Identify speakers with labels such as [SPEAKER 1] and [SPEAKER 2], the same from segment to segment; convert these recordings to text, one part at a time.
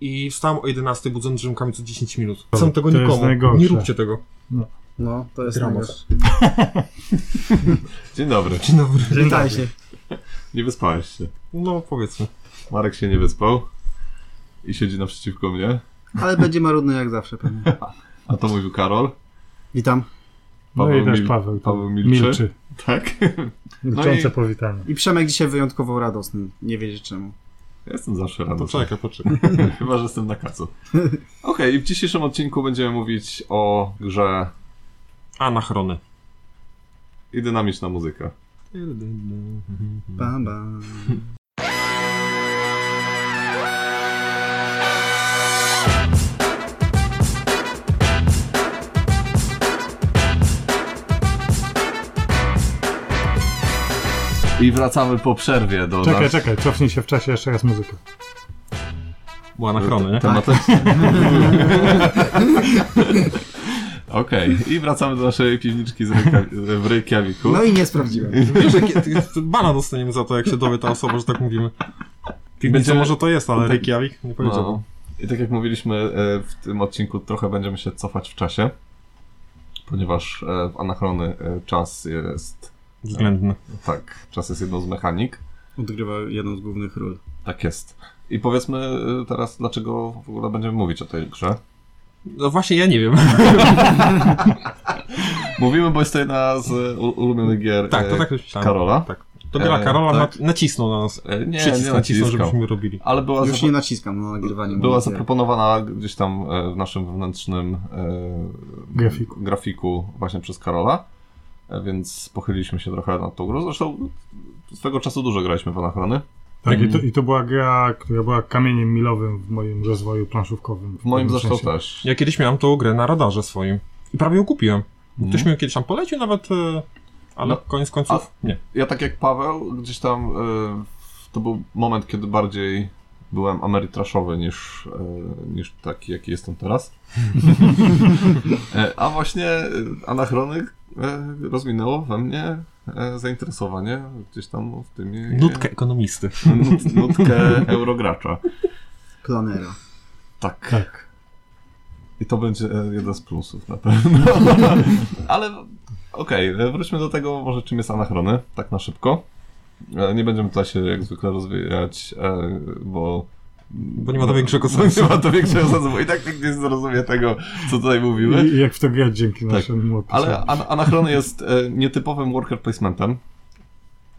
[SPEAKER 1] i wstałem o 11 budząc drzemkami co 10 minut.
[SPEAKER 2] To-
[SPEAKER 1] Chcę tego
[SPEAKER 2] to jest
[SPEAKER 1] nikomu.
[SPEAKER 2] najgorsze.
[SPEAKER 1] Nie róbcie tego.
[SPEAKER 3] No, to jest
[SPEAKER 1] Dramat.
[SPEAKER 3] najgorsze.
[SPEAKER 4] Dzień dobry.
[SPEAKER 1] Dzień dobry.
[SPEAKER 3] Witaj się.
[SPEAKER 4] Nie wyspałeś się.
[SPEAKER 1] No powiedzmy.
[SPEAKER 4] Marek się nie wyspał i siedzi naprzeciwko mnie.
[SPEAKER 3] Ale będzie marudny jak zawsze pewnie.
[SPEAKER 4] A to mówił Karol.
[SPEAKER 3] Witam.
[SPEAKER 2] No
[SPEAKER 4] Paweł
[SPEAKER 2] i też
[SPEAKER 4] mil-
[SPEAKER 2] Paweł.
[SPEAKER 4] Paweł milczy.
[SPEAKER 2] milczy.
[SPEAKER 4] Tak.
[SPEAKER 2] Milczące
[SPEAKER 4] No i-
[SPEAKER 2] powitanie.
[SPEAKER 3] I Przemek dzisiaj wyjątkowo radosny. Nie wiedzieć czemu.
[SPEAKER 4] Ja jestem zawsze
[SPEAKER 1] To
[SPEAKER 4] rano.
[SPEAKER 1] czekaj, poczekaj.
[SPEAKER 4] Chyba, że jestem na kacu. Okej, i w dzisiejszym odcinku będziemy mówić o grze
[SPEAKER 1] Anachrony.
[SPEAKER 4] i dynamiczna muzyka.
[SPEAKER 3] Bam, bam.
[SPEAKER 4] I wracamy po przerwie do
[SPEAKER 2] Czekaj,
[SPEAKER 4] nas...
[SPEAKER 2] czekaj, cofnij się w czasie, jeszcze raz muzyka.
[SPEAKER 1] Bo anachrony, nie?
[SPEAKER 2] Tak.
[SPEAKER 4] Tematycznie. Okej, i wracamy do naszej piwniczki z Reykja- w Reykjaviku.
[SPEAKER 3] No i nie sprawdziłem.
[SPEAKER 1] Wiesz, jakie- ty- ty- bana dostaniemy za to, jak się dowie ta osoba, że tak mówimy. Piwnica
[SPEAKER 4] Będziemy-
[SPEAKER 1] może to jest, ale Reykjavik nie powiedziałbym.
[SPEAKER 4] No. I tak jak mówiliśmy e, w tym odcinku, trochę będziemy się cofać w czasie, ponieważ e, w anachrony e, czas jest,
[SPEAKER 1] Względny.
[SPEAKER 4] tak, czas jest jedną z mechanik.
[SPEAKER 3] Odgrywa jedną z głównych ról.
[SPEAKER 4] Tak jest. I powiedzmy e, teraz, dlaczego w ogóle będziemy mówić o tej grze.
[SPEAKER 1] No właśnie, ja nie wiem.
[SPEAKER 4] Mówimy, bo jest to jedna z e, u- ulubionych gier
[SPEAKER 1] tak, to
[SPEAKER 4] e,
[SPEAKER 1] tak już myślałem.
[SPEAKER 4] Karola.
[SPEAKER 1] Tak. To Biela
[SPEAKER 4] E,
[SPEAKER 1] Karola
[SPEAKER 4] tak.
[SPEAKER 1] na- nacisnął na nas.
[SPEAKER 4] E, Nie,
[SPEAKER 1] Przycisk nacisnął,
[SPEAKER 4] nie naciskał.
[SPEAKER 1] żebyśmy robili.
[SPEAKER 4] Ale była
[SPEAKER 3] Już
[SPEAKER 4] zapo-
[SPEAKER 3] nie naciskam na nagrywanie.
[SPEAKER 4] Była
[SPEAKER 3] mówię.
[SPEAKER 4] zaproponowana gdzieś tam e, w naszym wewnętrznym e,
[SPEAKER 2] Grafiku.
[SPEAKER 4] grafiku właśnie przez Karola, e, więc pochyliliśmy się trochę nad tą grą. Zresztą swego czasu dużo graliśmy w Anachrony.
[SPEAKER 2] Tak,
[SPEAKER 4] Mhm.
[SPEAKER 2] i to, i to była gra, która była kamieniem milowym w moim rozwoju planszówkowym.
[SPEAKER 4] W moim
[SPEAKER 2] pewnym
[SPEAKER 4] zresztą
[SPEAKER 2] sensie.
[SPEAKER 4] też.
[SPEAKER 1] Ja kiedyś miałem tą grę na radarze swoim. I prawie ją kupiłem. Ktoś mi ją kiedyś tam polecił nawet, e, ale
[SPEAKER 4] Mhm. No.
[SPEAKER 1] koniec końców nie.
[SPEAKER 4] Ja tak jak Paweł, gdzieś tam e, to był moment, kiedy bardziej byłem amerytraszowy niż, e, niż taki, jaki jestem teraz. E, A właśnie e, Anachrony e, rozwinęło we mnie e, zainteresowanie gdzieś tam w tym...
[SPEAKER 1] Nutkę ekonomisty.
[SPEAKER 4] Nut, nutkę eurogracza.
[SPEAKER 3] Planera.
[SPEAKER 4] Tak.
[SPEAKER 2] Tak.
[SPEAKER 4] I to będzie e, jeden z plusów na pewno. Ale okej, e, wróćmy do tego może czym jest anachrony, tak na szybko. E, Nie będziemy tutaj się jak zwykle rozwijać, e, bo...
[SPEAKER 1] Bo nie ma to większego sensu.
[SPEAKER 4] Nie ma to większego sensu, bo i tak nikt nie zrozumie tego, co tutaj mówimy.
[SPEAKER 2] I, I jak w to grać dzięki
[SPEAKER 4] Tak.
[SPEAKER 2] naszemu opisowi.
[SPEAKER 4] Ale an anachrony jest e, nietypowym worker placementem.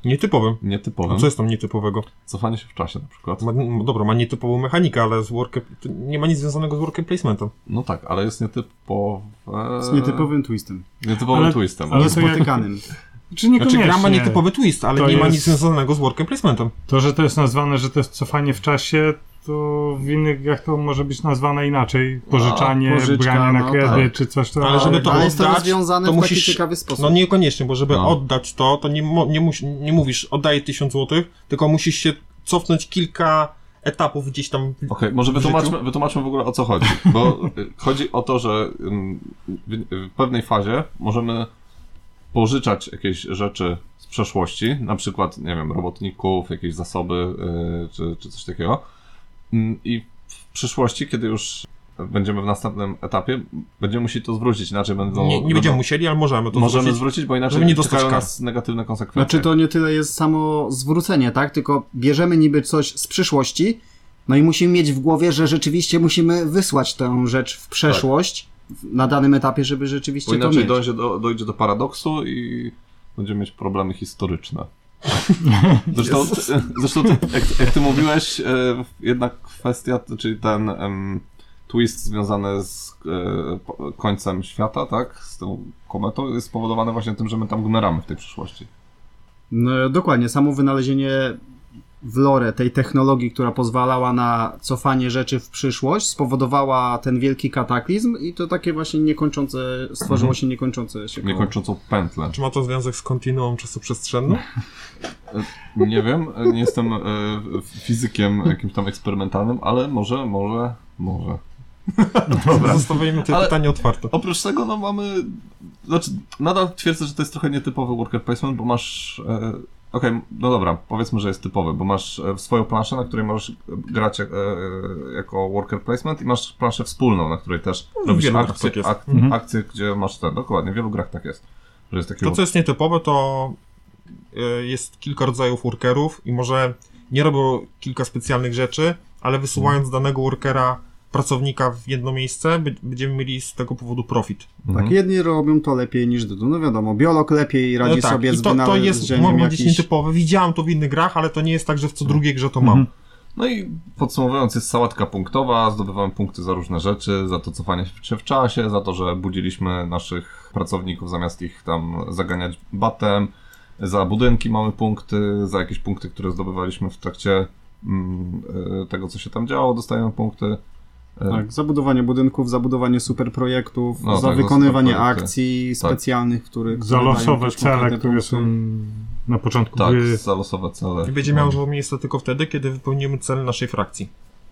[SPEAKER 1] Nietypowym. A
[SPEAKER 4] Nietypowym.
[SPEAKER 1] co jest tam nietypowego?
[SPEAKER 4] Cofanie się w czasie na przykład.
[SPEAKER 1] Ma, m- dobra, ma nietypową mechanikę, ale z work, to nie ma nic związanego z work placementem.
[SPEAKER 4] No tak, ale jest nietypowe...
[SPEAKER 3] Z nietypowym twistem.
[SPEAKER 4] Nietypowym
[SPEAKER 2] Ale-
[SPEAKER 4] twistem.
[SPEAKER 2] ale to jak-
[SPEAKER 3] Spotykanym.
[SPEAKER 2] Czy niekoniecznie.
[SPEAKER 1] Znaczy, gra ma nietypowy twist, ale
[SPEAKER 2] To
[SPEAKER 1] nie ma
[SPEAKER 2] jest-
[SPEAKER 1] nic związanego z work placementem.
[SPEAKER 2] To, że to jest nazwane, że to jest cofanie w czasie, to w innych grach to może być nazwane inaczej. Pożyczanie,
[SPEAKER 3] pożyczka,
[SPEAKER 2] branie na
[SPEAKER 3] no
[SPEAKER 2] kredyt
[SPEAKER 4] tak.
[SPEAKER 2] czy coś tam.
[SPEAKER 1] Ale żeby to
[SPEAKER 3] Ale jest to
[SPEAKER 1] oddać,
[SPEAKER 3] rozwiązane
[SPEAKER 1] to
[SPEAKER 3] w
[SPEAKER 1] musisz-
[SPEAKER 3] taki ciekawy sposób.
[SPEAKER 1] No niekoniecznie, bo żeby
[SPEAKER 4] No.
[SPEAKER 1] oddać to, to nie, mo- nie, mus, nie mówisz oddaję 1000 zł, tylko musisz się cofnąć kilka etapów gdzieś tam.
[SPEAKER 4] Okej, może
[SPEAKER 1] w życiu?
[SPEAKER 4] wytłumaczmy, wytłumaczmy w ogóle o co chodzi. Bo y, chodzi o to, że ym, w, w pewnej fazie możemy pożyczać jakieś rzeczy z przeszłości, na przykład, nie wiem, robotników, jakieś zasoby y, czy, czy coś takiego. Ym, I w przyszłości, kiedy już będziemy w następnym etapie, będziemy musieli to zwrócić, inaczej będą.
[SPEAKER 1] Nie, nie będziemy
[SPEAKER 4] będą,
[SPEAKER 1] musieli, ale No, możemy to
[SPEAKER 4] Możemy
[SPEAKER 1] zwrócić.
[SPEAKER 4] zwrócić, bo inaczej
[SPEAKER 1] żeby nie dostać
[SPEAKER 4] czekają
[SPEAKER 1] kar.
[SPEAKER 4] nas negatywne konsekwencje.
[SPEAKER 3] Znaczy to nie tyle jest samo zwrócenie, tak? Tylko bierzemy niby coś z przyszłości, no i musimy mieć w głowie, że rzeczywiście musimy wysłać tę rzecz w przeszłość w- na danym etapie, żeby
[SPEAKER 4] Tak. Bo
[SPEAKER 3] rzeczywiście to
[SPEAKER 4] inaczej
[SPEAKER 3] mieć.
[SPEAKER 4] dojdzie do, dojdzie do paradoksu i będziemy mieć problemy historyczne. Zresztą, ty, zresztą ty, jak, jak ty mówiłeś, e, jednak kwestia, czyli ten em, twist związany z e, po- końcem świata, tak? Z tą kometą jest spowodowany właśnie tym, że my tam gmeramy w tej przyszłości.
[SPEAKER 3] No, dokładnie, samo wynalezienie w lore tej technologii, która pozwalała na cofanie rzeczy w przyszłość, spowodowała ten wielki kataklizm i to takie właśnie niekończące, stworzyło się Mhm. niekończące się koło.
[SPEAKER 4] Niekończącą pętlę.
[SPEAKER 1] Czy ma to związek z kontinuum czasoprzestrzennym?
[SPEAKER 4] Nie wiem, e, nie jestem e, f- fizykiem jakimś tam eksperymentalnym, ale może, może, może.
[SPEAKER 1] Zostawiamy te
[SPEAKER 4] Ale-
[SPEAKER 1] pytanie otwarte.
[SPEAKER 4] Oprócz tego, no mamy. Znaczy, nadal twierdzę, że to jest trochę nietypowy worker placement, bo masz e, Okej, no dobra, powiedzmy, że jest typowy, bo masz e, swoją planszę, na której możesz e, grać e, e, jako worker placement i masz planszę wspólną, na której też
[SPEAKER 1] W
[SPEAKER 4] robisz
[SPEAKER 1] wielu grach
[SPEAKER 4] akcje,
[SPEAKER 1] tak jest.
[SPEAKER 4] ak,
[SPEAKER 2] Mhm.
[SPEAKER 4] akcje, gdzie masz ten, dokładnie, w wielu grach tak jest. Że jest taki
[SPEAKER 1] To, co jest nietypowe, to e, jest kilka rodzajów workerów i może nie robią kilka specjalnych rzeczy, ale wysyłając danego workera, pracownika w jedno miejsce, by- będziemy mieli z tego powodu profit.
[SPEAKER 4] Mhm.
[SPEAKER 3] Tak, jedni robią to lepiej niż drugi. No wiadomo, biolog lepiej radzi
[SPEAKER 1] E, tak.
[SPEAKER 3] sobie
[SPEAKER 1] I
[SPEAKER 3] z
[SPEAKER 1] to, to jest,
[SPEAKER 3] wynalezieniem
[SPEAKER 1] mogę
[SPEAKER 3] jakichś...
[SPEAKER 1] powiedzieć, nietypowe. Widziałem to w innych grach, ale to nie jest tak, że w co drugiej grze to mam.
[SPEAKER 2] Mhm.
[SPEAKER 4] No i podsumowując, jest sałatka punktowa, zdobywamy punkty za różne rzeczy, za to cofanie się w czasie, za to, że budziliśmy naszych pracowników zamiast ich tam zaganiać batem, za budynki mamy punkty, za jakieś punkty, które zdobywaliśmy w trakcie mm, e, tego, co się tam działo, dostajemy punkty. E,
[SPEAKER 3] Tak, zabudowanie budynków, zabudowanie superprojektów,
[SPEAKER 4] No
[SPEAKER 3] za
[SPEAKER 4] tak, za
[SPEAKER 3] wykonywanie
[SPEAKER 4] superprojekty.
[SPEAKER 3] akcji specjalnych, które... które
[SPEAKER 2] Za
[SPEAKER 3] dają
[SPEAKER 2] losowe
[SPEAKER 3] też
[SPEAKER 2] cele,
[SPEAKER 3] konkretne
[SPEAKER 2] które są
[SPEAKER 3] punkty.
[SPEAKER 2] na początku
[SPEAKER 4] tak,
[SPEAKER 2] gry.
[SPEAKER 4] za losowe cele.
[SPEAKER 1] I będzie miało to miejsce tylko wtedy, kiedy wypełnimy cel naszej frakcji.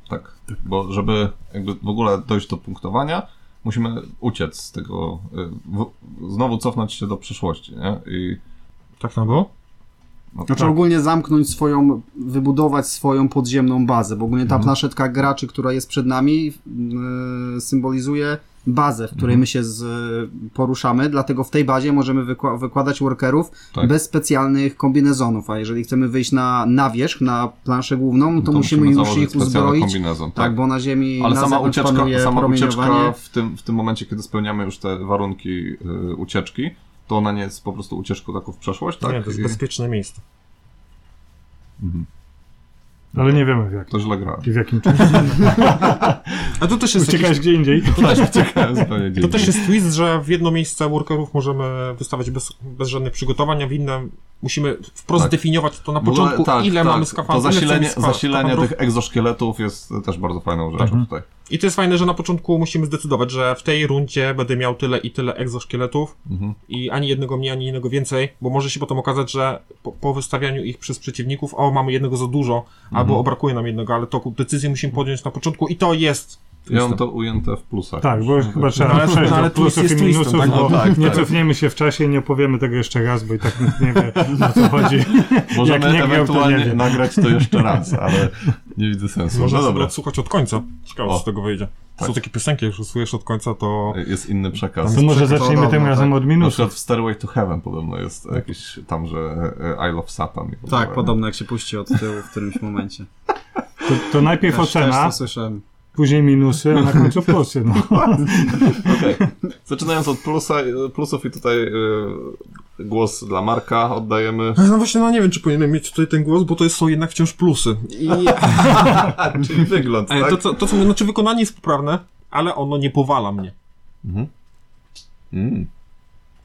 [SPEAKER 4] Tak, bo żeby jakby w ogóle dojść do punktowania, musimy uciec z tego, y, w, znowu cofnąć się do przeszłości, nie? I
[SPEAKER 1] Tak tam było?
[SPEAKER 4] no,
[SPEAKER 3] Znaczy ogólnie zamknąć swoją, wybudować swoją podziemną bazę, bo ogólnie ta
[SPEAKER 4] Mhm.
[SPEAKER 3] planszetka graczy, która jest przed nami, yy, symbolizuje bazę, w której
[SPEAKER 4] Mhm.
[SPEAKER 3] my się z, poruszamy, dlatego w tej bazie możemy wykła- wykładać workerów
[SPEAKER 4] Tak.
[SPEAKER 3] bez specjalnych kombinezonów, a jeżeli chcemy wyjść na, na wierzch, na planszę główną, no to, musimy, już
[SPEAKER 4] założyć
[SPEAKER 3] ich
[SPEAKER 4] specjalny
[SPEAKER 3] uzbroić, tak,
[SPEAKER 4] kombinezon,
[SPEAKER 3] bo na ziemi
[SPEAKER 4] Ale
[SPEAKER 3] na
[SPEAKER 4] sama
[SPEAKER 3] zewnątrz
[SPEAKER 4] ucieczka,
[SPEAKER 3] panuje
[SPEAKER 4] sama ucieczka
[SPEAKER 3] promieniowanie.
[SPEAKER 4] w tym, w tym momencie, kiedy spełniamy już te warunki y, ucieczki, to ona nie jest po prostu ucieczką taką w przeszłość, tak?
[SPEAKER 1] nie, to jest
[SPEAKER 4] I-
[SPEAKER 1] bezpieczne miejsce.
[SPEAKER 4] Mhm.
[SPEAKER 2] Ale nie wiemy w jakim,
[SPEAKER 4] To źle gra.
[SPEAKER 2] w jakim czasie.
[SPEAKER 1] A to też jest jakiś
[SPEAKER 2] Uciekałeś gdzie indziej.
[SPEAKER 4] Ciekawe zupełnie
[SPEAKER 1] To
[SPEAKER 4] dzięki.
[SPEAKER 1] też jest twist, że w jedno miejsce workerów możemy wystawiać bez, bez żadnych przygotowań, a w inne musimy wprost
[SPEAKER 4] Tak.
[SPEAKER 1] definiować to na
[SPEAKER 4] W ogóle tak,
[SPEAKER 1] początku, ile mamy skafandrów.
[SPEAKER 4] To
[SPEAKER 1] ile
[SPEAKER 4] zasilenie,
[SPEAKER 1] chcemy ska-
[SPEAKER 4] zasilenie
[SPEAKER 1] skafandrów.
[SPEAKER 4] tych egzoszkieletów jest też bardzo fajną rzeczą
[SPEAKER 2] Mhm.
[SPEAKER 4] tutaj.
[SPEAKER 1] I to jest fajne, że na początku musimy zdecydować, że w tej rundzie będę miał tyle i tyle egzoszkieletów
[SPEAKER 4] Mhm.
[SPEAKER 1] i ani jednego mniej, ani innego więcej, bo może się potem okazać, że po, po wystawianiu ich przez przeciwników, o, mamy jednego za dużo,
[SPEAKER 4] Mhm.
[SPEAKER 1] albo o, brakuje nam jednego, ale to decyzję musimy podjąć na początku i to jest...
[SPEAKER 4] Ja mam
[SPEAKER 1] twistem.
[SPEAKER 4] to ujęte w plusach.
[SPEAKER 2] Tak, bo już chyba trzeba
[SPEAKER 1] ale-
[SPEAKER 2] przejść
[SPEAKER 1] no, ale
[SPEAKER 2] do plusów
[SPEAKER 1] twist
[SPEAKER 2] i
[SPEAKER 1] jest twistem,
[SPEAKER 2] minusów,
[SPEAKER 1] tak?
[SPEAKER 2] bo
[SPEAKER 4] No tak,
[SPEAKER 2] nie
[SPEAKER 4] tak.
[SPEAKER 2] cofniemy się w czasie i nie opowiemy tego jeszcze raz, bo i tak nikt nie wie o co chodzi.
[SPEAKER 4] Możemy
[SPEAKER 2] Jak nie grał, to nie
[SPEAKER 4] ewentualnie
[SPEAKER 2] wiem.
[SPEAKER 4] nagrać to jeszcze raz, ale nie widzę sensu.
[SPEAKER 1] Można
[SPEAKER 4] no
[SPEAKER 1] sobie
[SPEAKER 4] dobra,
[SPEAKER 1] odsłuchać od końca. Ciekawe,
[SPEAKER 4] O.
[SPEAKER 1] co z tego wyjdzie.
[SPEAKER 4] Tak.
[SPEAKER 1] Są takie piosenki, jak już słyszysz od końca, to...
[SPEAKER 4] jest inny przekaz.
[SPEAKER 2] To może zacznijmy
[SPEAKER 3] dawno,
[SPEAKER 2] tym
[SPEAKER 3] tak.
[SPEAKER 2] razem od
[SPEAKER 4] Na
[SPEAKER 2] minusów.
[SPEAKER 4] przykład w Stairway to Heaven podobno jest jakiś tam, że e, I love Satan. i w ogóle,
[SPEAKER 3] Tak,
[SPEAKER 4] nie?
[SPEAKER 3] podobno jak się puści od tyłu w którymś momencie.
[SPEAKER 2] To, to najpierw
[SPEAKER 3] Też, też
[SPEAKER 2] ocena,
[SPEAKER 3] to słyszałem.
[SPEAKER 2] później minusy, a na końcu plusy. No.
[SPEAKER 4] Okej. Zaczynając od plusa, plusów i tutaj y, głos dla Marka oddajemy.
[SPEAKER 1] No właśnie, no nie wiem, czy powinienem mieć tutaj ten głos, bo to są jednak wciąż plusy. I,
[SPEAKER 4] Czyli wygląd,
[SPEAKER 1] e,
[SPEAKER 4] tak?
[SPEAKER 1] to, co, to, co mówię, znaczy wykonanie jest poprawne, ale ono nie powala mnie.
[SPEAKER 4] Mhm. Mm.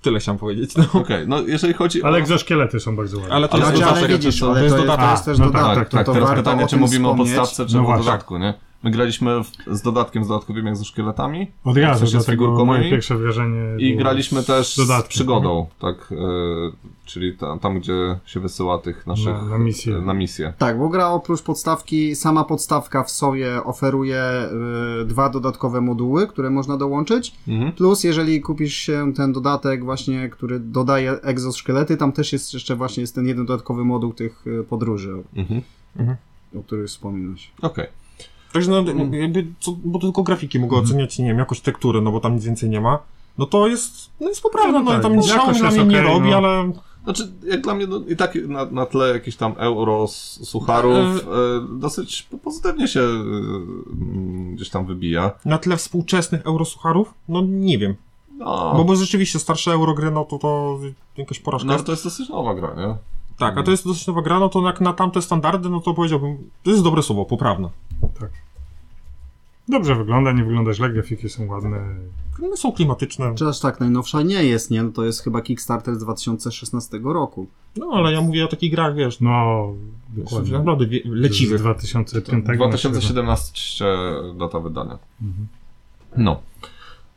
[SPEAKER 1] Tyle chciałem powiedzieć. No.
[SPEAKER 4] Okej, no jeżeli chodzi
[SPEAKER 2] Ale
[SPEAKER 4] o...
[SPEAKER 2] egzoszkielety są bardzo ładne.
[SPEAKER 1] Ale to
[SPEAKER 4] Ale
[SPEAKER 1] jest
[SPEAKER 4] działa-
[SPEAKER 1] dodatek.
[SPEAKER 3] ale
[SPEAKER 4] dodatek,
[SPEAKER 3] widzisz,
[SPEAKER 4] to
[SPEAKER 3] ale to
[SPEAKER 1] jest
[SPEAKER 3] jest,
[SPEAKER 1] dodatek.
[SPEAKER 3] to jest też
[SPEAKER 2] No tak,
[SPEAKER 3] dodatek.
[SPEAKER 4] Tak, tak,
[SPEAKER 3] to
[SPEAKER 4] teraz
[SPEAKER 3] warto
[SPEAKER 4] pytanie,
[SPEAKER 3] o
[SPEAKER 4] czy
[SPEAKER 3] tym
[SPEAKER 4] mówimy o
[SPEAKER 3] wspomnieć.
[SPEAKER 4] podstawce, czy
[SPEAKER 2] No
[SPEAKER 4] o
[SPEAKER 2] właśnie.
[SPEAKER 4] dodatku, nie? My graliśmy w, z dodatkiem, z dodatkowymi egzoszkieletami
[SPEAKER 2] Od
[SPEAKER 4] W sensie
[SPEAKER 2] razu,
[SPEAKER 4] z
[SPEAKER 2] dlatego
[SPEAKER 4] figurkami.
[SPEAKER 2] moje pierwsze wrażenie
[SPEAKER 4] i
[SPEAKER 2] było
[SPEAKER 4] graliśmy
[SPEAKER 2] z
[SPEAKER 4] też z
[SPEAKER 2] dodatkiem.
[SPEAKER 4] przygodą, tak? e, czyli tam, tam, gdzie się wysyła tych naszych...
[SPEAKER 2] Na- na misję.
[SPEAKER 4] e, Na misję.
[SPEAKER 3] Tak, bo gra oprócz podstawki, sama podstawka w sobie oferuje y, dwa dodatkowe moduły, które można dołączyć.
[SPEAKER 4] Mhm.
[SPEAKER 3] Plus, jeżeli kupisz się ten dodatek właśnie, który dodaje egzoszkielety, tam też jest jeszcze właśnie jest ten jeden dodatkowy moduł tych y, podróży,
[SPEAKER 4] Mhm.
[SPEAKER 3] o, o których wspominałeś.
[SPEAKER 4] Okej.
[SPEAKER 1] Także no, jakby, co, bo tylko grafiki mogę oceniać, nie wiem, jakoś tektury, no bo tam nic więcej nie ma. No to jest, no jest poprawne, no,
[SPEAKER 2] No tak,
[SPEAKER 1] tam nic
[SPEAKER 2] jakoś
[SPEAKER 1] szału dla
[SPEAKER 2] jest
[SPEAKER 1] mnie nie
[SPEAKER 2] okej,
[SPEAKER 1] robi,
[SPEAKER 2] no.
[SPEAKER 1] ale
[SPEAKER 4] Znaczy, jak dla mnie no, i tak na, na tle jakichś tam euro s- sucharów e, dosyć po- pozytywnie się e, mm, gdzieś tam wybija.
[SPEAKER 1] na tle współczesnych eurosucharów, no nie wiem.
[SPEAKER 4] No,
[SPEAKER 1] Bo, bo rzeczywiście starsze eurogry, no to to jakaś porażka
[SPEAKER 4] no,
[SPEAKER 1] jest.
[SPEAKER 4] to jest dosyć nowa gra, nie?
[SPEAKER 1] Tak, a to jest dosyć nowa gra, no to jak na tamte standardy, no to powiedziałbym, to jest dobre słowo, poprawne.
[SPEAKER 2] Tak. Dobrze wygląda, nie wygląda źle, grafiki są ładne.
[SPEAKER 1] No, są klimatyczne.
[SPEAKER 3] Czy aż tak najnowsza nie jest, nie? No to jest chyba Kickstarter z 2016 roku.
[SPEAKER 1] No ale ja mówię o takich grach, wiesz, no,
[SPEAKER 2] No,
[SPEAKER 1] są
[SPEAKER 2] dokładnie.
[SPEAKER 1] naprawdę wie-
[SPEAKER 2] Z
[SPEAKER 1] leciwych.
[SPEAKER 2] 2005 na
[SPEAKER 4] 2017 data wydania.
[SPEAKER 2] Mhm.
[SPEAKER 4] No.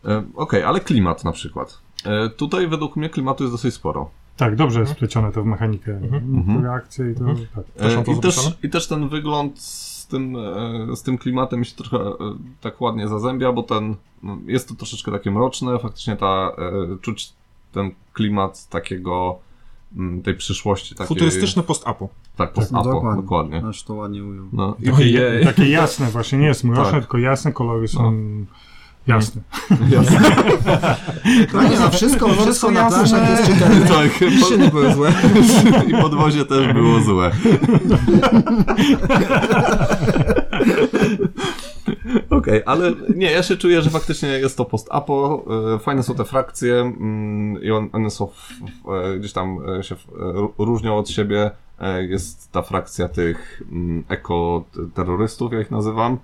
[SPEAKER 4] E, Okej, ale klimat na przykład. E, tutaj według mnie klimatu jest dosyć sporo.
[SPEAKER 2] Tak, dobrze jest wplecione to w mechanikę
[SPEAKER 4] Mhm.
[SPEAKER 2] mhm. akcji i to
[SPEAKER 1] Mhm.
[SPEAKER 2] tak.
[SPEAKER 4] E,
[SPEAKER 1] Też mam to
[SPEAKER 4] i, też,
[SPEAKER 1] zapisane?
[SPEAKER 4] I też ten wygląd z tym, e, z tym klimatem mi się trochę e, tak ładnie zazębia, bo ten no, jest to troszeczkę takie mroczne, faktycznie ta, e, czuć ten klimat takiego mm, tej przyszłości takiej...
[SPEAKER 1] Futurystyczne post-apo.
[SPEAKER 4] Tak, post
[SPEAKER 3] No,
[SPEAKER 4] dokładnie. dokładnie.
[SPEAKER 3] Aż to ładnie ujął.
[SPEAKER 4] No, i
[SPEAKER 1] Ojej.
[SPEAKER 4] jej.
[SPEAKER 2] Takie jasne właśnie, nie jest mroczne,
[SPEAKER 4] Tak.
[SPEAKER 2] tylko jasne kolory są jasne.
[SPEAKER 1] tak-
[SPEAKER 3] No nie, no wszystko, wszystko na
[SPEAKER 1] jasne.
[SPEAKER 3] planszach jest czytelne.
[SPEAKER 4] tak,
[SPEAKER 1] Szyny były złe.
[SPEAKER 4] i podwozie też było złe. Okej, ale nie, ja się czuję, że faktycznie jest to post-apo, e, fajne są te frakcje mm, i on, one są w, w, e, gdzieś tam e, się w, e, ró- różnią od siebie. E, Jest ta frakcja tych mm, ekoterrorystów, jak ich nazywam.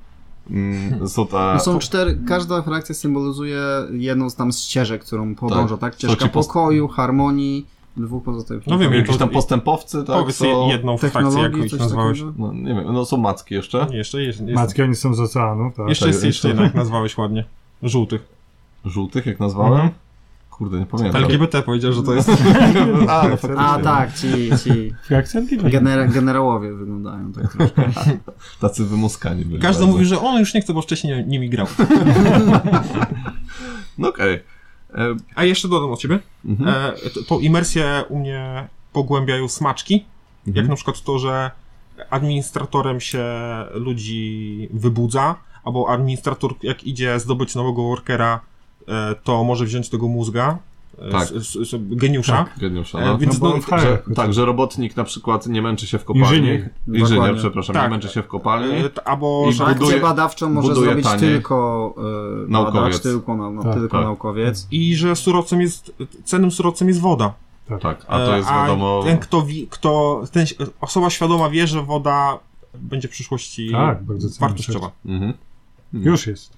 [SPEAKER 4] Mm, Są ta...
[SPEAKER 3] No są cztery, każda frakcja symbolizuje jedną z tam ścieżek, którą podąża, tak? Ścieżka
[SPEAKER 4] Chodzi po-
[SPEAKER 3] pokoju, harmonii, dwóch pozostałych.
[SPEAKER 1] No wiem,
[SPEAKER 4] jakieś tam
[SPEAKER 1] to-
[SPEAKER 4] postępowcy, tak?
[SPEAKER 1] Powiedz
[SPEAKER 4] są,
[SPEAKER 1] jedną frakcję,
[SPEAKER 3] Technologii,
[SPEAKER 1] jaką ich
[SPEAKER 3] coś
[SPEAKER 1] nazwałeś.
[SPEAKER 3] takiego.
[SPEAKER 4] no, nie wiem, no są macki jeszcze.
[SPEAKER 1] Nie, jeszcze jest. jest
[SPEAKER 2] Matki oni są z oceanu, tak.
[SPEAKER 1] jeszcze
[SPEAKER 4] tak,
[SPEAKER 1] jest jeszcze
[SPEAKER 4] jeszcze-
[SPEAKER 1] jednak nazwałeś ładnie. Żółtych.
[SPEAKER 4] Żółtych, jak nazwałem.
[SPEAKER 1] Mhm.
[SPEAKER 4] Kurde, nie pamiętam.
[SPEAKER 1] LGBT powiedział, że to jest.
[SPEAKER 4] A, no,
[SPEAKER 3] A
[SPEAKER 4] faktycznie.
[SPEAKER 3] tak, ci, ci
[SPEAKER 2] Frakcja
[SPEAKER 3] genera- generałowie wyglądają tak troszkę.
[SPEAKER 4] Tacy wymuskani byli.
[SPEAKER 1] Każdy
[SPEAKER 4] bardzo.
[SPEAKER 1] mówi, że on już nie chce, bo wcześniej nimi grał.
[SPEAKER 4] No okej. E,
[SPEAKER 1] A jeszcze dodam od ciebie.
[SPEAKER 4] mhm,
[SPEAKER 1] E, t- tą imersję u mnie pogłębiają smaczki, jak
[SPEAKER 4] mhm.
[SPEAKER 1] na przykład to, że administratorem się ludzi wybudza, albo administrator jak idzie zdobyć nowego workera, e, to może wziąć tego mózga, e,
[SPEAKER 4] Tak.
[SPEAKER 1] s- s- s- geniusza.
[SPEAKER 4] Geniusza,
[SPEAKER 1] E,
[SPEAKER 4] no.
[SPEAKER 1] więc
[SPEAKER 2] No bo
[SPEAKER 1] no,
[SPEAKER 2] w HR-
[SPEAKER 4] Że, tak, że robotnik na przykład nie męczy się w kopalni.
[SPEAKER 2] Inżynier.
[SPEAKER 4] Inżynier,
[SPEAKER 3] Dokładnie.
[SPEAKER 4] przepraszam,
[SPEAKER 1] Tak.
[SPEAKER 4] nie męczy się w kopalni.
[SPEAKER 1] e, t- albo
[SPEAKER 4] Mhm. I
[SPEAKER 1] że,
[SPEAKER 4] buduje-
[SPEAKER 3] Akcję badawczą może
[SPEAKER 4] buduje
[SPEAKER 3] zrobić
[SPEAKER 4] taniej.
[SPEAKER 3] tylko e,
[SPEAKER 4] Naukowiec.
[SPEAKER 3] badacz, tylko, nau- no,
[SPEAKER 2] Tak,
[SPEAKER 3] tylko
[SPEAKER 4] tak.
[SPEAKER 3] naukowiec.
[SPEAKER 1] i że surowcem jest, cennym surowcem jest woda.
[SPEAKER 4] Tak, a to
[SPEAKER 1] E,
[SPEAKER 4] jest wiadomo...
[SPEAKER 1] Ten, kto, wi, kto ten, osoba świadoma wie, że woda będzie w przyszłości
[SPEAKER 2] Tak, bardzo cenna
[SPEAKER 1] wartościowa.
[SPEAKER 4] Mhm.
[SPEAKER 2] Już jest.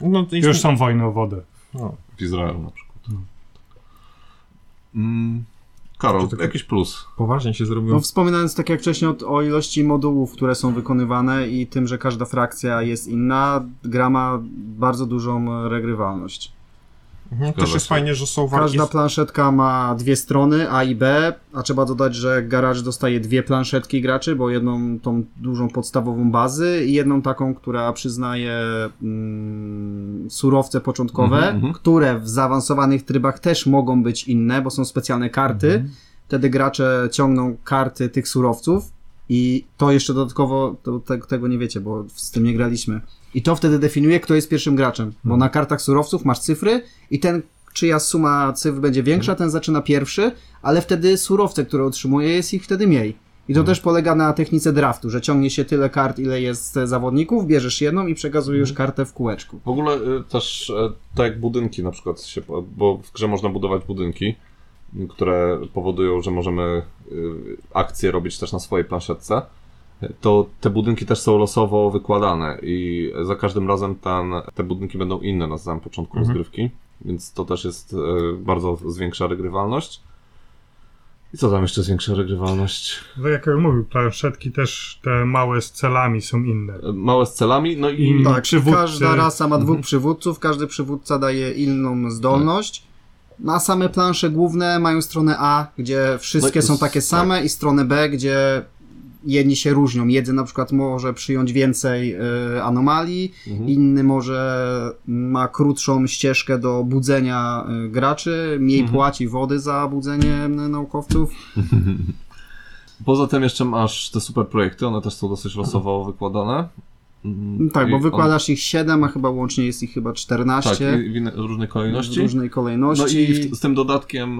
[SPEAKER 1] No, to jest-
[SPEAKER 2] Już są wojny o wodę.
[SPEAKER 1] no.
[SPEAKER 4] W Izraelu na przykład.
[SPEAKER 2] Hmm.
[SPEAKER 4] Mm. Karol,
[SPEAKER 1] Czy to-
[SPEAKER 4] jakiś plus?
[SPEAKER 1] Poważnie się zrobiło.
[SPEAKER 3] No, wspominając tak jak wcześniej o, o ilości modułów, które są wykonywane i tym, że każda frakcja jest inna, gra ma bardzo dużą e, regrywalność.
[SPEAKER 1] Mhm,
[SPEAKER 4] Zgadza
[SPEAKER 1] też jest
[SPEAKER 4] się.
[SPEAKER 1] fajnie, że są walki.
[SPEAKER 3] Każda
[SPEAKER 1] Każda...
[SPEAKER 3] planszetka ma dwie strony, A i B, a trzeba dodać, że garaż dostaje dwie planszetki graczy, bo jedną tą dużą podstawową bazy i jedną taką, która przyznaje mm, surowce początkowe,
[SPEAKER 4] Mhm, mhm.
[SPEAKER 3] które w zaawansowanych trybach też mogą być inne, bo są specjalne karty.
[SPEAKER 4] Mhm.
[SPEAKER 3] Wtedy gracze ciągną karty tych surowców i to jeszcze dodatkowo, to, te, tego nie wiecie, bo z tym nie graliśmy. I to wtedy definiuje, kto jest pierwszym graczem,
[SPEAKER 4] Mhm.
[SPEAKER 3] bo na kartach surowców masz cyfry i ten, czyja suma cyfr będzie
[SPEAKER 4] Mhm.
[SPEAKER 3] większa, ten zaczyna pierwszy, ale wtedy surowce, które otrzymuje, jest ich wtedy mniej. I to
[SPEAKER 4] Mhm.
[SPEAKER 3] też polega na technice draftu, że ciągnie się tyle kart, ile jest e, zawodników, bierzesz jedną i
[SPEAKER 4] Mhm.
[SPEAKER 3] przekazujesz kartę w kółeczku.
[SPEAKER 4] W ogóle y, też y, tak jak budynki na przykład, się, po- bo w grze można budować budynki, m, które powodują, że możemy y, akcje robić też na swojej planszetce, y, to te budynki też są losowo wykładane i za każdym razem ten, te budynki będą inne na samym początku
[SPEAKER 1] Mhm.
[SPEAKER 4] rozgrywki, więc to też jest y, bardzo zwiększa regrywalność. I co tam jeszcze zwiększa regrywalność?
[SPEAKER 2] No jak ja mówił, planszetki też te małe z celami są inne.
[SPEAKER 4] Y, Małe z celami, no i...
[SPEAKER 2] I-
[SPEAKER 3] Tak,
[SPEAKER 2] przywódcy.
[SPEAKER 3] każda rasa ma
[SPEAKER 4] Mhm.
[SPEAKER 3] dwóch przywódców, każdy przywódca daje inną zdolność. Na same plansze główne mają stronę A, gdzie wszystkie
[SPEAKER 4] No i-
[SPEAKER 3] są takie
[SPEAKER 4] tak.
[SPEAKER 3] same i stronę B, gdzie jedni się różnią. Jeden na przykład może przyjąć więcej y, anomalii,
[SPEAKER 4] Mhm.
[SPEAKER 3] inny może ma krótszą ścieżkę do budzenia y, graczy, mniej
[SPEAKER 4] Mhm.
[SPEAKER 3] płaci wody za budzenie y, naukowców.
[SPEAKER 4] Poza tym jeszcze masz te super projekty, one też są dosyć losowo wykładane. Mm,
[SPEAKER 3] Tak, bo
[SPEAKER 4] i
[SPEAKER 3] wykładasz ich 7, a chyba łącznie jest ich chyba
[SPEAKER 4] on,
[SPEAKER 3] 14
[SPEAKER 4] tak, i w, inne, w różnej
[SPEAKER 3] w
[SPEAKER 4] kolejności.
[SPEAKER 3] różnej kolejności.
[SPEAKER 4] No i w, z tym dodatkiem,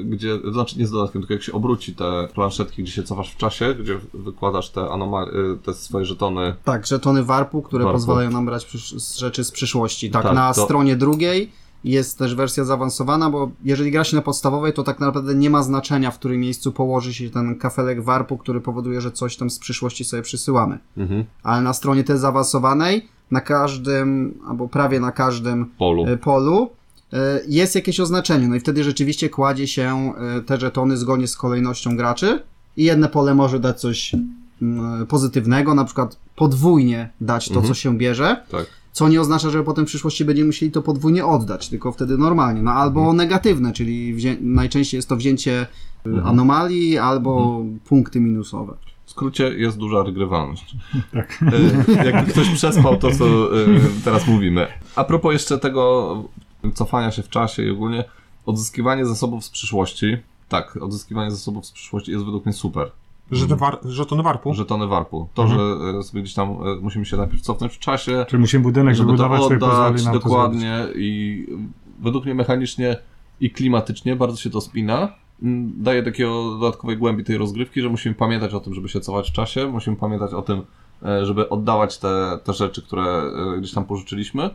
[SPEAKER 4] y, gdzie, znaczy nie z dodatkiem, tylko jak się obróci te planszetki, gdzie się cofasz w czasie, gdzie wykładasz te, anoma- y, te swoje żetony.
[SPEAKER 3] Tak, żetony warpu, które
[SPEAKER 4] Warpu.
[SPEAKER 3] pozwalają nam brać przysz- z rzeczy z przyszłości. Tak,
[SPEAKER 4] Tak,
[SPEAKER 3] na
[SPEAKER 4] to-
[SPEAKER 3] stronie drugiej jest też wersja zaawansowana, bo jeżeli gra się na podstawowej, to tak naprawdę nie ma znaczenia, w którym miejscu położy się ten kafelek warpu, który powoduje, że coś tam z przyszłości sobie przysyłamy.
[SPEAKER 4] Mhm.
[SPEAKER 3] Ale na stronie tej zaawansowanej, na każdym, albo prawie na każdym
[SPEAKER 4] Polu.
[SPEAKER 3] e, polu e, jest jakieś oznaczenie. No i wtedy rzeczywiście kładzie się e, te żetony zgodnie z kolejnością graczy i jedne pole może dać coś mm, pozytywnego, na przykład podwójnie dać to,
[SPEAKER 4] Mhm.
[SPEAKER 3] co się bierze,
[SPEAKER 4] Tak.
[SPEAKER 3] co nie oznacza, że potem w przyszłości będziemy musieli to podwójnie oddać, tylko wtedy normalnie. No albo
[SPEAKER 4] Mhm.
[SPEAKER 3] negatywne, czyli wzię- najczęściej jest to wzięcie e,
[SPEAKER 4] Mhm.
[SPEAKER 3] anomalii albo punkty minusowe.
[SPEAKER 4] W skrócie jest duża regrywalność. Tak. Jakby ktoś przespał to, co y, teraz mówimy. A propos jeszcze tego cofania się w czasie i ogólnie odzyskiwanie zasobów z przyszłości, tak, odzyskiwanie zasobów z przyszłości jest według mnie super.
[SPEAKER 1] Żetony, war, żetony warpu.
[SPEAKER 4] Żetony warpu. To, że e, sobie gdzieś tam e, musimy się najpierw cofnąć w czasie,
[SPEAKER 2] Czyli musimy budynek
[SPEAKER 4] żeby to
[SPEAKER 2] wybudować, sobie pozwoli
[SPEAKER 4] oddać
[SPEAKER 2] nam To
[SPEAKER 4] dokładnie i według mnie mechanicznie i klimatycznie bardzo się to spina. Mm, Daje takiego dodatkowej głębi tej rozgrywki, że musimy pamiętać o tym, żeby się cofać w czasie, musimy pamiętać o tym, e, żeby oddawać te, te rzeczy, które e, gdzieś tam pożyczyliśmy,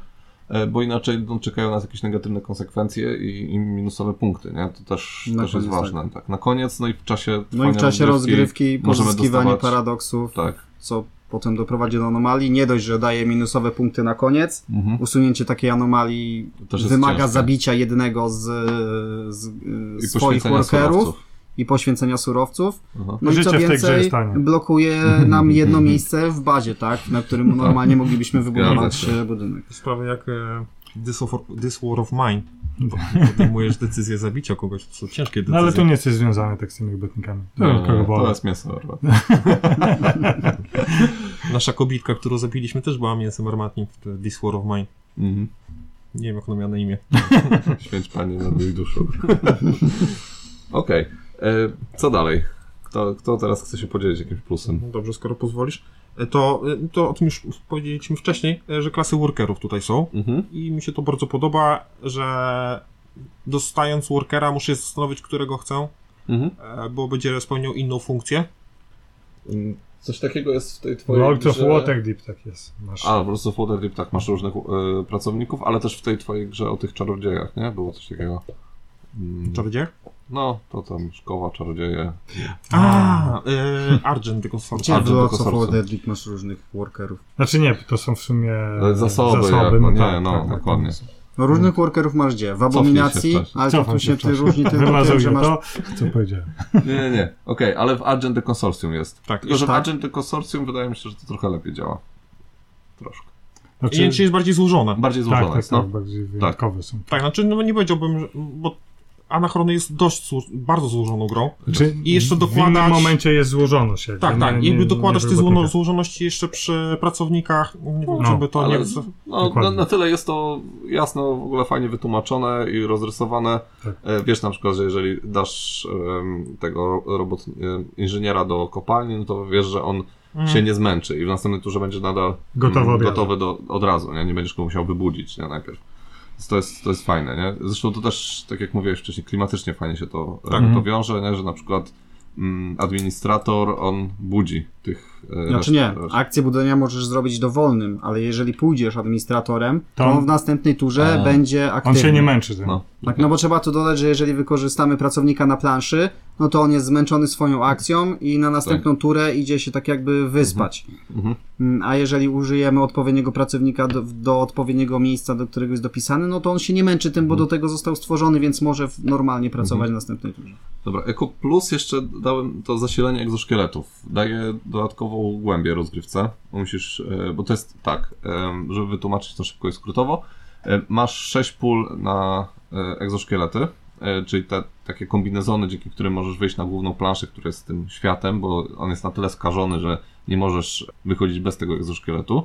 [SPEAKER 4] e, bo inaczej no, czekają nas jakieś negatywne konsekwencje i, i minusowe punkty, nie? To też,
[SPEAKER 3] Na
[SPEAKER 4] też jest
[SPEAKER 3] koniec,
[SPEAKER 4] ważne. Tak, na koniec, no i w czasie
[SPEAKER 3] No i w
[SPEAKER 4] trwania
[SPEAKER 3] czasie rozgrywki,
[SPEAKER 4] możemy
[SPEAKER 3] pozyskiwanie
[SPEAKER 4] dostawać-
[SPEAKER 3] paradoksów,
[SPEAKER 4] Tak.
[SPEAKER 3] co potem doprowadzi do anomalii. Nie dość, że daje minusowe punkty na koniec.
[SPEAKER 4] Mhm.
[SPEAKER 3] Usunięcie takiej anomalii
[SPEAKER 4] To też jest
[SPEAKER 3] wymaga
[SPEAKER 4] ciężkie.
[SPEAKER 3] zabicia jednego z, z
[SPEAKER 4] I
[SPEAKER 3] y, swoich
[SPEAKER 4] poświęcenia
[SPEAKER 3] workerów
[SPEAKER 4] surowców.
[SPEAKER 3] i poświęcenia surowców.
[SPEAKER 4] Aha.
[SPEAKER 3] No
[SPEAKER 2] Życie w
[SPEAKER 3] i co
[SPEAKER 2] tej grze
[SPEAKER 3] więcej,
[SPEAKER 2] jest tanie.
[SPEAKER 3] blokuje nam jedno miejsce w bazie, tak? Na którym normalnie moglibyśmy wybudować
[SPEAKER 4] Zgadza się.
[SPEAKER 3] e, budynek.
[SPEAKER 1] Sprawy jak e, this, of, this War of Mine. Bo Podejmujesz decyzję zabicia kogoś, to są No. ciężkie decyzje.
[SPEAKER 2] No ale tu nie jesteś związany tak z tymi obietnikami.
[SPEAKER 4] Nie,
[SPEAKER 2] Tylko
[SPEAKER 4] E, to
[SPEAKER 2] bo
[SPEAKER 4] jest mięso. orła.
[SPEAKER 1] Nasza kobitka, którą zabiliśmy, też była mięsem armatnim w te This War of Mine.
[SPEAKER 4] Mhm.
[SPEAKER 1] Nie wiem, jak ona miała na imię.
[SPEAKER 4] Święć Panie nad jej duszą. Okej. e, Co dalej? Kto, kto teraz chce się podzielić jakimś plusem?
[SPEAKER 1] No dobrze, skoro pozwolisz. E, To, e, to o tym już powiedzieliśmy wcześniej, e, że klasy workerów tutaj są.
[SPEAKER 4] Mhm.
[SPEAKER 1] I mi się to bardzo podoba, że dostając workera muszę się zastanowić, którego chcę,
[SPEAKER 4] Mhm.
[SPEAKER 1] e, bo będzie spełniał inną funkcję.
[SPEAKER 4] Coś takiego jest w tej twojej
[SPEAKER 2] World of
[SPEAKER 4] grze...
[SPEAKER 2] Water Deep tak jest. Masz.
[SPEAKER 4] A, w Lords of Waterdeep, tak, masz różnych e, pracowników, ale też w tej twojej grze o tych czarodziejach, nie? Było coś takiego. Mm,
[SPEAKER 1] Czarodziej?
[SPEAKER 4] No, to tam szkoła, czarodzieje.
[SPEAKER 1] A, e, Argent, tylko są.
[SPEAKER 3] Gdzie w
[SPEAKER 4] Argent
[SPEAKER 3] Lords
[SPEAKER 4] Consortium.
[SPEAKER 3] of Dead League masz różnych workerów?
[SPEAKER 2] Znaczy nie, to są w sumie
[SPEAKER 4] Ale zasoby jakby, nie,
[SPEAKER 2] tak,
[SPEAKER 4] no, dokładnie.
[SPEAKER 3] No różnych workerów masz gdzie? W
[SPEAKER 4] Hmm. Cofnij się
[SPEAKER 3] abominacji,
[SPEAKER 4] w czasie.
[SPEAKER 3] ale to tu
[SPEAKER 2] Cofam się
[SPEAKER 3] się
[SPEAKER 2] w
[SPEAKER 3] ty
[SPEAKER 2] czasie.
[SPEAKER 3] różni tylko
[SPEAKER 2] Wymazał
[SPEAKER 3] tym, że
[SPEAKER 2] ja
[SPEAKER 3] masz...
[SPEAKER 2] to, co powiedziałem.
[SPEAKER 4] Nie, nie, nie. Okej, ale w Agent the Consortium jest.
[SPEAKER 1] Tak.
[SPEAKER 4] Tylko, że w
[SPEAKER 3] Tak.
[SPEAKER 4] Agent the Consortium wydaje mi się, że to trochę lepiej działa. Troszkę.
[SPEAKER 1] I nie, czy jest bardziej złożone.
[SPEAKER 4] Bardziej
[SPEAKER 2] Znaczy, tak, tak,
[SPEAKER 4] złożone jest, no.
[SPEAKER 2] tak, bardziej wyjątkowe są.
[SPEAKER 1] Tak, znaczy no nie powiedziałbym, że, bo Anachrony jest dość, zło- bardzo złożoną grą.
[SPEAKER 2] Czy
[SPEAKER 1] I jeszcze dokładać-
[SPEAKER 2] W innym momencie jest złożoność. Jakby,
[SPEAKER 1] Tak,
[SPEAKER 2] nie,
[SPEAKER 1] tak.
[SPEAKER 2] nie-
[SPEAKER 1] I jakby
[SPEAKER 2] nie
[SPEAKER 1] dokładasz te
[SPEAKER 2] wybotyka.
[SPEAKER 1] złono- złożoności jeszcze przy pracownikach, nie wiem,
[SPEAKER 2] No,
[SPEAKER 1] czy by to
[SPEAKER 4] ale-
[SPEAKER 1] nie... wys-
[SPEAKER 4] No, na,
[SPEAKER 2] Dokładnie.
[SPEAKER 4] na tyle jest to jasno, w ogóle fajnie wytłumaczone i rozrysowane.
[SPEAKER 2] Tak.
[SPEAKER 4] E, Wiesz na przykład, że jeżeli dasz em, tego robot em, inżyniera do kopalni, no to wiesz, że on
[SPEAKER 1] Mm.
[SPEAKER 4] się nie zmęczy i w następnym turze będzie nadal
[SPEAKER 2] Hmm. Gotowy
[SPEAKER 4] mm,
[SPEAKER 2] od razu.
[SPEAKER 4] gotowy do, od razu. Nie? nie będziesz go musiał wybudzić nie? najpierw. Więc To jest, to jest fajne, nie? Zresztą to też, tak jak mówiłeś wcześniej, klimatycznie fajnie się to, tak. to
[SPEAKER 2] Mhm.
[SPEAKER 4] wiąże, nie? że na przykład mm, administrator, on budzi tych... e,
[SPEAKER 3] Znaczy nie,
[SPEAKER 4] reszt- reszt-
[SPEAKER 3] akcję budowania możesz zrobić dowolnym, ale jeżeli pójdziesz administratorem, to
[SPEAKER 2] To-
[SPEAKER 3] on w następnej turze
[SPEAKER 4] A.
[SPEAKER 3] będzie
[SPEAKER 2] On
[SPEAKER 3] aktywny.
[SPEAKER 2] się nie męczy tym.
[SPEAKER 4] No,
[SPEAKER 3] Tak, no bo trzeba tu dodać, że jeżeli wykorzystamy pracownika na planszy, no to on jest zmęczony swoją akcją i na następną turę idzie się tak jakby wyspać.
[SPEAKER 4] mhm.
[SPEAKER 3] Mm, A jeżeli użyjemy odpowiedniego pracownika do, do odpowiedniego miejsca, do którego jest dopisany, no to on się nie męczy tym, bo do tego został stworzony, więc może w- normalnie pracować w następnej turze.
[SPEAKER 4] Dobra, Eco Plus jeszcze dałem to zasilenie egzoszkieletów. Daje dodatkową głębię rozgrywce. Bo Musisz, e, bo to jest tak, em, żeby wytłumaczyć to szybko i skrótowo. e, Masz 6 pól na e, egzoszkielety, e, czyli te takie kombinezony, dzięki którym możesz wyjść na główną planszę, która jest tym światem, bo on jest na tyle skażony, że nie możesz wychodzić bez tego egzoszkieletu.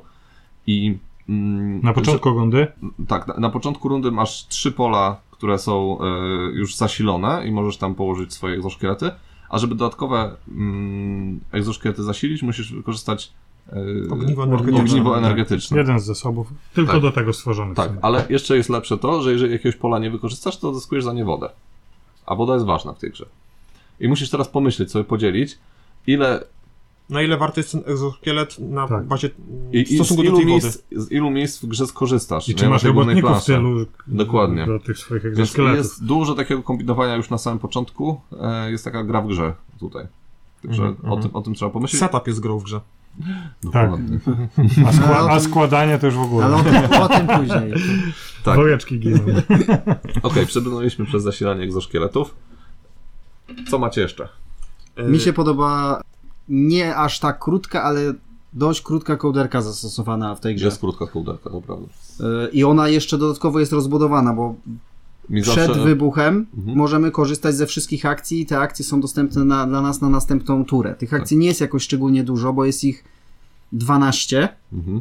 [SPEAKER 4] I mm,
[SPEAKER 2] Na początku rundy
[SPEAKER 4] tak, na, na początku rundy masz trzy pola, które są e, już zasilone i możesz tam położyć swoje egzoszkielety, a żeby dodatkowe mm, egzoszkielety zasilić, musisz wykorzystać e,
[SPEAKER 1] Ogniwo energetyczne.
[SPEAKER 4] ogniwo energetyczne.
[SPEAKER 2] jeden z zasobów, tylko
[SPEAKER 4] No. Tak.
[SPEAKER 2] do tego stworzony. w
[SPEAKER 4] Tak,
[SPEAKER 2] sumie.
[SPEAKER 4] ale jeszcze jest lepsze to, że jeżeli jakiegoś pola nie wykorzystasz, to odzyskujesz za nie wodę. A woda jest ważna w tej grze. I musisz teraz pomyśleć, sobie podzielić, ile
[SPEAKER 1] Na ile warty jest ten egzoszkielet na
[SPEAKER 2] Tak.
[SPEAKER 1] bazie
[SPEAKER 4] i,
[SPEAKER 1] w
[SPEAKER 4] i z,
[SPEAKER 1] stosunku do
[SPEAKER 4] ilu
[SPEAKER 1] tej wody.
[SPEAKER 4] miejsc, z ilu miejsc w grze skorzystasz.
[SPEAKER 2] I
[SPEAKER 4] nie,
[SPEAKER 2] czy
[SPEAKER 4] na
[SPEAKER 2] masz
[SPEAKER 4] tej głównej
[SPEAKER 2] robotników w
[SPEAKER 4] planszy.
[SPEAKER 2] tylu
[SPEAKER 4] Dokładnie.
[SPEAKER 2] do tych swoich
[SPEAKER 4] Więc
[SPEAKER 2] egzoszkieletów?
[SPEAKER 4] jest dużo takiego kombinowania już na samym początku. E, Jest taka gra w grze tutaj. Także
[SPEAKER 1] Mhm,
[SPEAKER 4] o,
[SPEAKER 1] mhm.
[SPEAKER 4] tym, o tym trzeba pomyśleć. No,
[SPEAKER 1] Setup jest grą w grze.
[SPEAKER 4] Dokładnie.
[SPEAKER 2] A, skła-
[SPEAKER 3] Ale o
[SPEAKER 2] a
[SPEAKER 3] tym-
[SPEAKER 2] składanie to już w ogóle.
[SPEAKER 3] Ale o tym, o tym później.
[SPEAKER 4] tak.
[SPEAKER 2] Wojeczki giną.
[SPEAKER 4] Okej, przebrnęliśmy przez zasilanie egzoszkieletów. Co macie jeszcze?
[SPEAKER 1] E,
[SPEAKER 3] Mi się podoba nie aż tak krótka, ale dość krótka kołderka zastosowana w tej grze.
[SPEAKER 4] Jest krótka kołderka, to prawda.
[SPEAKER 3] Y, I ona jeszcze dodatkowo jest rozbudowana, bo
[SPEAKER 4] Mi
[SPEAKER 3] przed wybuchem
[SPEAKER 4] Mhm.
[SPEAKER 3] możemy korzystać ze wszystkich akcji i te akcje są dostępne na, dla nas na następną turę. Tych akcji nie jest jakoś szczególnie dużo, bo jest ich 12
[SPEAKER 4] Mhm,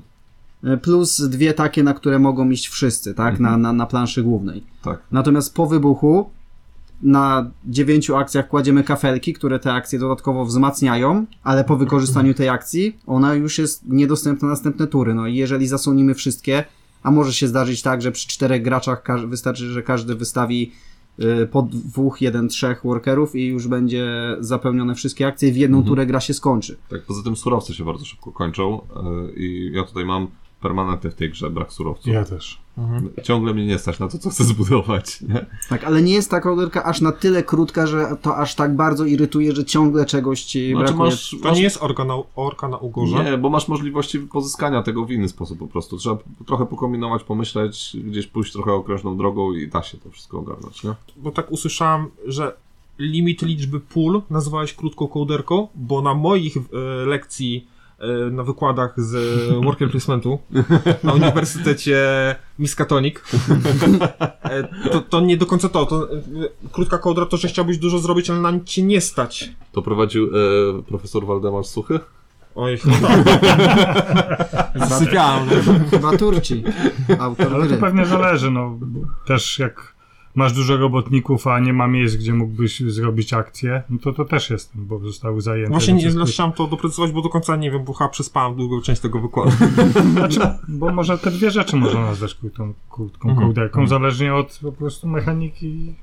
[SPEAKER 3] y, plus dwie takie, na które mogą iść wszyscy, tak, na, na, na planszy głównej.
[SPEAKER 4] tak.
[SPEAKER 3] Natomiast po wybuchu na dziewięciu akcjach kładziemy kafelki, które te akcje dodatkowo wzmacniają, ale po wykorzystaniu tej akcji ona już jest niedostępna na następne tury. No i jeżeli zasunimy wszystkie, a może się zdarzyć tak, że przy czterech graczach każ- wystarczy, że każdy wystawi y, po dwóch, jeden, trzech workerów i już będzie zapełnione wszystkie akcje i w jedną turę gra się skończy.
[SPEAKER 4] Tak, poza tym surowce się bardzo szybko kończą yy, i ja tutaj mam permanentny w tej grze brak surowców.
[SPEAKER 2] Ja też.
[SPEAKER 4] Ciągle mnie nie stać na to, co chcę zbudować. Nie?
[SPEAKER 3] Tak, ale nie jest ta koderka aż na tyle krótka, że to aż tak bardzo irytuje, że ciągle czegoś ci
[SPEAKER 4] Znaczy
[SPEAKER 3] brakuje.
[SPEAKER 4] masz,
[SPEAKER 1] To
[SPEAKER 4] masz...
[SPEAKER 1] nie jest orka na, orka na ugorze.
[SPEAKER 4] Nie, bo masz możliwości pozyskania tego w inny sposób po prostu. Trzeba trochę pokombinować, pomyśleć, gdzieś pójść trochę okrężną drogą i da się to wszystko ogarnąć, nie?
[SPEAKER 1] bo tak usłyszałem, że limit liczby pól nazwałeś krótką kołderką, bo na moich e, lekcji e, na wykładach z e, worker placementu na Uniwersytecie Miskatonic e, to, to nie do końca to. to e, krótka kołdra to, że chciałbyś dużo zrobić, ale na nic cię nie stać.
[SPEAKER 4] To prowadził e, profesor Waldemar Suchy?
[SPEAKER 1] Oj, no tak. Zasypiałem. no.
[SPEAKER 3] Chyba Turci, autor
[SPEAKER 2] Ale
[SPEAKER 3] gry.
[SPEAKER 2] to pewnie zależy, no bo też jak masz dużo robotników, a nie ma miejsc, gdzie mógłbyś zrobić akcję, no to to też jest, bo zostały zajęte.
[SPEAKER 1] Właśnie nie no,
[SPEAKER 2] przez-
[SPEAKER 1] chciałem to doprecyzować, bo do końca nie wiem, bo chyba przespałem długą część tego wykładu.
[SPEAKER 2] Bo może te dwie rzeczy można nazwać krótką, krótką
[SPEAKER 1] Mhm.
[SPEAKER 2] kołderką, zależnie od po prostu mechaniki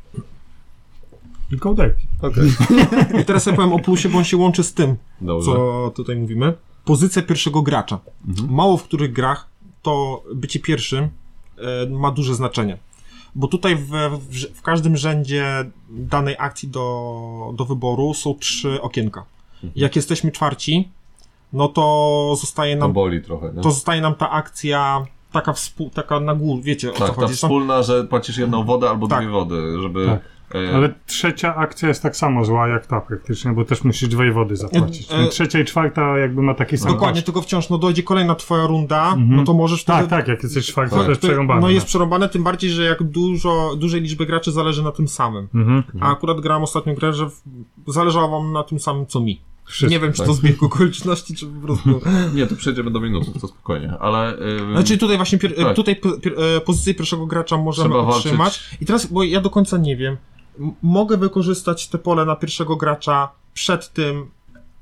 [SPEAKER 2] i kołderki.
[SPEAKER 1] I teraz ja powiem o plusie, bo on się łączy z tym,
[SPEAKER 4] Dobrze.
[SPEAKER 1] co tutaj mówimy. Pozycja pierwszego gracza.
[SPEAKER 4] Mhm.
[SPEAKER 1] Mało w których grach to bycie pierwszym e, ma duże znaczenie. Bo tutaj w, w, rz- w każdym rzędzie danej akcji do, do wyboru są trzy okienka.
[SPEAKER 4] Mhm.
[SPEAKER 1] Jak jesteśmy czwarci, no to zostaje
[SPEAKER 4] To
[SPEAKER 1] nam,
[SPEAKER 4] boli trochę, nie?
[SPEAKER 1] to zostaje nam ta akcja taka, współ, taka na górę, wiecie o co
[SPEAKER 4] tak, ta
[SPEAKER 1] chodzi. Są-
[SPEAKER 4] wspólna, że płacisz jedną wodę albo
[SPEAKER 1] Tak.
[SPEAKER 4] dwie wody, żeby...
[SPEAKER 2] Tak.
[SPEAKER 4] E,
[SPEAKER 2] Ale trzecia akcja jest tak samo zła jak ta praktycznie, bo też musisz dwie wody zapłacić.
[SPEAKER 1] E, e,
[SPEAKER 2] Trzecia i czwarta jakby ma taki sam
[SPEAKER 1] Dokładnie, tylko wciąż, no dojdzie kolejna twoja runda,
[SPEAKER 4] Mhm.
[SPEAKER 1] no to możesz
[SPEAKER 2] Tak,
[SPEAKER 1] wtedy...
[SPEAKER 2] tak, jak jesteś czwarty,
[SPEAKER 4] Tak.
[SPEAKER 2] to jest
[SPEAKER 1] to-
[SPEAKER 2] przerąbane.
[SPEAKER 1] No jest przerąbane, tym bardziej, że jak dużo, dużej liczby graczy zależy na tym samym.
[SPEAKER 2] Mhm.
[SPEAKER 1] A akurat grałem ostatnią grę, że w- zależało wam na tym samym, co mi.
[SPEAKER 2] Wszystko,
[SPEAKER 1] nie wiem, czy
[SPEAKER 4] tak. Mhm.
[SPEAKER 1] to zbieg okoliczności, czy po prostu...
[SPEAKER 4] Nie, to przejdziemy do minusów, to spokojnie, ale... E,
[SPEAKER 1] Znaczy tutaj właśnie, pier...
[SPEAKER 4] Tak.
[SPEAKER 1] tutaj po- pier... e, pozycję pierwszego gracza możemy
[SPEAKER 4] Trzeba walczyć.
[SPEAKER 1] otrzymać. I teraz, bo ja do końca nie wiem, m- mogę wykorzystać te pole na pierwszego gracza przed tym,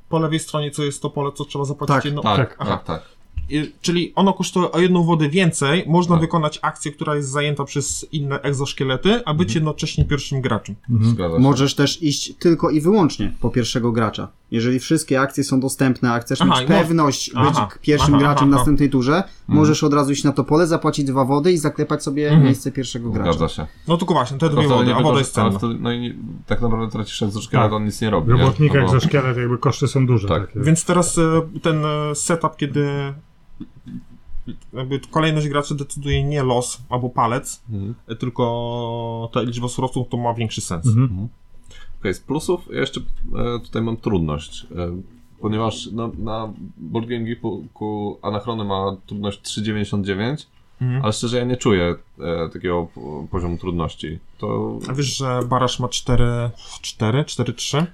[SPEAKER 1] po lewej stronie, co jest to pole, co trzeba zapłacić
[SPEAKER 3] Tak,
[SPEAKER 1] jedną...
[SPEAKER 4] tak,
[SPEAKER 2] tak.
[SPEAKER 4] tak,
[SPEAKER 1] No, Aha.
[SPEAKER 4] tak, tak.
[SPEAKER 1] I- Czyli ono kosztuje o jedną wodę więcej, można
[SPEAKER 4] Tak.
[SPEAKER 1] wykonać akcję, która jest zajęta przez inne egzoszkielety, a
[SPEAKER 4] Mhm.
[SPEAKER 1] być jednocześnie pierwszym graczem.
[SPEAKER 2] Mhm.
[SPEAKER 4] Zgadza się.
[SPEAKER 3] Możesz też iść tylko i wyłącznie po pierwszego gracza. Jeżeli wszystkie akcje są dostępne, a chcesz
[SPEAKER 1] Aha,
[SPEAKER 3] mieć
[SPEAKER 1] no.
[SPEAKER 3] pewność
[SPEAKER 1] Aha,
[SPEAKER 3] być k- pierwszym
[SPEAKER 1] aha,
[SPEAKER 3] graczem
[SPEAKER 1] aha, Mhm.
[SPEAKER 3] w
[SPEAKER 1] aha.
[SPEAKER 3] następnej turze, możesz od razu iść na to pole, zapłacić dwa wody i zaklepać sobie
[SPEAKER 1] Mhm.
[SPEAKER 3] miejsce pierwszego gracza.
[SPEAKER 4] Zgadza się.
[SPEAKER 1] No tylko właśnie, te
[SPEAKER 4] Tylko
[SPEAKER 1] dwie
[SPEAKER 4] wtedy
[SPEAKER 1] wody,
[SPEAKER 4] nie
[SPEAKER 1] a woda
[SPEAKER 4] wykorzy-
[SPEAKER 1] jest
[SPEAKER 4] ale
[SPEAKER 1] cenna.
[SPEAKER 4] wtedy, No i nie- tak naprawdę tracisz egzoszkielet,
[SPEAKER 2] Tak.
[SPEAKER 4] on nic nie robi.
[SPEAKER 2] W robotnikach
[SPEAKER 4] nie?
[SPEAKER 2] za szkielet jakby koszty są duże.
[SPEAKER 4] Tak.
[SPEAKER 2] Takie.
[SPEAKER 1] Więc teraz e, ten e, setup, kiedy jakby kolejność graczy decyduje nie los albo palec,
[SPEAKER 4] Mhm.
[SPEAKER 1] e, tylko ta liczba surowców, to ma większy sens.
[SPEAKER 2] Mhm.
[SPEAKER 4] Okej, z plusów ja jeszcze e, tutaj mam trudność, e, ponieważ na, na Board Game Geeku Anachrony ma trudność 3,99,
[SPEAKER 1] Mhm.
[SPEAKER 4] ale szczerze ja nie czuję e, takiego po- poziomu trudności. To
[SPEAKER 1] A wiesz, że Barasz ma 4, 4, 4, 3?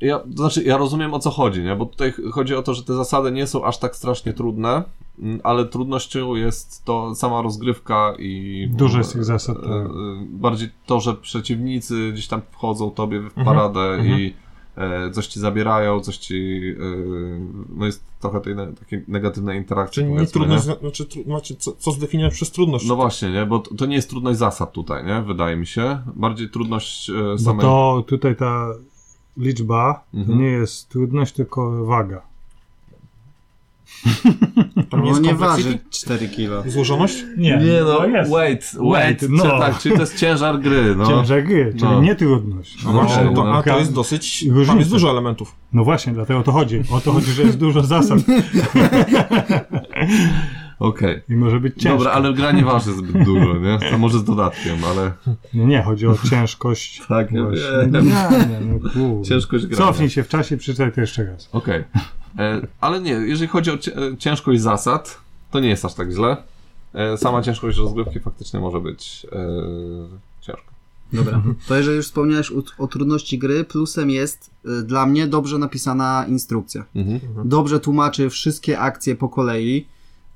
[SPEAKER 4] ja, to znaczy ja rozumiem o co chodzi, nie? bo tutaj ch- chodzi o to, że te zasady nie są aż tak strasznie trudne, m, ale trudnością jest to sama rozgrywka i...
[SPEAKER 2] Dużo jest tych zasad.
[SPEAKER 4] E,
[SPEAKER 2] Tak.
[SPEAKER 4] e, bardziej to, że przeciwnicy gdzieś tam wchodzą tobie w paradę i e, coś ci zabierają, coś ci. E, no jest trochę tej ne, takiej negatywnej interakcji.
[SPEAKER 1] Czyli nie
[SPEAKER 4] powiedzmy,
[SPEAKER 1] trudność, zna- znaczy, tru, znaczy co, co zdefiniować przez trudność?
[SPEAKER 4] No właśnie, nie? bo to, to nie jest trudność zasad tutaj, nie? Wydaje mi się. Bardziej trudność e,
[SPEAKER 2] Bo
[SPEAKER 4] samej.
[SPEAKER 2] to tutaj ta liczba
[SPEAKER 4] Mhm.
[SPEAKER 2] to nie jest trudność, tylko waga.
[SPEAKER 1] Tam
[SPEAKER 3] No
[SPEAKER 1] jest
[SPEAKER 3] nie
[SPEAKER 1] complexity?
[SPEAKER 3] waży 4 kilo.
[SPEAKER 1] Złożoność?
[SPEAKER 4] Nie no, wait, wait,
[SPEAKER 2] Wait, no.
[SPEAKER 4] czy- tak, czyli to jest ciężar gry, no.
[SPEAKER 2] Ciężar gry, czyli
[SPEAKER 4] No.
[SPEAKER 2] nie trudność.
[SPEAKER 1] No
[SPEAKER 4] No,
[SPEAKER 1] właśnie, no to,
[SPEAKER 4] no.
[SPEAKER 1] a to jest dosyć, tam
[SPEAKER 2] Różnica.
[SPEAKER 1] jest dużo elementów.
[SPEAKER 2] No właśnie, dlatego o to chodzi. O to chodzi, że jest dużo zasad
[SPEAKER 4] Okej.
[SPEAKER 2] i może być ciężko.
[SPEAKER 4] Dobra, ale gra nie waży zbyt dużo, nie? To może z dodatkiem, ale
[SPEAKER 2] Nie, nie, chodzi o ciężkość.
[SPEAKER 4] Tak, ja
[SPEAKER 2] właśnie.
[SPEAKER 4] wiem.
[SPEAKER 2] Nie, nie, no kurde.
[SPEAKER 4] ciężkość grania.
[SPEAKER 2] Cofnij się w czasie i przeczytaj to jeszcze raz.
[SPEAKER 4] Okej. E, Ale nie, jeżeli chodzi o cie- e, ciężkość zasad, to nie jest aż tak źle. E, Sama ciężkość rozgrywki faktycznie może być e, ciężka.
[SPEAKER 3] Dobra. To jeżeli już wspomniałeś o, o trudności gry, plusem jest y, dla mnie dobrze napisana instrukcja.
[SPEAKER 4] Mhm.
[SPEAKER 3] dobrze tłumaczy wszystkie akcje po kolei.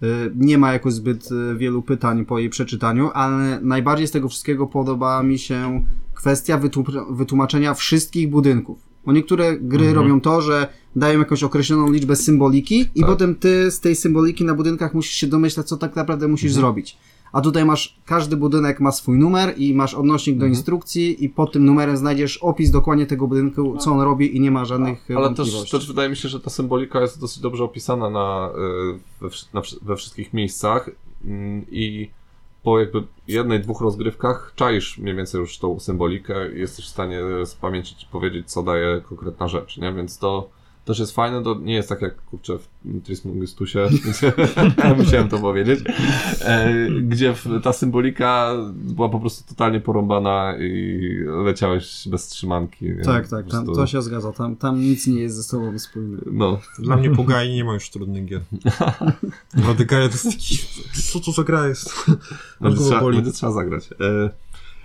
[SPEAKER 3] Y, Nie ma jakoś zbyt y, wielu pytań po jej przeczytaniu, ale najbardziej z tego wszystkiego podoba mi się kwestia wytłup- wytłumaczenia wszystkich budynków. Bo niektóre gry
[SPEAKER 4] Mhm.
[SPEAKER 3] robią to, że dają jakąś określoną liczbę symboliki
[SPEAKER 4] Tak.
[SPEAKER 3] i potem ty z tej symboliki na budynkach musisz się domyślać, co tak naprawdę musisz
[SPEAKER 4] Mhm.
[SPEAKER 3] zrobić. A tutaj masz, każdy budynek ma swój numer i masz odnośnik
[SPEAKER 4] Mhm.
[SPEAKER 3] do instrukcji i pod tym numerem znajdziesz opis dokładnie tego budynku, co on robi i nie ma żadnych e,
[SPEAKER 4] Ale też,
[SPEAKER 3] wątpliwości.
[SPEAKER 4] też wydaje mi się, że ta symbolika jest dosyć dobrze opisana na, y, we, wsz- na, wsz- we wszystkich miejscach mm, i po jakby jednej, dwóch rozgrywkach czaisz mniej więcej już tą symbolikę i jesteś w stanie z pamięci ci powiedzieć, co daje konkretna rzecz, nie? Więc to też jest fajne, to nie jest tak jak, kurczę, w Trismegistusie, musiałem to powiedzieć, e, gdzie w- ta symbolika była po prostu totalnie porąbana i leciałeś bez trzymanki. nie?
[SPEAKER 3] Tak,
[SPEAKER 4] Po
[SPEAKER 3] tak, tam,
[SPEAKER 4] prostu-
[SPEAKER 3] to się zgadza. Tam, tam nic nie jest ze sobą wspólnego.
[SPEAKER 4] No,
[SPEAKER 1] Dla mnie Pugai nie ma już trudnych gier. Radygaja to jest taki... Co to za gra jest?
[SPEAKER 4] No, Będzie
[SPEAKER 1] Albo
[SPEAKER 4] trzeba,
[SPEAKER 1] boli.
[SPEAKER 4] będzie trzeba zagrać. E,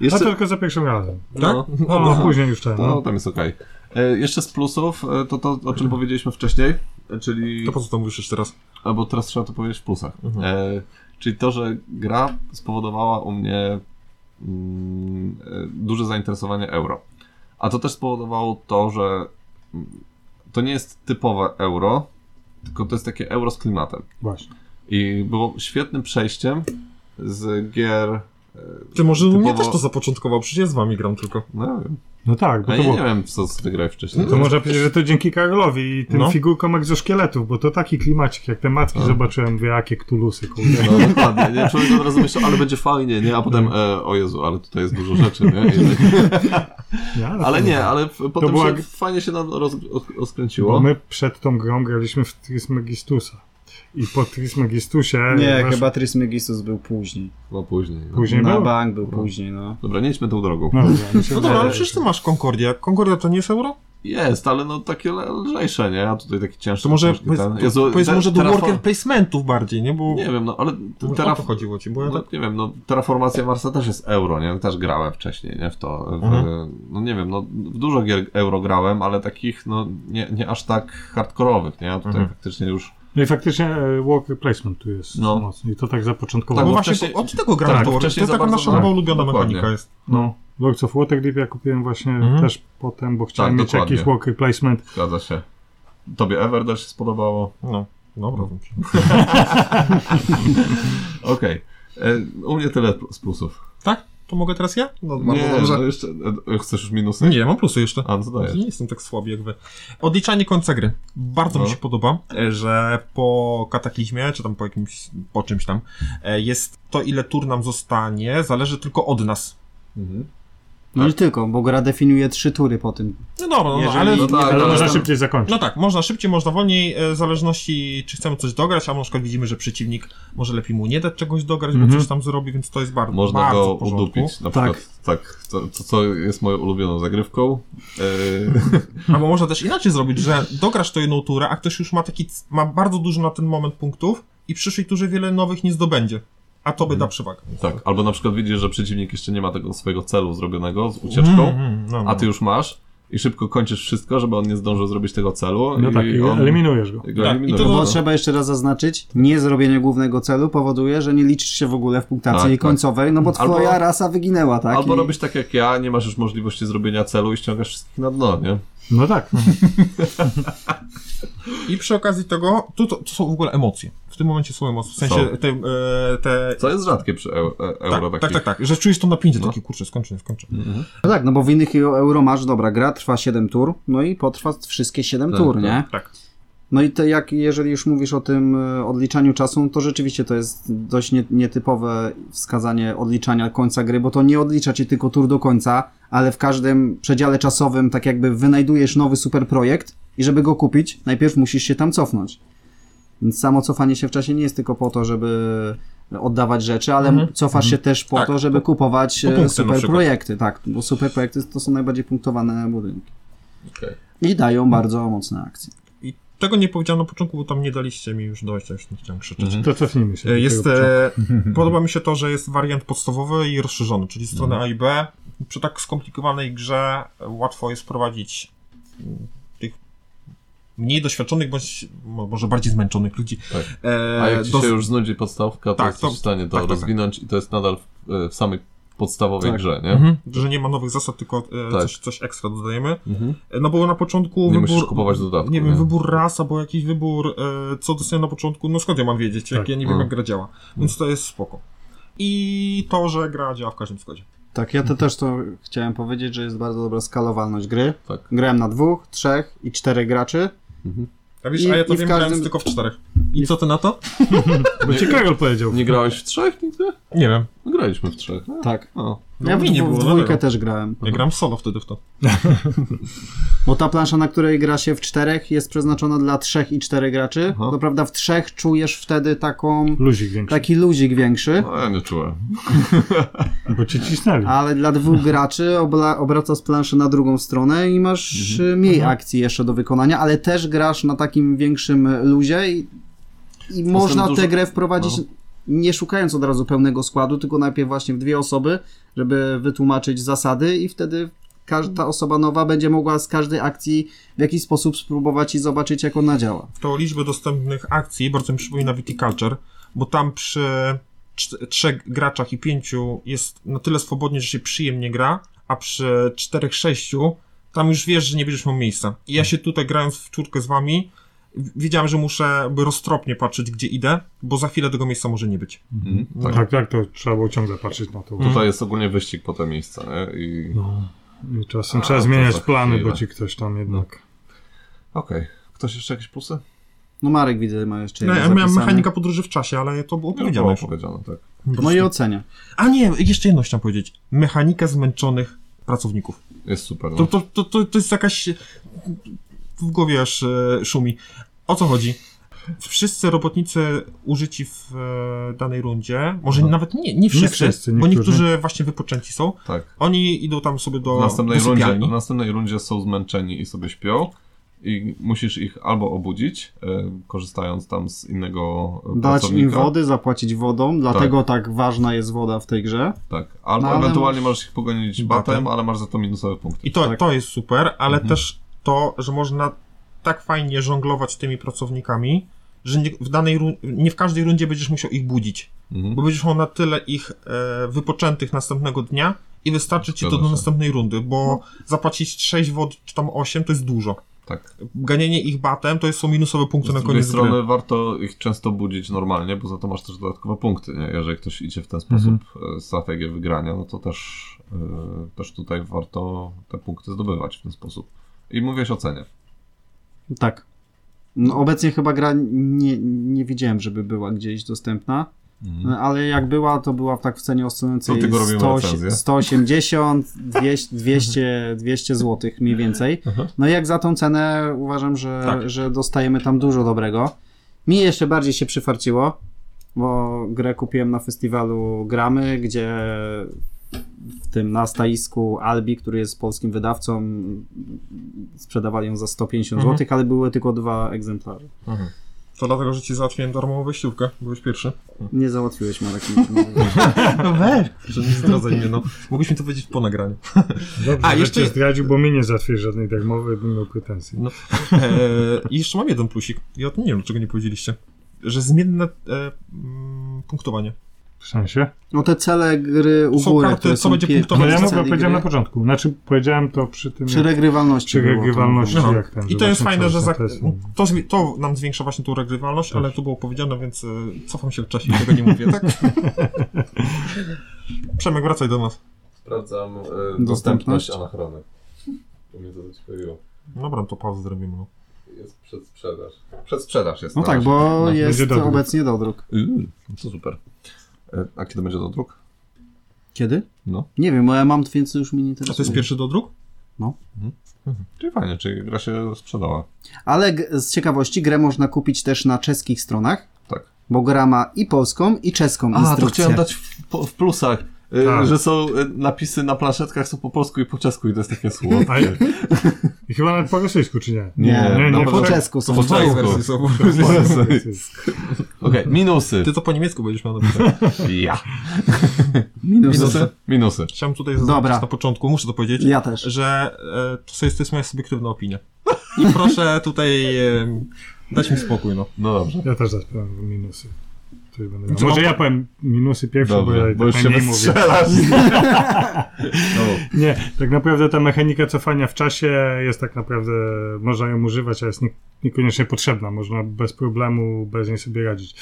[SPEAKER 2] A
[SPEAKER 4] jeszcze...
[SPEAKER 2] tylko za pierwszym razem.
[SPEAKER 4] No,
[SPEAKER 1] tak?
[SPEAKER 2] No,
[SPEAKER 4] no,
[SPEAKER 2] później już ten.
[SPEAKER 4] no,
[SPEAKER 2] No.
[SPEAKER 4] tam jest okej. E, Jeszcze z plusów, e, to to, o czym powiedzieliśmy wcześniej, e, czyli...
[SPEAKER 1] To po co to mówisz jeszcze raz?
[SPEAKER 4] Albo teraz trzeba to powiedzieć w plusach.
[SPEAKER 1] Mhm.
[SPEAKER 4] E, Czyli to, że gra spowodowała u mnie mm, e, duże zainteresowanie euro. A to też spowodowało to, że mm, to nie jest typowe euro, tylko to jest takie euro z klimatem.
[SPEAKER 2] Właśnie.
[SPEAKER 4] I było świetnym przejściem z gier... e,
[SPEAKER 1] Ty może
[SPEAKER 4] typowo-
[SPEAKER 1] mnie też to zapoczątkował, przecież ja z wami gram tylko.
[SPEAKER 4] No, ja wiem.
[SPEAKER 2] No tak, bo
[SPEAKER 4] ja
[SPEAKER 2] to
[SPEAKER 4] nie,
[SPEAKER 2] było... No
[SPEAKER 4] nie wiem, w co ty grałeś wcześniej.
[SPEAKER 2] To można powiedzieć, że to dzięki Karolowi i tym
[SPEAKER 1] No.
[SPEAKER 2] figurkom egzoszkieletów, bo to taki klimacik, jak te matki zobaczyłem, mówię, jakie ktulusy, kurde.
[SPEAKER 4] No dokładnie, nie? Człowiek od razu myślał, ale będzie fajnie, nie? A potem, e, o Jezu, ale tutaj jest dużo rzeczy, nie? I,
[SPEAKER 2] Nie,
[SPEAKER 4] ale
[SPEAKER 2] to-
[SPEAKER 4] nie, ale w- potem
[SPEAKER 2] była
[SPEAKER 4] się,
[SPEAKER 2] g-
[SPEAKER 4] fajnie się nam roz, os,
[SPEAKER 2] Bo
[SPEAKER 4] oskręciło.
[SPEAKER 2] my przed tą grą graliśmy w Trismegistusa. I po Trismegistusie...
[SPEAKER 3] Nie,
[SPEAKER 2] wesz-
[SPEAKER 3] chyba Trismegistus był później.
[SPEAKER 4] No później. No.
[SPEAKER 2] Później
[SPEAKER 3] Na
[SPEAKER 2] był?
[SPEAKER 3] bank był później, no.
[SPEAKER 4] Dobra, nie idźmy tą drogą.
[SPEAKER 2] No, dobra, mi się
[SPEAKER 1] No dobra, ale
[SPEAKER 2] wydaje,
[SPEAKER 1] przecież ty
[SPEAKER 2] że-
[SPEAKER 1] masz Concordia. Concordia to nie jest euro?
[SPEAKER 4] Jest, ale no takie le- lżejsze, nie? A tutaj taki cięższy.
[SPEAKER 1] To może,
[SPEAKER 4] ciężki
[SPEAKER 1] powiedz,
[SPEAKER 4] ten.
[SPEAKER 1] to,
[SPEAKER 4] tak. Jezu,
[SPEAKER 1] powiedz
[SPEAKER 4] te-
[SPEAKER 1] może do
[SPEAKER 4] terraform-
[SPEAKER 1] worker placementów bardziej, nie? Bo
[SPEAKER 4] Nie wiem, no ale
[SPEAKER 1] to
[SPEAKER 4] teraf-
[SPEAKER 1] o to chodziło ci, bo ja
[SPEAKER 4] No,
[SPEAKER 1] tak...
[SPEAKER 4] nie wiem, no Terraformacja Marsa też jest euro, nie? Też grałem wcześniej, nie? W to. W,
[SPEAKER 1] Mhm.
[SPEAKER 4] No nie wiem, no w dużo gier euro grałem, ale takich, no nie, nie aż tak hardkorowych, nie? A Tutaj
[SPEAKER 1] Mhm.
[SPEAKER 4] faktycznie już
[SPEAKER 2] No i faktycznie e, walker placement tu jest
[SPEAKER 4] No.
[SPEAKER 2] mocny. I to tak
[SPEAKER 1] No
[SPEAKER 4] Tak,
[SPEAKER 2] zapoczątkowało.
[SPEAKER 4] bo
[SPEAKER 1] właśnie,
[SPEAKER 4] wcześniej-
[SPEAKER 1] od tego gram
[SPEAKER 2] tak,
[SPEAKER 1] w to, to
[SPEAKER 4] wcześniej
[SPEAKER 1] jest
[SPEAKER 4] za
[SPEAKER 1] taka
[SPEAKER 4] bardzo-
[SPEAKER 1] nasza
[SPEAKER 4] tak,
[SPEAKER 1] nowa ulubiona
[SPEAKER 4] dokładnie.
[SPEAKER 1] mechanika jest.
[SPEAKER 2] No. Lords of Waterdeep ja kupiłem właśnie
[SPEAKER 1] Mhm.
[SPEAKER 2] też potem, bo chciałem
[SPEAKER 4] Tak,
[SPEAKER 2] mieć
[SPEAKER 4] dokładnie.
[SPEAKER 2] jakiś walker placement.
[SPEAKER 4] zgadza się. Tobie Ever się spodobało.
[SPEAKER 1] No, dobra.
[SPEAKER 4] Okej. E, U mnie tyle z plusów.
[SPEAKER 1] Tak? To mogę teraz ja? No,
[SPEAKER 4] nie,
[SPEAKER 1] bardzo dobrze.
[SPEAKER 4] No jeszcze, e, e, chcesz już minusy?
[SPEAKER 1] Nie, mam plusy jeszcze.
[SPEAKER 4] A, no to dajesz.
[SPEAKER 1] Nie jestem tak słaby jak wy. Odliczanie końca gry. Bardzo
[SPEAKER 4] No.
[SPEAKER 1] mi się podoba, e, że po kataklizmie, czy tam po jakimś, po czymś tam, e, jest to ile tur nam zostanie, zależy tylko od nas.
[SPEAKER 4] Mhm.
[SPEAKER 3] No nie tylko, bo gra definiuje trzy tury po tym.
[SPEAKER 1] No dobra, no, no,
[SPEAKER 3] Jeżeli-
[SPEAKER 1] ale...
[SPEAKER 4] No tak,
[SPEAKER 2] Ale
[SPEAKER 4] ale
[SPEAKER 2] można
[SPEAKER 4] tam-
[SPEAKER 2] szybciej zakończyć.
[SPEAKER 1] No tak, można szybciej, można wolniej, e, w zależności czy chcemy coś dograć, a na przykład widzimy, że przeciwnik może lepiej mu nie dać czegoś dograć, bo
[SPEAKER 2] Mhm.
[SPEAKER 1] coś tam zrobi, więc to jest bardzo,
[SPEAKER 4] Można
[SPEAKER 1] bardzo
[SPEAKER 4] go
[SPEAKER 1] w porządku.
[SPEAKER 4] udupić, na
[SPEAKER 2] Tak.
[SPEAKER 4] przykład. Tak, to, to co jest moją ulubioną zagrywką. Yy,
[SPEAKER 1] Albo można też inaczej zrobić, że dograsz to jedną turę, a ktoś już ma taki, c- ma bardzo dużo na ten moment punktów i w przyszłej turze wiele nowych nie zdobędzie. A to by da przewagę.
[SPEAKER 4] tak, albo na przykład widzisz, że przeciwnik jeszcze nie ma tego swojego celu zrobionego z ucieczką,
[SPEAKER 2] Mhm.
[SPEAKER 1] Mm, no, no.
[SPEAKER 4] a ty już masz i szybko kończysz wszystko, żeby on nie zdążył zrobić tego celu.
[SPEAKER 2] No
[SPEAKER 4] i
[SPEAKER 2] tak, i
[SPEAKER 4] on,
[SPEAKER 2] eliminujesz go.
[SPEAKER 4] i
[SPEAKER 1] Tak,
[SPEAKER 4] go
[SPEAKER 1] i
[SPEAKER 4] eliminujesz.
[SPEAKER 1] to
[SPEAKER 3] Bo
[SPEAKER 1] No.
[SPEAKER 3] trzeba jeszcze raz zaznaczyć, niezrobienie głównego celu powoduje, że nie liczysz się w ogóle w punktacji
[SPEAKER 4] Tak,
[SPEAKER 3] jej
[SPEAKER 4] tak.
[SPEAKER 3] końcowej, no bo
[SPEAKER 4] Albo-
[SPEAKER 3] twoja rasa wyginęła, tak?
[SPEAKER 4] Albo
[SPEAKER 3] I-
[SPEAKER 4] robisz tak jak ja, nie masz już możliwości zrobienia celu i ściągasz wszystkich na dno, nie?
[SPEAKER 2] No tak.
[SPEAKER 4] Mhm.
[SPEAKER 1] I przy okazji tego, tu to, to są w ogóle emocje. W tym momencie są emocje. W sensie
[SPEAKER 4] Są.
[SPEAKER 1] te, e, te
[SPEAKER 4] Co jest rzadkie przy eu- e-
[SPEAKER 1] tak, tak,
[SPEAKER 4] euro takich. Mhm.
[SPEAKER 1] tak, tak, że czujesz to napięcie,
[SPEAKER 4] No.
[SPEAKER 1] takie kurczę, skończę, skończę.
[SPEAKER 3] No tak, no bo w innych euro masz, dobra, gra trwa 7 tur, no i potrwa wszystkie 7
[SPEAKER 4] Tak,
[SPEAKER 3] tur,
[SPEAKER 4] tak.
[SPEAKER 3] nie?
[SPEAKER 1] Tak.
[SPEAKER 3] No i to jak, jeżeli już mówisz o tym e, odliczaniu czasu, no to rzeczywiście to jest dość nie, nietypowe wskazanie odliczania końca gry, bo to nie odlicza ci tylko tur do końca, ale w każdym przedziale czasowym tak jakby wynajdujesz nowy superprojekt i żeby go kupić, najpierw musisz się tam cofnąć. Więc samo cofanie się w czasie nie jest tylko po to, żeby oddawać rzeczy, ale
[SPEAKER 1] Mhm.
[SPEAKER 3] cofasz się też po
[SPEAKER 1] Tak,
[SPEAKER 3] to, żeby
[SPEAKER 1] po-
[SPEAKER 3] kupować
[SPEAKER 1] po punkty na przykład.
[SPEAKER 3] superprojekty, tak, bo superprojekty to są najbardziej punktowane budynki.
[SPEAKER 4] Okej.
[SPEAKER 3] I dają bardzo mocne akcje.
[SPEAKER 1] I tego nie powiedziałem na początku, bo tam nie daliście mi już dojść, ja już nie chciałem krzyczeć.
[SPEAKER 4] Mhm.
[SPEAKER 2] To cofnijmy się. do
[SPEAKER 1] E, Jest,
[SPEAKER 2] tego początku.
[SPEAKER 1] e, podoba mi się to, że jest wariant podstawowy i rozszerzony, czyli strony A i B. Przy tak skomplikowanej grze łatwo jest prowadzić mm, tych mniej doświadczonych, bądź mo- może bardziej zmęczonych ludzi.
[SPEAKER 4] Tak.
[SPEAKER 1] E,
[SPEAKER 4] A jak ci
[SPEAKER 1] do-
[SPEAKER 4] się już znudzi podstawka, to
[SPEAKER 1] tak,
[SPEAKER 4] jesteś
[SPEAKER 1] to-
[SPEAKER 4] w stanie to
[SPEAKER 1] tak, tak, tak.
[SPEAKER 4] rozwinąć i to jest nadal w, w samej podstawowej
[SPEAKER 1] Tak.
[SPEAKER 4] grze, nie?
[SPEAKER 1] Mhm. Że nie ma nowych zasad, tylko e,
[SPEAKER 4] Tak.
[SPEAKER 1] coś, coś ekstra dodajemy.
[SPEAKER 4] Mhm.
[SPEAKER 1] E, No bo na początku
[SPEAKER 4] Nie
[SPEAKER 1] wybór...
[SPEAKER 4] musisz kupować dodatku,
[SPEAKER 1] Nie wiem,
[SPEAKER 4] nie?
[SPEAKER 1] wybór ras albo jakiś wybór, e, co dostaję na początku, no skąd ja mam wiedzieć, jak
[SPEAKER 2] Tak.
[SPEAKER 1] ja nie wiem,
[SPEAKER 4] Mm.
[SPEAKER 1] jak gra działa. Więc to jest spoko. I to, że gra działa w każdym składzie.
[SPEAKER 3] Tak, ja to też to chciałem powiedzieć, że jest bardzo dobra skalowalność gry.
[SPEAKER 4] Tak.
[SPEAKER 3] Grałem na dwóch, trzech i czterech graczy.
[SPEAKER 1] A wiesz,
[SPEAKER 3] I-
[SPEAKER 1] a ja to
[SPEAKER 3] i w
[SPEAKER 1] wiem,
[SPEAKER 3] każdym-
[SPEAKER 1] grałem tylko w czterech. I, co ty na to?
[SPEAKER 2] Bo ci Karol powiedział.
[SPEAKER 4] Nie grałeś w trzech nigdy?
[SPEAKER 1] Nie wiem.
[SPEAKER 4] No, graliśmy w trzech, no.
[SPEAKER 3] Tak.
[SPEAKER 4] no.
[SPEAKER 3] ja
[SPEAKER 1] No,
[SPEAKER 3] w,
[SPEAKER 1] mi nie
[SPEAKER 3] dwu-
[SPEAKER 1] było,
[SPEAKER 3] w dwójkę
[SPEAKER 1] dlatego.
[SPEAKER 3] też grałem.
[SPEAKER 1] Ja gram solo wtedy w to.
[SPEAKER 3] Bo ta plansza, na której gra się w czterech, jest przeznaczona dla trzech i czterech graczy.
[SPEAKER 4] Aha.
[SPEAKER 3] To prawda, w trzech czujesz wtedy taką,
[SPEAKER 2] Luzik większy.
[SPEAKER 3] taki luzik większy,
[SPEAKER 4] No, ja nie czułem.
[SPEAKER 1] Tak.
[SPEAKER 2] Bo cię cisnęli.
[SPEAKER 3] ale dla dwóch graczy obla, obracasz planszę na drugą stronę i masz mhm. mniej akcji jeszcze do wykonania, ale też grasz na takim większym luzie i, i można
[SPEAKER 4] dużo-
[SPEAKER 3] tę grę wprowadzić
[SPEAKER 4] no.
[SPEAKER 3] nie szukając od razu pełnego składu, tylko najpierw właśnie w dwie osoby, żeby wytłumaczyć zasady i wtedy każda osoba nowa będzie mogła z każdej akcji w jakiś sposób spróbować i zobaczyć jak ona działa.
[SPEAKER 1] To liczbę dostępnych akcji bardzo mi przypomina Viticulture, bo tam przy cz- trzech graczach i pięciu jest na tyle swobodnie, że się przyjemnie gra, a przy czterech, sześciu tam już wiesz, że nie będziesz miał miejsca. I ja się tutaj grając w czwórkę z wami w- wiedziałem, że muszę jakby roztropnie patrzeć, gdzie idę, bo za chwilę tego miejsca może nie być.
[SPEAKER 4] Mhm. Tak.
[SPEAKER 2] Tak, tak, to trzeba było ciągle patrzeć na
[SPEAKER 3] Mhm.
[SPEAKER 2] to.
[SPEAKER 4] Tutaj jest ogólnie wyścig po te miejsca, nie? I...
[SPEAKER 2] No. I czasem
[SPEAKER 4] A,
[SPEAKER 2] trzeba
[SPEAKER 4] to tak,
[SPEAKER 2] zmieniać
[SPEAKER 4] za
[SPEAKER 2] plany,
[SPEAKER 4] chwilę.
[SPEAKER 2] bo ci ktoś tam jednak...
[SPEAKER 4] Okej. Ktoś jeszcze jakieś plusy?
[SPEAKER 3] No Marek widzę ma jeszcze
[SPEAKER 1] No,
[SPEAKER 3] jeden
[SPEAKER 1] ja miałem
[SPEAKER 3] zapisany.
[SPEAKER 1] mechanika podróży w czasie, ale to
[SPEAKER 3] No
[SPEAKER 1] było
[SPEAKER 4] Nie
[SPEAKER 1] powiedziane
[SPEAKER 4] było
[SPEAKER 1] już.
[SPEAKER 4] powiedziane, tak.
[SPEAKER 3] Moje ocenia.
[SPEAKER 1] A nie, jeszcze jedno chciałem powiedzieć. Mechanika zmęczonych pracowników.
[SPEAKER 4] Jest super. No.
[SPEAKER 1] To, to, to, to, to jest jakaś. W głowie aż e, szumi. O co chodzi? Wszyscy robotnicy użyci w e, danej rundzie, może
[SPEAKER 4] Aha.
[SPEAKER 1] nawet nie, nie wszyscy,
[SPEAKER 2] wszyscy,
[SPEAKER 1] bo
[SPEAKER 2] niektórzy.
[SPEAKER 1] niektórzy właśnie wypoczęci są,
[SPEAKER 4] Tak.
[SPEAKER 1] oni idą tam sobie do,
[SPEAKER 4] W następnej,
[SPEAKER 1] do
[SPEAKER 4] rundzie, no.
[SPEAKER 1] sypialni.
[SPEAKER 4] w następnej rundzie są zmęczeni i sobie śpią. I musisz ich albo obudzić, e, korzystając tam z innego e,
[SPEAKER 3] Dać im
[SPEAKER 4] pracownika.
[SPEAKER 3] wody, zapłacić wodą, dlatego tak ważna jest woda w tej grze.
[SPEAKER 4] Tak. Albo
[SPEAKER 3] No, ale
[SPEAKER 4] ewentualnie
[SPEAKER 3] masz-
[SPEAKER 4] możesz ich pogonić
[SPEAKER 1] Batem.
[SPEAKER 4] batem, ale masz za to minusowe punkty.
[SPEAKER 1] I to,
[SPEAKER 3] Tak.
[SPEAKER 1] to jest super, ale
[SPEAKER 4] Mhm.
[SPEAKER 1] też to, że można tak fajnie żonglować tymi pracownikami, że nie w, danej, ru- nie w każdej rundzie będziesz musiał ich budzić.
[SPEAKER 4] Mhm.
[SPEAKER 1] bo będziesz miał na tyle ich e, wypoczętych następnego dnia i wystarczy ci to
[SPEAKER 4] Zgadza
[SPEAKER 1] do
[SPEAKER 4] się.
[SPEAKER 1] następnej rundy, bo zapłacić 6 wod czy tam 8 to jest dużo.
[SPEAKER 4] Tak.
[SPEAKER 1] Ganienie ich batem to jest, są minusowe punkty na
[SPEAKER 4] Z drugiej
[SPEAKER 1] koniec
[SPEAKER 4] strony
[SPEAKER 1] gry.
[SPEAKER 4] warto ich często budzić normalnie, bo za to masz też dodatkowe punkty. Nie? Jeżeli ktoś idzie w ten sposób mhm. strategię wygrania, no to też, e, też tutaj warto te punkty zdobywać w ten sposób. I mówisz o cenie.
[SPEAKER 3] Tak. No, obecnie chyba gra nie, nie widziałem, żeby była gdzieś dostępna,
[SPEAKER 4] Mhm.
[SPEAKER 3] No, ale jak była, to była w tak w cenie
[SPEAKER 4] Do
[SPEAKER 3] oscylującej
[SPEAKER 4] tego robimy
[SPEAKER 3] 100,
[SPEAKER 4] recenzję.
[SPEAKER 3] 180, 200, 200, 200 zł mniej więcej. No i jak za tą cenę uważam, że,
[SPEAKER 1] Tak.
[SPEAKER 3] że dostajemy tam dużo dobrego. Mi jeszcze bardziej się przyfarciło, bo grę kupiłem na festiwalu Gramy, gdzie w tym na staisku Albi, który jest polskim wydawcą, sprzedawali ją za 150
[SPEAKER 1] Mhm.
[SPEAKER 3] zł, ale były tylko dwa egzemplarze.
[SPEAKER 4] No. Mhm.
[SPEAKER 1] To dlatego, że ci załatwiłem darmową wejściówkę, byłeś pierwszy.
[SPEAKER 3] Nie załatwiłeś Marek.
[SPEAKER 1] No weź! nie zdradzaj mnie, no. Mogliśmy to powiedzieć po nagraniu.
[SPEAKER 4] No.
[SPEAKER 2] Dobrze,
[SPEAKER 1] A,
[SPEAKER 2] że
[SPEAKER 1] jeszcze-
[SPEAKER 2] cię zdradził, bo mnie nie zatwierdzi żadnej darmowej, bym miał pretensji.
[SPEAKER 1] No. E, I jeszcze mam jeden plusik. Ja o tym nie wiem, czego nie powiedzieliście. Że zmienne e, mm, punktowanie.
[SPEAKER 2] W sensie?
[SPEAKER 3] No te cele gry u
[SPEAKER 1] Są
[SPEAKER 3] góry,
[SPEAKER 1] karty,
[SPEAKER 3] które
[SPEAKER 1] co
[SPEAKER 3] są
[SPEAKER 1] będzie
[SPEAKER 3] pie-
[SPEAKER 1] punktować.
[SPEAKER 2] No
[SPEAKER 1] jest
[SPEAKER 2] ja
[SPEAKER 3] cele
[SPEAKER 2] mogę powiedziałem
[SPEAKER 3] gry.
[SPEAKER 2] na początku. Znaczy powiedziałem to przy tym...
[SPEAKER 3] Przy regrywalności.
[SPEAKER 2] no, Przy
[SPEAKER 3] było to
[SPEAKER 2] regrywalności,
[SPEAKER 3] mówione.
[SPEAKER 1] No.
[SPEAKER 2] jak ten,
[SPEAKER 1] I to jest
[SPEAKER 2] właśnie
[SPEAKER 1] fajne,
[SPEAKER 2] cały
[SPEAKER 1] że za, no,
[SPEAKER 2] czas jest-
[SPEAKER 1] to, zmi- to nam zwiększa właśnie tą regrywalność, ale to było powiedziane, więc y, cofam się w czasie i tego nie mówię, tak? Przemek, wracaj do nas.
[SPEAKER 4] Sprawdzam e,
[SPEAKER 3] Dostępność.
[SPEAKER 4] anachrony. Bo mnie to zaciekawiło.
[SPEAKER 1] Dobra, to pauzę zrobimy. No.
[SPEAKER 4] Jest przedsprzedaż. Przedsprzedaż jest.
[SPEAKER 3] No
[SPEAKER 4] na
[SPEAKER 3] tak,
[SPEAKER 4] razie.
[SPEAKER 3] bo
[SPEAKER 4] No.
[SPEAKER 3] jest
[SPEAKER 2] Będzie dodruk.
[SPEAKER 3] obecnie dodruk.
[SPEAKER 4] Yy, no to super. E, A kiedy będzie dodruk?
[SPEAKER 3] Kiedy?
[SPEAKER 4] No.
[SPEAKER 3] Nie wiem, bo ja mam, więc już mnie
[SPEAKER 1] A
[SPEAKER 3] nie interesuje.
[SPEAKER 1] to jest pierwszy dodruk?
[SPEAKER 4] Czyli fajnie, czyli gra się sprzedała.
[SPEAKER 3] Ale g- z ciekawości grę można kupić też na czeskich stronach,
[SPEAKER 4] Tak.
[SPEAKER 3] bo gra ma i polską, i czeską
[SPEAKER 4] A, to
[SPEAKER 3] instrukcję.
[SPEAKER 4] chciałem dać w, po- w plusach, y,
[SPEAKER 2] Tak.
[SPEAKER 4] że są y, napisy na planszetkach są po polsku i po czesku i to jest takie słowo.
[SPEAKER 2] A i- I chyba nawet po rosyjsku, czy Tak. nie?
[SPEAKER 3] Nie,
[SPEAKER 4] Nie,
[SPEAKER 3] nie,
[SPEAKER 2] nie,
[SPEAKER 3] po
[SPEAKER 2] po-
[SPEAKER 3] czesku są.
[SPEAKER 4] po
[SPEAKER 1] Tak,
[SPEAKER 3] dwa.
[SPEAKER 4] czesku. Okej, minusy.
[SPEAKER 1] Ty to po niemiecku będziesz miał napisane.
[SPEAKER 4] Ja.
[SPEAKER 3] Minus.
[SPEAKER 4] Minusy? Minusy.
[SPEAKER 1] Chciałem tutaj zaznaczyć
[SPEAKER 3] Dobra.
[SPEAKER 1] na początku, muszę to powiedzieć,
[SPEAKER 3] Ja też.
[SPEAKER 1] że e, to, jest, to jest moja subiektywna opinia. I proszę tutaj e, dać mi spokój, no.
[SPEAKER 4] No dobrze.
[SPEAKER 2] Ja też zaśpiewam minusy. który będę miał. Może ja powiem minusy pierwsze,
[SPEAKER 4] Znaczy, Dobrze,
[SPEAKER 2] bo ja
[SPEAKER 4] bo już
[SPEAKER 2] tak
[SPEAKER 4] się
[SPEAKER 2] nie mówię.
[SPEAKER 4] wystrzelasz. No,
[SPEAKER 2] Nie, tak naprawdę ta mechanika cofania w czasie jest tak naprawdę, można ją używać, a jest nie, niekoniecznie potrzebna. Można bez problemu, bez niej sobie radzić.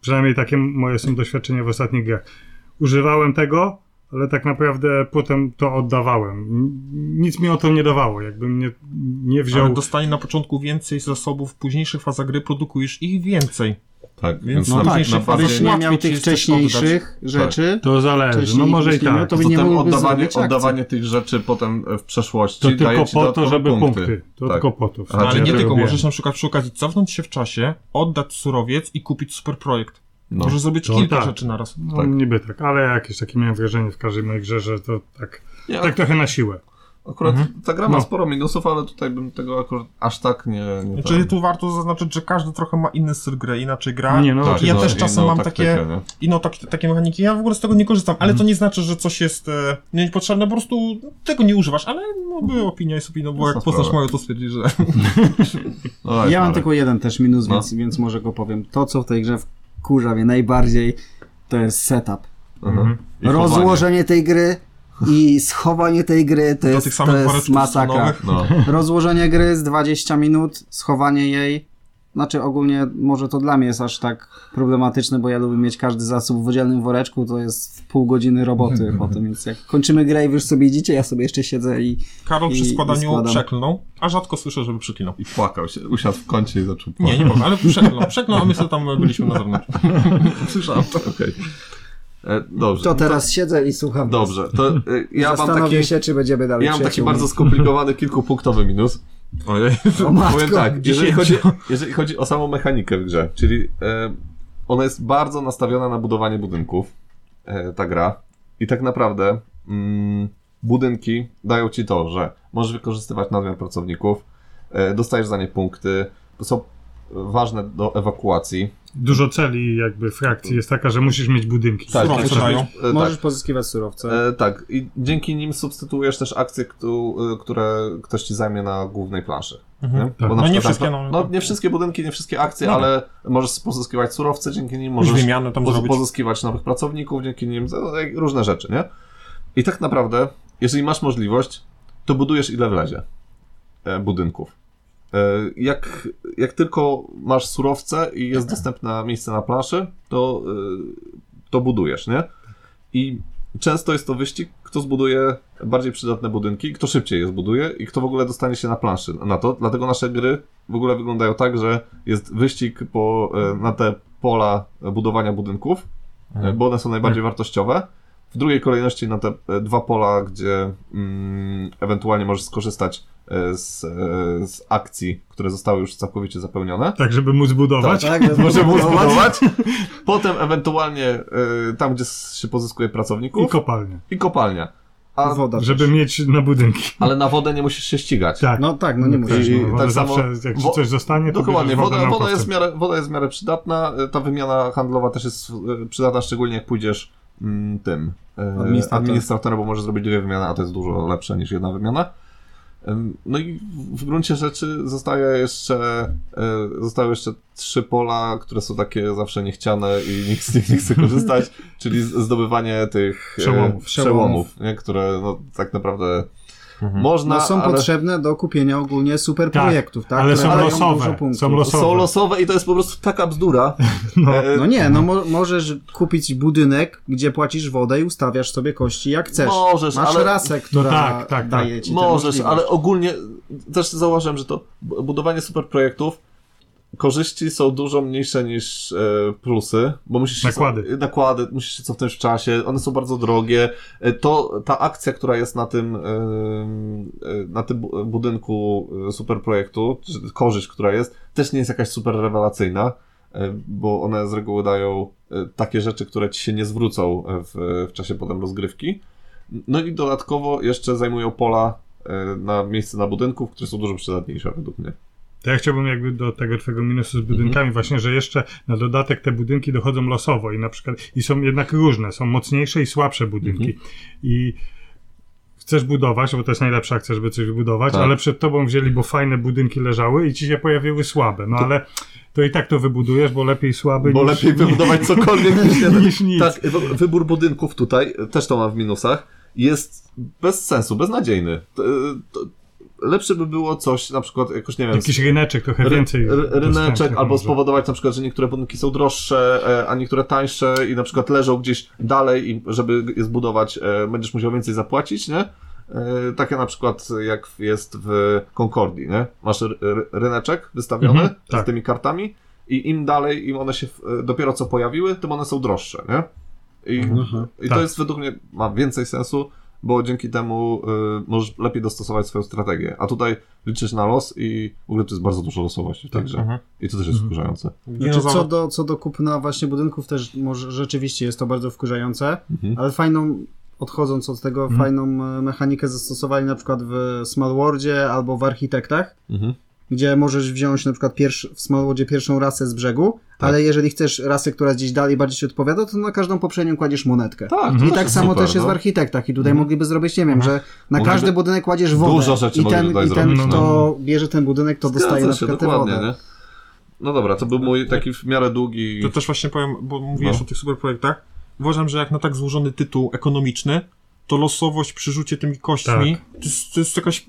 [SPEAKER 2] Przynajmniej takie moje są doświadczenia w ostatnich grach. Używałem tego, ale tak naprawdę potem to oddawałem. Nic mi o to nie dawało. Jakbym nie, nie wziął.
[SPEAKER 1] Ale dostanie na początku więcej zasobów, w późniejszych fazach gry produkujesz ich więcej.
[SPEAKER 4] Tak,
[SPEAKER 1] Więc
[SPEAKER 4] więc
[SPEAKER 1] no
[SPEAKER 4] na,
[SPEAKER 1] tak,
[SPEAKER 4] na
[SPEAKER 1] no
[SPEAKER 4] bardziej...
[SPEAKER 3] Gdybyś nie miał
[SPEAKER 1] Łatwiej ci
[SPEAKER 3] tych
[SPEAKER 1] jest coś Tak.
[SPEAKER 3] wcześniejszych rzeczy,
[SPEAKER 2] To zależy. No
[SPEAKER 3] wcześniej
[SPEAKER 2] może i
[SPEAKER 3] byś nie miał,
[SPEAKER 2] tak.
[SPEAKER 3] to by nie
[SPEAKER 4] Potem
[SPEAKER 3] mógłby
[SPEAKER 4] oddawanie,
[SPEAKER 3] zrobić akcji.
[SPEAKER 4] oddawanie tych rzeczy potem e, w przeszłości
[SPEAKER 2] To
[SPEAKER 4] daje
[SPEAKER 2] tylko
[SPEAKER 4] ci
[SPEAKER 2] po to,
[SPEAKER 4] dodatkowe
[SPEAKER 2] żeby punkty. To
[SPEAKER 4] Tak.
[SPEAKER 2] tylko po to.
[SPEAKER 4] Ale
[SPEAKER 1] ale
[SPEAKER 4] ja
[SPEAKER 1] nie
[SPEAKER 4] to
[SPEAKER 1] tylko,
[SPEAKER 2] robię.
[SPEAKER 1] możesz na przykład szukać i cofnąć się w czasie, oddać surowiec i kupić super projekt.
[SPEAKER 4] No.
[SPEAKER 1] Możesz zrobić
[SPEAKER 2] To
[SPEAKER 1] kilka
[SPEAKER 2] tak.
[SPEAKER 1] rzeczy naraz.
[SPEAKER 2] No,
[SPEAKER 4] Tak.
[SPEAKER 2] Niby tak, ale jakieś takie miałem wrażenie w każdej mojej grze, że to tak,
[SPEAKER 4] Ja,
[SPEAKER 2] tak trochę na siłę.
[SPEAKER 4] Akurat ta gra ma
[SPEAKER 2] No.
[SPEAKER 4] sporo minusów, ale tutaj bym tego akurat aż tak nie... nie
[SPEAKER 1] Czyli
[SPEAKER 4] ten.
[SPEAKER 1] tu warto zaznaczyć, że każdy trochę ma inny styl gry, inaczej gra.
[SPEAKER 2] Nie, no,
[SPEAKER 4] Tak,
[SPEAKER 1] ja
[SPEAKER 4] no,
[SPEAKER 1] też
[SPEAKER 4] i
[SPEAKER 1] czasem
[SPEAKER 4] no,
[SPEAKER 1] mam
[SPEAKER 4] taktykę,
[SPEAKER 1] takie-
[SPEAKER 4] nie?
[SPEAKER 1] I no tak, takie mechaniki, ja w ogóle z tego nie korzystam, ale to nie znaczy, że coś jest e, niepotrzebne, po prostu tego nie używasz, ale no, była opinia jest opinią, bo
[SPEAKER 4] Jasna
[SPEAKER 1] jak poznasz
[SPEAKER 4] sprawa.
[SPEAKER 1] moją, to stwierdzisz, że
[SPEAKER 4] No, daj,
[SPEAKER 3] Ja mam
[SPEAKER 4] Marek.
[SPEAKER 3] tylko jeden też minus,
[SPEAKER 4] No.
[SPEAKER 3] więc, więc może go powiem. To, co w tej grze wkurza mnie najbardziej, to jest setup.
[SPEAKER 4] Mhm. I chowanie.
[SPEAKER 3] Rozłożenie tej gry i schowanie tej gry to
[SPEAKER 1] do
[SPEAKER 3] jest,
[SPEAKER 1] tych
[SPEAKER 3] to
[SPEAKER 1] samych
[SPEAKER 3] jest
[SPEAKER 1] woreczków
[SPEAKER 3] masakra.
[SPEAKER 1] nowych.
[SPEAKER 4] No.
[SPEAKER 3] Rozłożenie gry z 20 minut, schowanie jej. Znaczy ogólnie może to dla mnie jest aż tak problematyczne, bo ja lubię mieć każdy zasób w oddzielnym woreczku, to jest pół godziny roboty po tym, więc jak kończymy grę i wy już sobie idziecie, ja sobie jeszcze siedzę i
[SPEAKER 1] Karol przy
[SPEAKER 3] I- i
[SPEAKER 1] składaniu
[SPEAKER 3] składam.
[SPEAKER 1] przeklnął, a rzadko słyszę, żeby przeklinał.
[SPEAKER 4] I płakał się, usiadł w kącie i zaczął
[SPEAKER 1] Nie,
[SPEAKER 4] płakać.
[SPEAKER 1] nie powiem, ale przeklnął, przeklnął, a my sobie tam byliśmy na zewnątrz.
[SPEAKER 4] słyszałem to. Okej. E, Dobrze.
[SPEAKER 3] to teraz siedzę i słucham. was.
[SPEAKER 4] Dobrze, to e, ja mam
[SPEAKER 3] Zastanowię
[SPEAKER 4] taki...
[SPEAKER 3] się, czy będziemy dalej
[SPEAKER 4] Ja mam taki
[SPEAKER 3] przyjaciółmi.
[SPEAKER 4] bardzo skomplikowany kilkupunktowy minus.
[SPEAKER 1] Ojej.
[SPEAKER 3] O matko.
[SPEAKER 4] Powiem tak, jeżeli
[SPEAKER 1] dziesięciu.
[SPEAKER 4] chodzi, jeżeli chodzi o samą mechanikę w grze, czyli e, ona jest bardzo nastawiona na budowanie budynków, e, ta gra. I tak naprawdę mm, budynki dają ci to, że możesz wykorzystywać nadmiar pracowników, e, dostajesz za nie punkty, są ważne do ewakuacji.
[SPEAKER 2] Dużo celi jakby frakcji jest taka, że musisz mieć budynki.
[SPEAKER 1] Tak. Surowce
[SPEAKER 4] musisz
[SPEAKER 1] dają.
[SPEAKER 4] mieć- e,
[SPEAKER 3] Możesz pozyskiwać surowce.
[SPEAKER 4] E, tak, i dzięki nim substytuujesz też akcje, któ- e, które ktoś ci zajmie na głównej planszy.
[SPEAKER 1] Mhm.
[SPEAKER 4] Bo
[SPEAKER 2] Tak.
[SPEAKER 4] na
[SPEAKER 1] No nie
[SPEAKER 4] przykład-
[SPEAKER 1] wszystkie, no.
[SPEAKER 4] no nie wszystkie budynki, nie wszystkie akcje,
[SPEAKER 1] No.
[SPEAKER 4] ale możesz pozyskiwać surowce, dzięki nim
[SPEAKER 1] Możesz
[SPEAKER 4] możesz
[SPEAKER 1] wymianę tam
[SPEAKER 4] poz-
[SPEAKER 1] zrobić.
[SPEAKER 4] pozyskiwać nowych pracowników, dzięki nim no, jak- różne rzeczy, nie? I tak naprawdę, jeżeli masz możliwość, to budujesz ile wlezie e, budynków. E, Jak, jak tylko masz surowce i
[SPEAKER 1] Tak.
[SPEAKER 4] jest dostępne miejsce na planszy, to, e, to budujesz, nie? I często jest to wyścig, kto zbuduje bardziej przydatne budynki, kto szybciej je zbuduje i kto w ogóle dostanie się na planszy na to. Dlatego nasze gry w ogóle wyglądają tak, że jest wyścig po, e, na te pola budowania budynków,
[SPEAKER 2] Mhm.
[SPEAKER 4] e, bo one są najbardziej wartościowe. W drugiej kolejności na te e, dwa pola, gdzie mm, ewentualnie możesz skorzystać e, z, e, z akcji, które zostały już całkowicie zapełnione.
[SPEAKER 2] Tak, żeby móc budować.
[SPEAKER 3] Tak, żeby
[SPEAKER 4] Może mu
[SPEAKER 3] budować.
[SPEAKER 4] zbudować. Potem ewentualnie e, tam, gdzie s- się pozyskuje pracowników
[SPEAKER 2] I kopalnie.
[SPEAKER 4] i kopalnia. A,
[SPEAKER 3] Woda.
[SPEAKER 2] Żeby mieć na budynki.
[SPEAKER 4] ale na wodę nie musisz się ścigać.
[SPEAKER 2] Tak.
[SPEAKER 3] No tak, no nie
[SPEAKER 2] tak,
[SPEAKER 3] musisz.
[SPEAKER 4] I-
[SPEAKER 2] no, woda
[SPEAKER 4] tak samo-
[SPEAKER 2] zawsze jak ci
[SPEAKER 4] wo-
[SPEAKER 2] coś zostanie, to
[SPEAKER 4] Dokładnie,
[SPEAKER 2] bierzesz wodę
[SPEAKER 4] No woda, woda,
[SPEAKER 2] naukowcem.
[SPEAKER 4] jest w miarę, woda jest w miarę przydatna. y, Ta wymiana handlowa też jest y, przydatna, szczególnie jak pójdziesz mm, tym y,
[SPEAKER 3] Administrator.
[SPEAKER 4] administratorem, bo możesz zrobić dwie wymiany, a to jest dużo lepsze niż jedna wymiana. Ym, No i w- w gruncie rzeczy zostaje jeszcze, y, zostały jeszcze trzy pola, które są takie zawsze niechciane i nikt z nich nie chce korzystać, czyli z- zdobywanie tych y,
[SPEAKER 2] Przełomów.
[SPEAKER 4] przełomów nie? które no, tak naprawdę można,
[SPEAKER 3] No są
[SPEAKER 4] ale...
[SPEAKER 3] potrzebne do kupienia ogólnie super
[SPEAKER 2] Tak,
[SPEAKER 3] projektów, tak?
[SPEAKER 2] ale
[SPEAKER 3] Które
[SPEAKER 2] są
[SPEAKER 3] dają
[SPEAKER 2] losowe,
[SPEAKER 3] dużo punktów.
[SPEAKER 2] są losowe.
[SPEAKER 4] Są losowe i to jest po prostu taka bzdura.
[SPEAKER 2] No.
[SPEAKER 4] E,
[SPEAKER 3] No nie, no mo możesz kupić budynek, gdzie płacisz wodę i ustawiasz sobie kości jak chcesz.
[SPEAKER 4] Możesz,
[SPEAKER 3] Masz
[SPEAKER 4] ale-
[SPEAKER 3] rasę, która
[SPEAKER 2] tak, tak,
[SPEAKER 3] daje ci tę
[SPEAKER 4] Możesz,
[SPEAKER 3] możliwość.
[SPEAKER 4] ale ogólnie też zauważyłem, że to bu- budowanie super projektów korzyści są dużo mniejsze niż e, plusy, bo musisz się-
[SPEAKER 2] Nakłady.
[SPEAKER 4] nakłady, musisz się cofnąć w czasie, one są bardzo drogie. E, To ta akcja, która jest na tym em, e, na tym bu- budynku e, super projektu, czy korzyść, która jest, też nie jest jakaś super rewelacyjna, e, bo one z reguły dają e, takie rzeczy, które ci się nie zwrócą e, w, w czasie potem rozgrywki. No i dodatkowo jeszcze zajmują pola e, na miejsce na budynków, które są dużo przydatniejsze według mnie.
[SPEAKER 2] To ja chciałbym jakby do tego twojego minusu z budynkami właśnie, że jeszcze na dodatek te budynki dochodzą losowo i na przykład i są jednak różne, są mocniejsze i słabsze budynki. I chcesz budować, bo to jest najlepsza akcja, żeby coś wybudować,
[SPEAKER 4] Tak.
[SPEAKER 2] ale przed tobą wzięli, bo fajne budynki leżały i ci się pojawiły słabe. No ale to i tak to wybudujesz, bo lepiej słaby
[SPEAKER 4] Bo
[SPEAKER 2] niż...
[SPEAKER 4] lepiej wybudować cokolwiek niż, jeden.
[SPEAKER 2] niż nic.
[SPEAKER 4] Tak, wy- wybór budynków tutaj, e, też to mam w minusach, jest bez sensu, beznadziejny. To, e, to, lepsze by było coś, na przykład jakoś, nie wiem,
[SPEAKER 2] Jakiś ryneczek trochę
[SPEAKER 4] ry-
[SPEAKER 2] więcej.
[SPEAKER 4] ry- ryneczek,
[SPEAKER 2] dostępnych
[SPEAKER 4] albo
[SPEAKER 2] może.
[SPEAKER 4] spowodować na przykład, że niektóre budynki są droższe, e, a niektóre tańsze i na przykład leżą gdzieś dalej i żeby je zbudować, e, będziesz musiał więcej zapłacić, nie? E, Takie na przykład jak jest w Concordii, nie? Masz ry- ry- ryneczek wystawiony
[SPEAKER 2] Mhm, tak.
[SPEAKER 4] z tymi kartami i im dalej, im one się w- e, dopiero co pojawiły, tym one są droższe, nie? I,
[SPEAKER 3] Aha.
[SPEAKER 4] i
[SPEAKER 2] Tak.
[SPEAKER 4] to jest według mnie ma więcej sensu, bo dzięki temu y, możesz lepiej dostosować swoją strategię. A tutaj liczysz na los i w ogóle to jest bardzo dużo losowości w tej grze.
[SPEAKER 1] Mhm.
[SPEAKER 4] I to też jest
[SPEAKER 2] Mhm.
[SPEAKER 4] wkurzające.
[SPEAKER 3] Znaczy,
[SPEAKER 1] Dinozaur-
[SPEAKER 3] co, do, co do kupna właśnie budynków też może rzeczywiście jest to bardzo wkurzające,
[SPEAKER 4] Mhm.
[SPEAKER 3] ale fajną, odchodząc od tego,
[SPEAKER 2] Mhm.
[SPEAKER 3] fajną e, mechanikę zastosowali na przykład w Smallwordzie albo w Architektach,
[SPEAKER 4] Mhm.
[SPEAKER 3] gdzie możesz wziąć na przykład pierwszy, w Smallwodzie pierwszą rasę z brzegu,
[SPEAKER 4] Tak.
[SPEAKER 3] ale jeżeli chcesz rasę, która gdzieś dalej bardziej ci odpowiada, to na każdą poprzednią kładziesz monetkę.
[SPEAKER 4] Tak,
[SPEAKER 2] Mhm.
[SPEAKER 4] to
[SPEAKER 3] I tak
[SPEAKER 4] jest
[SPEAKER 3] samo
[SPEAKER 4] super,
[SPEAKER 3] też jest
[SPEAKER 4] no.
[SPEAKER 3] w architektach i tutaj
[SPEAKER 4] Mhm.
[SPEAKER 3] mogliby zrobić, nie wiem,
[SPEAKER 1] Mhm.
[SPEAKER 3] że na
[SPEAKER 4] Mogliby-
[SPEAKER 3] każdy budynek kładziesz wodę
[SPEAKER 4] Dużo rzeczy
[SPEAKER 3] i
[SPEAKER 4] mogliby
[SPEAKER 3] ten,
[SPEAKER 4] tutaj
[SPEAKER 3] i ten
[SPEAKER 2] zrobić, no.
[SPEAKER 3] kto bierze ten budynek, to dostaje na
[SPEAKER 4] Zgadza się,
[SPEAKER 3] przykład tę
[SPEAKER 4] dokładnie,
[SPEAKER 3] wodę.
[SPEAKER 4] nie? No dobra, to był mój taki w miarę długi...
[SPEAKER 1] To też właśnie powiem, bo mówiłeś
[SPEAKER 4] No.
[SPEAKER 1] o tych superprojektach. Uważam, że jak na tak złożony tytuł ekonomiczny, to losowość przy rzucie tymi kośćmi to, jest, to jest jakaś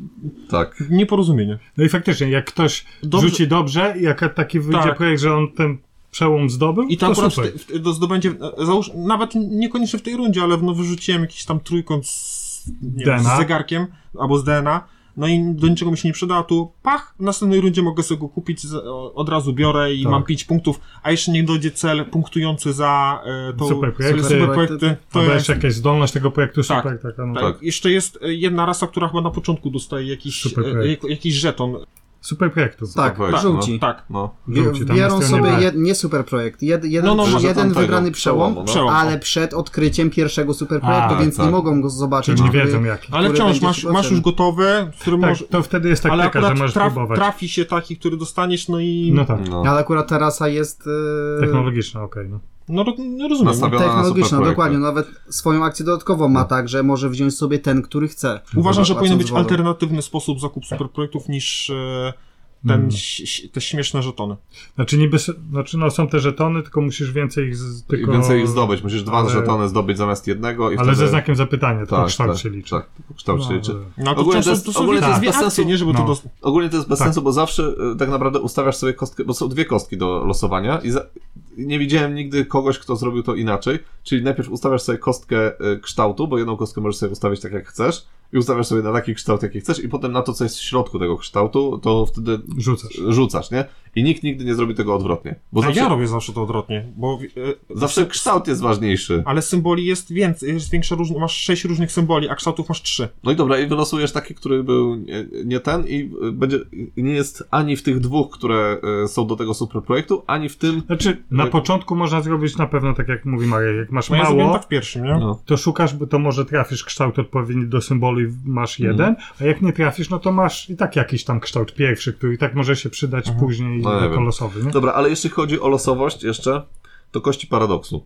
[SPEAKER 4] Tak.
[SPEAKER 1] nieporozumienie.
[SPEAKER 2] No i faktycznie, jak ktoś
[SPEAKER 1] Dobrze-
[SPEAKER 2] rzuci dobrze, jak taki wyjdzie
[SPEAKER 1] Tak.
[SPEAKER 2] projekt, że on ten przełom zdobył,
[SPEAKER 1] I tam
[SPEAKER 2] to
[SPEAKER 1] akurat w
[SPEAKER 2] super.
[SPEAKER 1] te, w te, do zdobędzie, e, załóż, nawet niekoniecznie w tej rundzie, ale no, wyrzuciłem jakiś tam trójkąt z, nie wiem,
[SPEAKER 2] DNA.
[SPEAKER 1] z zegarkiem albo z DNA, no i do niczego mi się nie przydała, tu pach, w następnej rundzie mogę sobie go kupić, z, o- od razu biorę i
[SPEAKER 2] Tak.
[SPEAKER 1] mam 5 punktów, a jeszcze niech dojdzie cel punktujący za e, tą,
[SPEAKER 2] Super projekty.
[SPEAKER 1] super projekty.
[SPEAKER 3] tak.
[SPEAKER 1] To
[SPEAKER 2] Albo
[SPEAKER 1] jest,
[SPEAKER 2] jeszcze jakaś zdolność tego projektu
[SPEAKER 1] Tak.
[SPEAKER 2] super, taka, no.
[SPEAKER 1] tak.
[SPEAKER 4] tak.
[SPEAKER 1] Jeszcze jest e, jedna rasa, która chyba na początku dostaje jakiś,
[SPEAKER 2] Super
[SPEAKER 1] e,
[SPEAKER 2] projekt.
[SPEAKER 1] jak, jakiś żeton.
[SPEAKER 2] super projektu.
[SPEAKER 3] Tak,
[SPEAKER 4] Tak,
[SPEAKER 3] żółci.
[SPEAKER 1] Tak.
[SPEAKER 4] No.
[SPEAKER 3] Bier,
[SPEAKER 2] Wróci tam na
[SPEAKER 3] biorą
[SPEAKER 2] stronie
[SPEAKER 3] sobie
[SPEAKER 2] B.
[SPEAKER 3] jed, nie super projekt, jed, jeden,
[SPEAKER 1] No, no,
[SPEAKER 4] może
[SPEAKER 3] jeden
[SPEAKER 4] tamtego
[SPEAKER 3] wybrany przełom,
[SPEAKER 4] przełomu, no.
[SPEAKER 1] Przełom.
[SPEAKER 3] ale przed odkryciem pierwszego super projektu,
[SPEAKER 2] A,
[SPEAKER 3] więc
[SPEAKER 4] tak.
[SPEAKER 3] nie mogą go zobaczyć.
[SPEAKER 2] Czyli Znaczy, nie
[SPEAKER 3] który-
[SPEAKER 2] wiedzą jaki.
[SPEAKER 1] Ale
[SPEAKER 3] Który
[SPEAKER 1] wciąż
[SPEAKER 3] będzie
[SPEAKER 1] masz,
[SPEAKER 3] super
[SPEAKER 1] masz już
[SPEAKER 3] cel.
[SPEAKER 1] gotowy, który
[SPEAKER 2] Tak,
[SPEAKER 1] może...
[SPEAKER 2] to wtedy jest
[SPEAKER 1] Ale
[SPEAKER 2] taktyka, że
[SPEAKER 1] akurat
[SPEAKER 2] możesz
[SPEAKER 1] traf,
[SPEAKER 2] próbować.
[SPEAKER 1] trafi się taki, który dostaniesz, no i...
[SPEAKER 2] No tak,
[SPEAKER 4] no.
[SPEAKER 3] Ale akurat ta rasa jest e,
[SPEAKER 2] technologiczna, okej. no.
[SPEAKER 1] No, ro- no rozumiem.
[SPEAKER 4] Nastawiam- Robiona na
[SPEAKER 3] technologiczna,
[SPEAKER 4] superprojekty.
[SPEAKER 3] dokładnie. Nawet swoją akcję dodatkowo ma tak, że może wziąć sobie ten, który chce.
[SPEAKER 1] No. Uważam, że
[SPEAKER 3] Płacąc
[SPEAKER 1] powinien być
[SPEAKER 3] wodą.
[SPEAKER 1] alternatywny sposób
[SPEAKER 4] Tak.
[SPEAKER 1] zakupu superprojektów niż e, ten,
[SPEAKER 2] Mm.
[SPEAKER 1] ś- ś- te śmieszne żetony.
[SPEAKER 2] Znaczy niby, s- znaczy no są te żetony, tylko musisz więcej ich, z,
[SPEAKER 4] I
[SPEAKER 2] tylko,
[SPEAKER 4] więcej ich zdobyć. Musisz dwa
[SPEAKER 2] ale-
[SPEAKER 4] żetony zdobyć zamiast jednego i
[SPEAKER 2] ale
[SPEAKER 4] wtedy...
[SPEAKER 2] ze znakiem zapytania, tylko kształt się liczy.
[SPEAKER 4] Tak, tylko kształt się
[SPEAKER 2] No,
[SPEAKER 4] liczy.
[SPEAKER 2] ale-
[SPEAKER 1] No to,
[SPEAKER 4] Ogólnie
[SPEAKER 1] wciąż,
[SPEAKER 4] to jest-
[SPEAKER 1] to są
[SPEAKER 4] ogólnie
[SPEAKER 1] to
[SPEAKER 4] to
[SPEAKER 1] jest
[SPEAKER 4] jest
[SPEAKER 1] dwie
[SPEAKER 4] bez
[SPEAKER 1] akcje,
[SPEAKER 4] sensu.
[SPEAKER 1] nie? Żeby to
[SPEAKER 2] No.
[SPEAKER 1] dos-
[SPEAKER 4] Ogólnie to jest bez
[SPEAKER 2] Tak.
[SPEAKER 4] sensu, bo zawsze y, tak naprawdę ustawiasz sobie kostkę, bo są dwie kostki do losowania i za, nie widziałem nigdy kogoś, kto zrobił to inaczej. Czyli najpierw ustawiasz sobie kostkę y, kształtu, bo jedną kostkę możesz sobie ustawić tak jak chcesz i ustawiasz sobie na taki kształt, jaki chcesz i potem na to, co jest w środku tego kształtu, to wtedy
[SPEAKER 2] Rzucasz.
[SPEAKER 4] rzucasz, nie? I nikt nigdy nie zrobi tego odwrotnie. Bo
[SPEAKER 1] A
[SPEAKER 4] zawsze,
[SPEAKER 1] ja robię zawsze to odwrotnie, bo e,
[SPEAKER 4] zawsze kształt jest ważniejszy.
[SPEAKER 1] ale symboli jest więcej, jest większa różnica, masz sześć różnych symboli, a kształtów masz trzy.
[SPEAKER 4] No i dobra, i wylosujesz taki, który był nie, nie ten i y, będzie, i nie jest ani w tych dwóch, które y, są do tego super projektu, ani w tym...
[SPEAKER 2] Znaczy
[SPEAKER 4] No
[SPEAKER 2] na początku można zrobić na pewno tak jak mówi Marek, jak masz
[SPEAKER 1] No ja zrobiłem
[SPEAKER 2] mało,
[SPEAKER 1] tak w pierwszym, nie?
[SPEAKER 4] No.
[SPEAKER 2] to szukasz, bo to może trafisz kształt odpowiedni do symbolu i masz
[SPEAKER 4] Mhm.
[SPEAKER 2] jeden, a jak nie trafisz, no to masz i tak jakiś tam kształt pierwszy, który i tak może się przydać później
[SPEAKER 4] No, nie
[SPEAKER 2] jako
[SPEAKER 4] wiem.
[SPEAKER 2] losowy, nie?
[SPEAKER 4] Dobra, ale jeśli chodzi o losowość jeszcze, to kości paradoksu.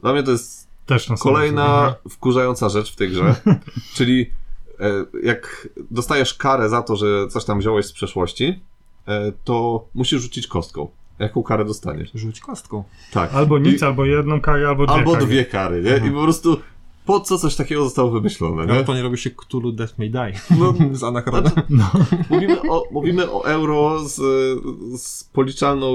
[SPEAKER 4] Dla mnie to jest
[SPEAKER 2] Też na samym
[SPEAKER 4] kolejna wkurzająca rzecz w tej grze, czyli e, jak dostajesz karę za to, że coś tam wziąłeś z przeszłości, e, to musisz rzucić kostką. Jaką karę dostaniesz?
[SPEAKER 1] Rzuć kostką.
[SPEAKER 4] Tak.
[SPEAKER 2] Albo nic,
[SPEAKER 4] I,
[SPEAKER 2] albo jedną karę, albo dwie
[SPEAKER 4] albo
[SPEAKER 2] kary.
[SPEAKER 4] dwie kary, nie? I po prostu po co coś takiego zostało wymyślone,
[SPEAKER 2] No
[SPEAKER 1] Ale
[SPEAKER 4] nie?
[SPEAKER 1] No. to nie robi się Cthulhu Death May Die
[SPEAKER 4] No,
[SPEAKER 1] z anachrony.
[SPEAKER 4] mówimy, o, mówimy o euro z, z, policzalną,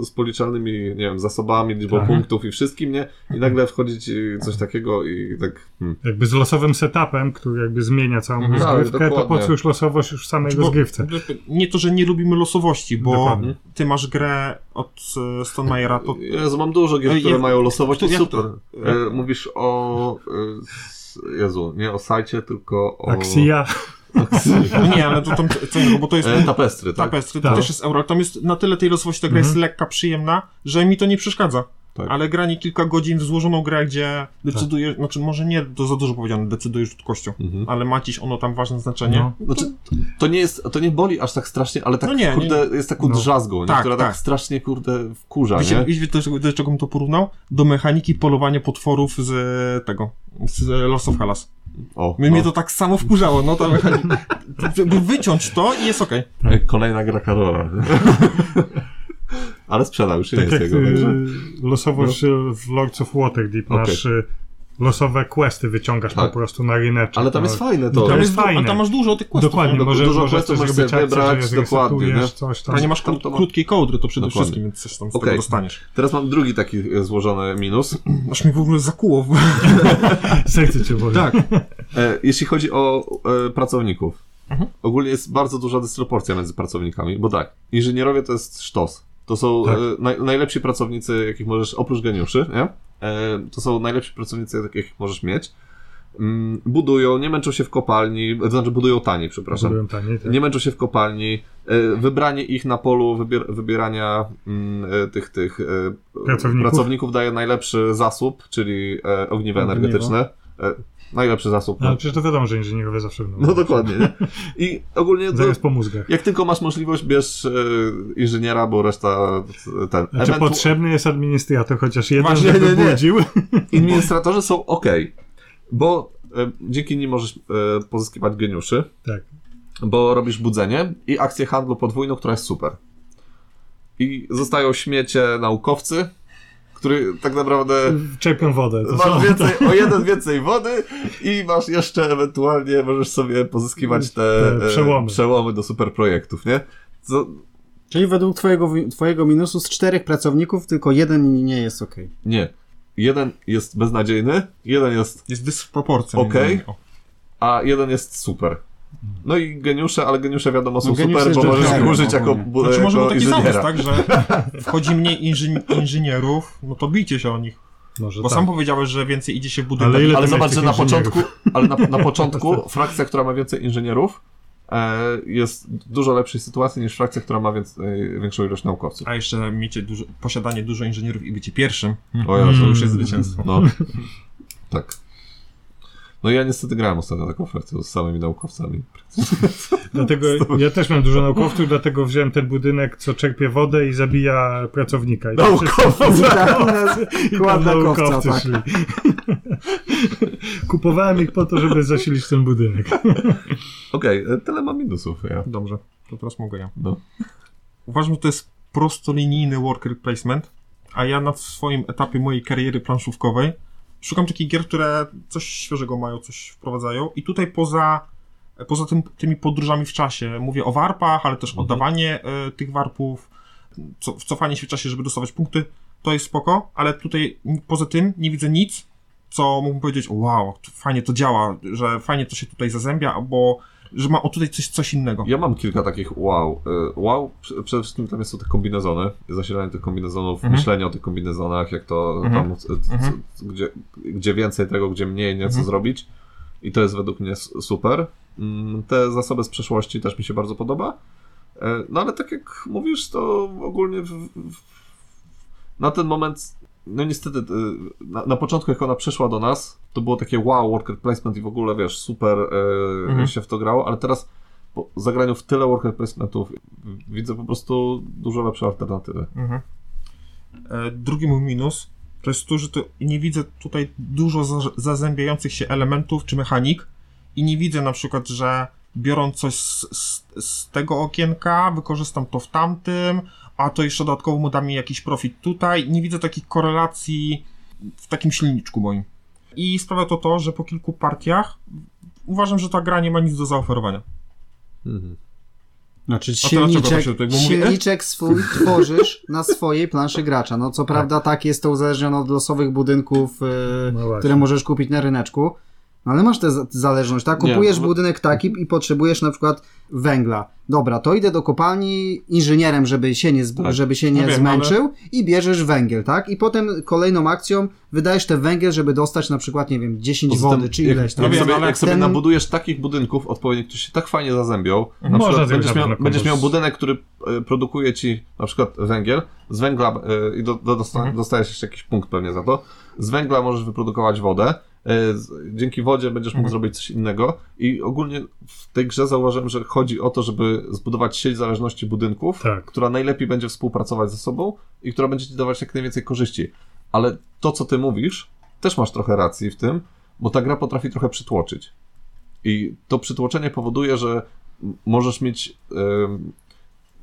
[SPEAKER 4] y, z policzalnymi, nie wiem, zasobami, liczbą
[SPEAKER 2] Tak.
[SPEAKER 4] punktów i wszystkim, nie? I nagle wchodzi ci coś takiego i tak... Hmm.
[SPEAKER 2] Jakby z losowym setupem, który jakby zmienia całą
[SPEAKER 1] Mhm.
[SPEAKER 2] rozgrywkę,
[SPEAKER 4] Tak,
[SPEAKER 2] to po
[SPEAKER 4] dokładnie. Znaczy,
[SPEAKER 2] co już losowość już w samej
[SPEAKER 1] Bo-
[SPEAKER 2] rozgrywce?
[SPEAKER 1] Nie to, że nie lubimy losowości, bo
[SPEAKER 2] Dokładnie.
[SPEAKER 1] ty masz grę od e, Stonemajera, to
[SPEAKER 4] Jezu, mam dużo gier,
[SPEAKER 1] Ej,
[SPEAKER 4] które
[SPEAKER 1] je-
[SPEAKER 4] mają losowość, to
[SPEAKER 1] No jak-
[SPEAKER 4] super. E, Mówisz o... e, s- Jezu, nie o sajcie, tylko o...
[SPEAKER 2] Axia,
[SPEAKER 4] Axia.
[SPEAKER 1] No Nie, ale to tam co innego, bo to jest
[SPEAKER 4] E, tapestry, tak?
[SPEAKER 1] tapestry, to
[SPEAKER 2] Tak.
[SPEAKER 1] też jest euro. ale Tam jest na tyle tej losowości, ta gra
[SPEAKER 2] Mhm.
[SPEAKER 1] jest lekka, przyjemna, że mi to nie przeszkadza.
[SPEAKER 4] Tak.
[SPEAKER 1] Ale granie kilka godzin w złożoną grę, gdzie
[SPEAKER 2] Tak.
[SPEAKER 1] decydujesz, znaczy może nie to za dużo powiedziane, decydujesz rzutkością,
[SPEAKER 4] Mhm.
[SPEAKER 1] ale ma dziś ono tam ważne znaczenie.
[SPEAKER 2] No.
[SPEAKER 4] Znaczy, to nie jest, to nie boli aż tak strasznie, ale tak,
[SPEAKER 1] No nie, nie,
[SPEAKER 4] kurde, jest taką
[SPEAKER 2] No.
[SPEAKER 4] drzazgą, nie?
[SPEAKER 1] Tak,
[SPEAKER 4] która tak,
[SPEAKER 1] tak.
[SPEAKER 4] strasznie, kurde, wkurza,
[SPEAKER 1] Wiecie,
[SPEAKER 4] Tak, nie?
[SPEAKER 1] wiecie do, czego- do czego bym to porównał? Do mechaniki polowania potworów z tego, z Lost of Hellas.
[SPEAKER 4] O,
[SPEAKER 1] Mnie
[SPEAKER 4] no.
[SPEAKER 1] to tak samo wkurzało, no to mechanika. Wyciąć to i jest okej.
[SPEAKER 4] Jak Kolejna gra Karola. Ale sprzedał, już nie
[SPEAKER 2] Tak jak
[SPEAKER 4] jest jego.
[SPEAKER 2] y,
[SPEAKER 4] Także... No.
[SPEAKER 2] losowo y, w Lords of Waterdeep
[SPEAKER 4] Okej.
[SPEAKER 2] masz y, losowe questy wyciągasz
[SPEAKER 4] Tak.
[SPEAKER 2] po prostu na ryneczek.
[SPEAKER 4] Ale tam jest
[SPEAKER 2] No,
[SPEAKER 4] fajne to.
[SPEAKER 2] tam jest
[SPEAKER 1] du- A
[SPEAKER 2] fajne.
[SPEAKER 1] tam masz dużo tych questów.
[SPEAKER 2] Dokładnie,
[SPEAKER 4] Doku-
[SPEAKER 2] może,
[SPEAKER 4] No, dużo
[SPEAKER 2] może
[SPEAKER 4] questów
[SPEAKER 2] chcesz
[SPEAKER 4] możesz
[SPEAKER 2] zrobić
[SPEAKER 4] sobie
[SPEAKER 2] akcję, że
[SPEAKER 4] wybrać, dokładnie,
[SPEAKER 2] zresetujesz
[SPEAKER 4] nie?
[SPEAKER 2] coś tam.
[SPEAKER 1] A nie masz
[SPEAKER 4] Tam
[SPEAKER 1] krót,
[SPEAKER 4] to ma-
[SPEAKER 1] krótkiej kołdry, to przede
[SPEAKER 4] Dokładnie.
[SPEAKER 1] wszystkim, więc coś tam z
[SPEAKER 4] Okej.
[SPEAKER 1] tego dostaniesz.
[SPEAKER 4] Teraz mam drugi taki y, złożony minus.
[SPEAKER 1] Aż mi w ogóle zakuło. w-
[SPEAKER 2] Serce cię boli.
[SPEAKER 1] tak.
[SPEAKER 4] E, jeśli chodzi o e, pracowników.
[SPEAKER 1] Mhm.
[SPEAKER 4] Ogólnie jest bardzo duża dysproporcja między pracownikami, bo tak, inżynierowie to jest sztos. To są
[SPEAKER 2] Tak.
[SPEAKER 4] e, naj, najlepsi pracownicy, jakich możesz, oprócz geniuszy, nie? E, to są najlepsi pracownicy, jakich możesz mieć. Mm, budują, nie męczą się w kopalni, to znaczy budują taniej, przepraszam.
[SPEAKER 2] Byłem taniej, tak.
[SPEAKER 4] Nie męczą się w kopalni. e, Wybranie ich na polu wybier wybierania mm, e, tych, tych e,
[SPEAKER 2] Pracowników.
[SPEAKER 4] pracowników daje najlepszy zasób, czyli e, ogniwa
[SPEAKER 2] Ogniwo.
[SPEAKER 4] energetyczne. E, Najlepszy zasób.
[SPEAKER 2] No, ale przecież to wiadomo, że inżynierowie zawsze będą.
[SPEAKER 4] No dokładnie. Nie? I ogólnie to,
[SPEAKER 2] Zaraz po mózgach.
[SPEAKER 4] jak tylko masz możliwość, bierz e, inżyniera, bo reszta e, ten.
[SPEAKER 2] Znaczy
[SPEAKER 4] ewentu-
[SPEAKER 2] potrzebny jest administrator, chociaż jeden
[SPEAKER 1] Właśnie,
[SPEAKER 2] żeby
[SPEAKER 4] nie, nie.
[SPEAKER 2] budził.
[SPEAKER 4] Administratorzy są ok, bo e, dzięki nim możesz e, pozyskiwać geniuszy,
[SPEAKER 2] Tak.
[SPEAKER 4] bo robisz budzenie i akcję handlu podwójną, która jest super. I zostają śmiecie naukowcy, który tak naprawdę
[SPEAKER 2] Czerpią wodę. To są...
[SPEAKER 4] masz więcej, o jeden więcej wody i masz jeszcze ewentualnie, możesz sobie pozyskiwać te,
[SPEAKER 2] Te
[SPEAKER 4] e,
[SPEAKER 2] przełomy.
[SPEAKER 4] przełomy do super projektów, nie? Co,
[SPEAKER 3] Czyli według twojego, wi- twojego minusu z czterech pracowników tylko jeden nie jest okej.
[SPEAKER 4] Nie. Jeden jest beznadziejny, jeden jest.
[SPEAKER 1] Jest dysproporcja.
[SPEAKER 4] Okej.
[SPEAKER 1] między nimi. O.
[SPEAKER 4] A jeden jest super. No i geniusze, ale geniusze wiadomo są
[SPEAKER 3] No, geniusz
[SPEAKER 4] super,
[SPEAKER 3] jest
[SPEAKER 4] bo możesz ich
[SPEAKER 3] jokerem
[SPEAKER 4] użyć jako,
[SPEAKER 3] ogólnie.
[SPEAKER 4] bu-
[SPEAKER 1] Znaczy może był
[SPEAKER 4] jako
[SPEAKER 1] taki zamysł,
[SPEAKER 4] inżyniera.
[SPEAKER 1] tak, że wchodzi mniej inżyn inżynierów, no to bijcie się o nich.
[SPEAKER 2] Może
[SPEAKER 4] No
[SPEAKER 1] Bo
[SPEAKER 2] tak.
[SPEAKER 1] sam powiedziałeś, że więcej idzie się w budynek.
[SPEAKER 2] Ale ile-
[SPEAKER 4] Ale
[SPEAKER 2] tam
[SPEAKER 4] zobacz,
[SPEAKER 2] jest
[SPEAKER 4] że na
[SPEAKER 2] tych inżynierów?
[SPEAKER 4] początku, ale na, na początku frakcja, która ma więcej inżynierów, e, jest w dużo lepszej sytuacji niż frakcja, która ma więcej, większą ilość naukowców.
[SPEAKER 1] A jeszcze miecie dużo, posiadanie dużo inżynierów i bycie pierwszym.
[SPEAKER 4] O ja,
[SPEAKER 1] To już jest zwycięstwo.
[SPEAKER 4] No. Tak. No i ja niestety grałem ostatnio taką frakcję z samymi naukowcami.
[SPEAKER 2] Dlatego ja też mam dużo naukowców, dlatego wziąłem ten budynek, co czerpie wodę i zabija pracownika. I to
[SPEAKER 4] Naukowcy!
[SPEAKER 1] Tak.
[SPEAKER 2] wszyscy- i tam
[SPEAKER 3] Kład naukowca,
[SPEAKER 2] naukowcy
[SPEAKER 3] tak.
[SPEAKER 2] szli. Kupowałem ich po to, żeby zasilić ten budynek.
[SPEAKER 4] Okej, e, tyle mam minusów. Ja.
[SPEAKER 1] Dobrze, to teraz mogę ja.
[SPEAKER 4] No.
[SPEAKER 1] Uważam, że to jest prostolinijny worker placement, a ja na swoim etapie mojej kariery planszówkowej szukam takich gier, które coś świeżego mają, coś wprowadzają i tutaj poza, poza tym, tymi podróżami w czasie, mówię o warpach, ale też oddawanie e, tych warpów, co, cofanie się w czasie, żeby dostawać punkty, to jest spoko, ale tutaj n- poza tym nie widzę nic, co mógłbym powiedzieć, wow, to fajnie to działa, że fajnie to się tutaj zazębia, albo że ma o tutaj coś, coś innego.
[SPEAKER 4] Ja mam kilka takich wow. Y, Wow, prze- przede wszystkim tam są te kombinezony, zasilanie tych kombinezonów,
[SPEAKER 1] Mhm.
[SPEAKER 4] myślenie o tych kombinezonach, jak to
[SPEAKER 1] Mhm.
[SPEAKER 4] tam, c- c-
[SPEAKER 1] Mhm.
[SPEAKER 4] c- gdzie, gdzie więcej tego, gdzie mniej, nie, co
[SPEAKER 1] Mhm.
[SPEAKER 4] zrobić. I to jest według mnie s- super. Mm, Te zasoby z przeszłości też mi się bardzo podoba. Y, No ale tak jak mówisz, to ogólnie w, w, na ten moment, no niestety, y, na, na początku jak ona przyszła do nas, to było takie wow, worker placement i w ogóle, wiesz, super y,
[SPEAKER 1] Mhm.
[SPEAKER 4] się w to grało, ale teraz po zagraniu w tyle worker placementów w- widzę po prostu dużo lepsze alternatywy.
[SPEAKER 1] Mhm. E, Drugi mój minus to jest to, że to nie widzę tutaj dużo za, zazębiających się elementów czy mechanik i nie widzę na przykład, że biorąc coś z, z, z tego okienka, wykorzystam to w tamtym, a to jeszcze dodatkowo mu da mi jakiś profit tutaj. Nie widzę takich korelacji w takim silniczku moim. I sprawia to to, że po kilku partiach uważam, że ta gra nie ma nic do zaoferowania.
[SPEAKER 3] Znaczy
[SPEAKER 1] A to dlaczego
[SPEAKER 3] silniczek,
[SPEAKER 1] to się tutaj mówi?
[SPEAKER 3] silniczek swój tworzysz na swojej planszy gracza. No co prawda tak jest to uzależnione od losowych budynków, y,
[SPEAKER 2] No właśnie.
[SPEAKER 3] które możesz kupić na ryneczku. No ale masz tę za- zależność, tak?
[SPEAKER 4] Nie,
[SPEAKER 3] Kupujesz
[SPEAKER 4] no-
[SPEAKER 3] budynek taki i potrzebujesz na przykład węgla. Dobra, to idę do kopalni inżynierem, żeby się nie, zb-
[SPEAKER 4] Tak.
[SPEAKER 3] żeby się nie
[SPEAKER 1] No wiem,
[SPEAKER 3] zmęczył i bierzesz węgiel, tak? I potem kolejną akcją wydajesz ten węgiel, żeby dostać na przykład, nie wiem, 10
[SPEAKER 4] Poza tym,
[SPEAKER 3] wody czy
[SPEAKER 4] jak,
[SPEAKER 3] ileś tam.
[SPEAKER 4] jak,
[SPEAKER 1] No wiem,
[SPEAKER 4] sobie,
[SPEAKER 1] ale
[SPEAKER 4] jak sobie
[SPEAKER 3] ten-
[SPEAKER 4] nabudujesz takich budynków odpowiednich, które się tak fajnie zazębią, na
[SPEAKER 2] Można
[SPEAKER 4] przykład
[SPEAKER 2] zrobić
[SPEAKER 4] będziesz
[SPEAKER 2] na
[SPEAKER 4] miał,
[SPEAKER 2] pewno
[SPEAKER 4] będziesz miał
[SPEAKER 2] kombos.
[SPEAKER 4] budynek, który e, produkuje ci na przykład węgiel, z węgla e, i do, do, dosta,
[SPEAKER 3] Mhm.
[SPEAKER 4] dostajesz jeszcze jakiś punkt pewnie za to, z węgla możesz wyprodukować wodę, e, z, dzięki wodzie będziesz
[SPEAKER 3] Mhm.
[SPEAKER 4] mógł zrobić coś innego i ogólnie w tej grze zauważyłem, że chodzi o to, żeby zbudować sieć zależności budynków,
[SPEAKER 2] Tak.
[SPEAKER 4] która najlepiej będzie współpracować ze sobą i która będzie ci dawać jak najwięcej korzyści. Ale to, co ty mówisz, też masz trochę racji w tym, bo ta gra potrafi trochę przytłoczyć. I to przytłoczenie powoduje, że m- możesz mieć. em,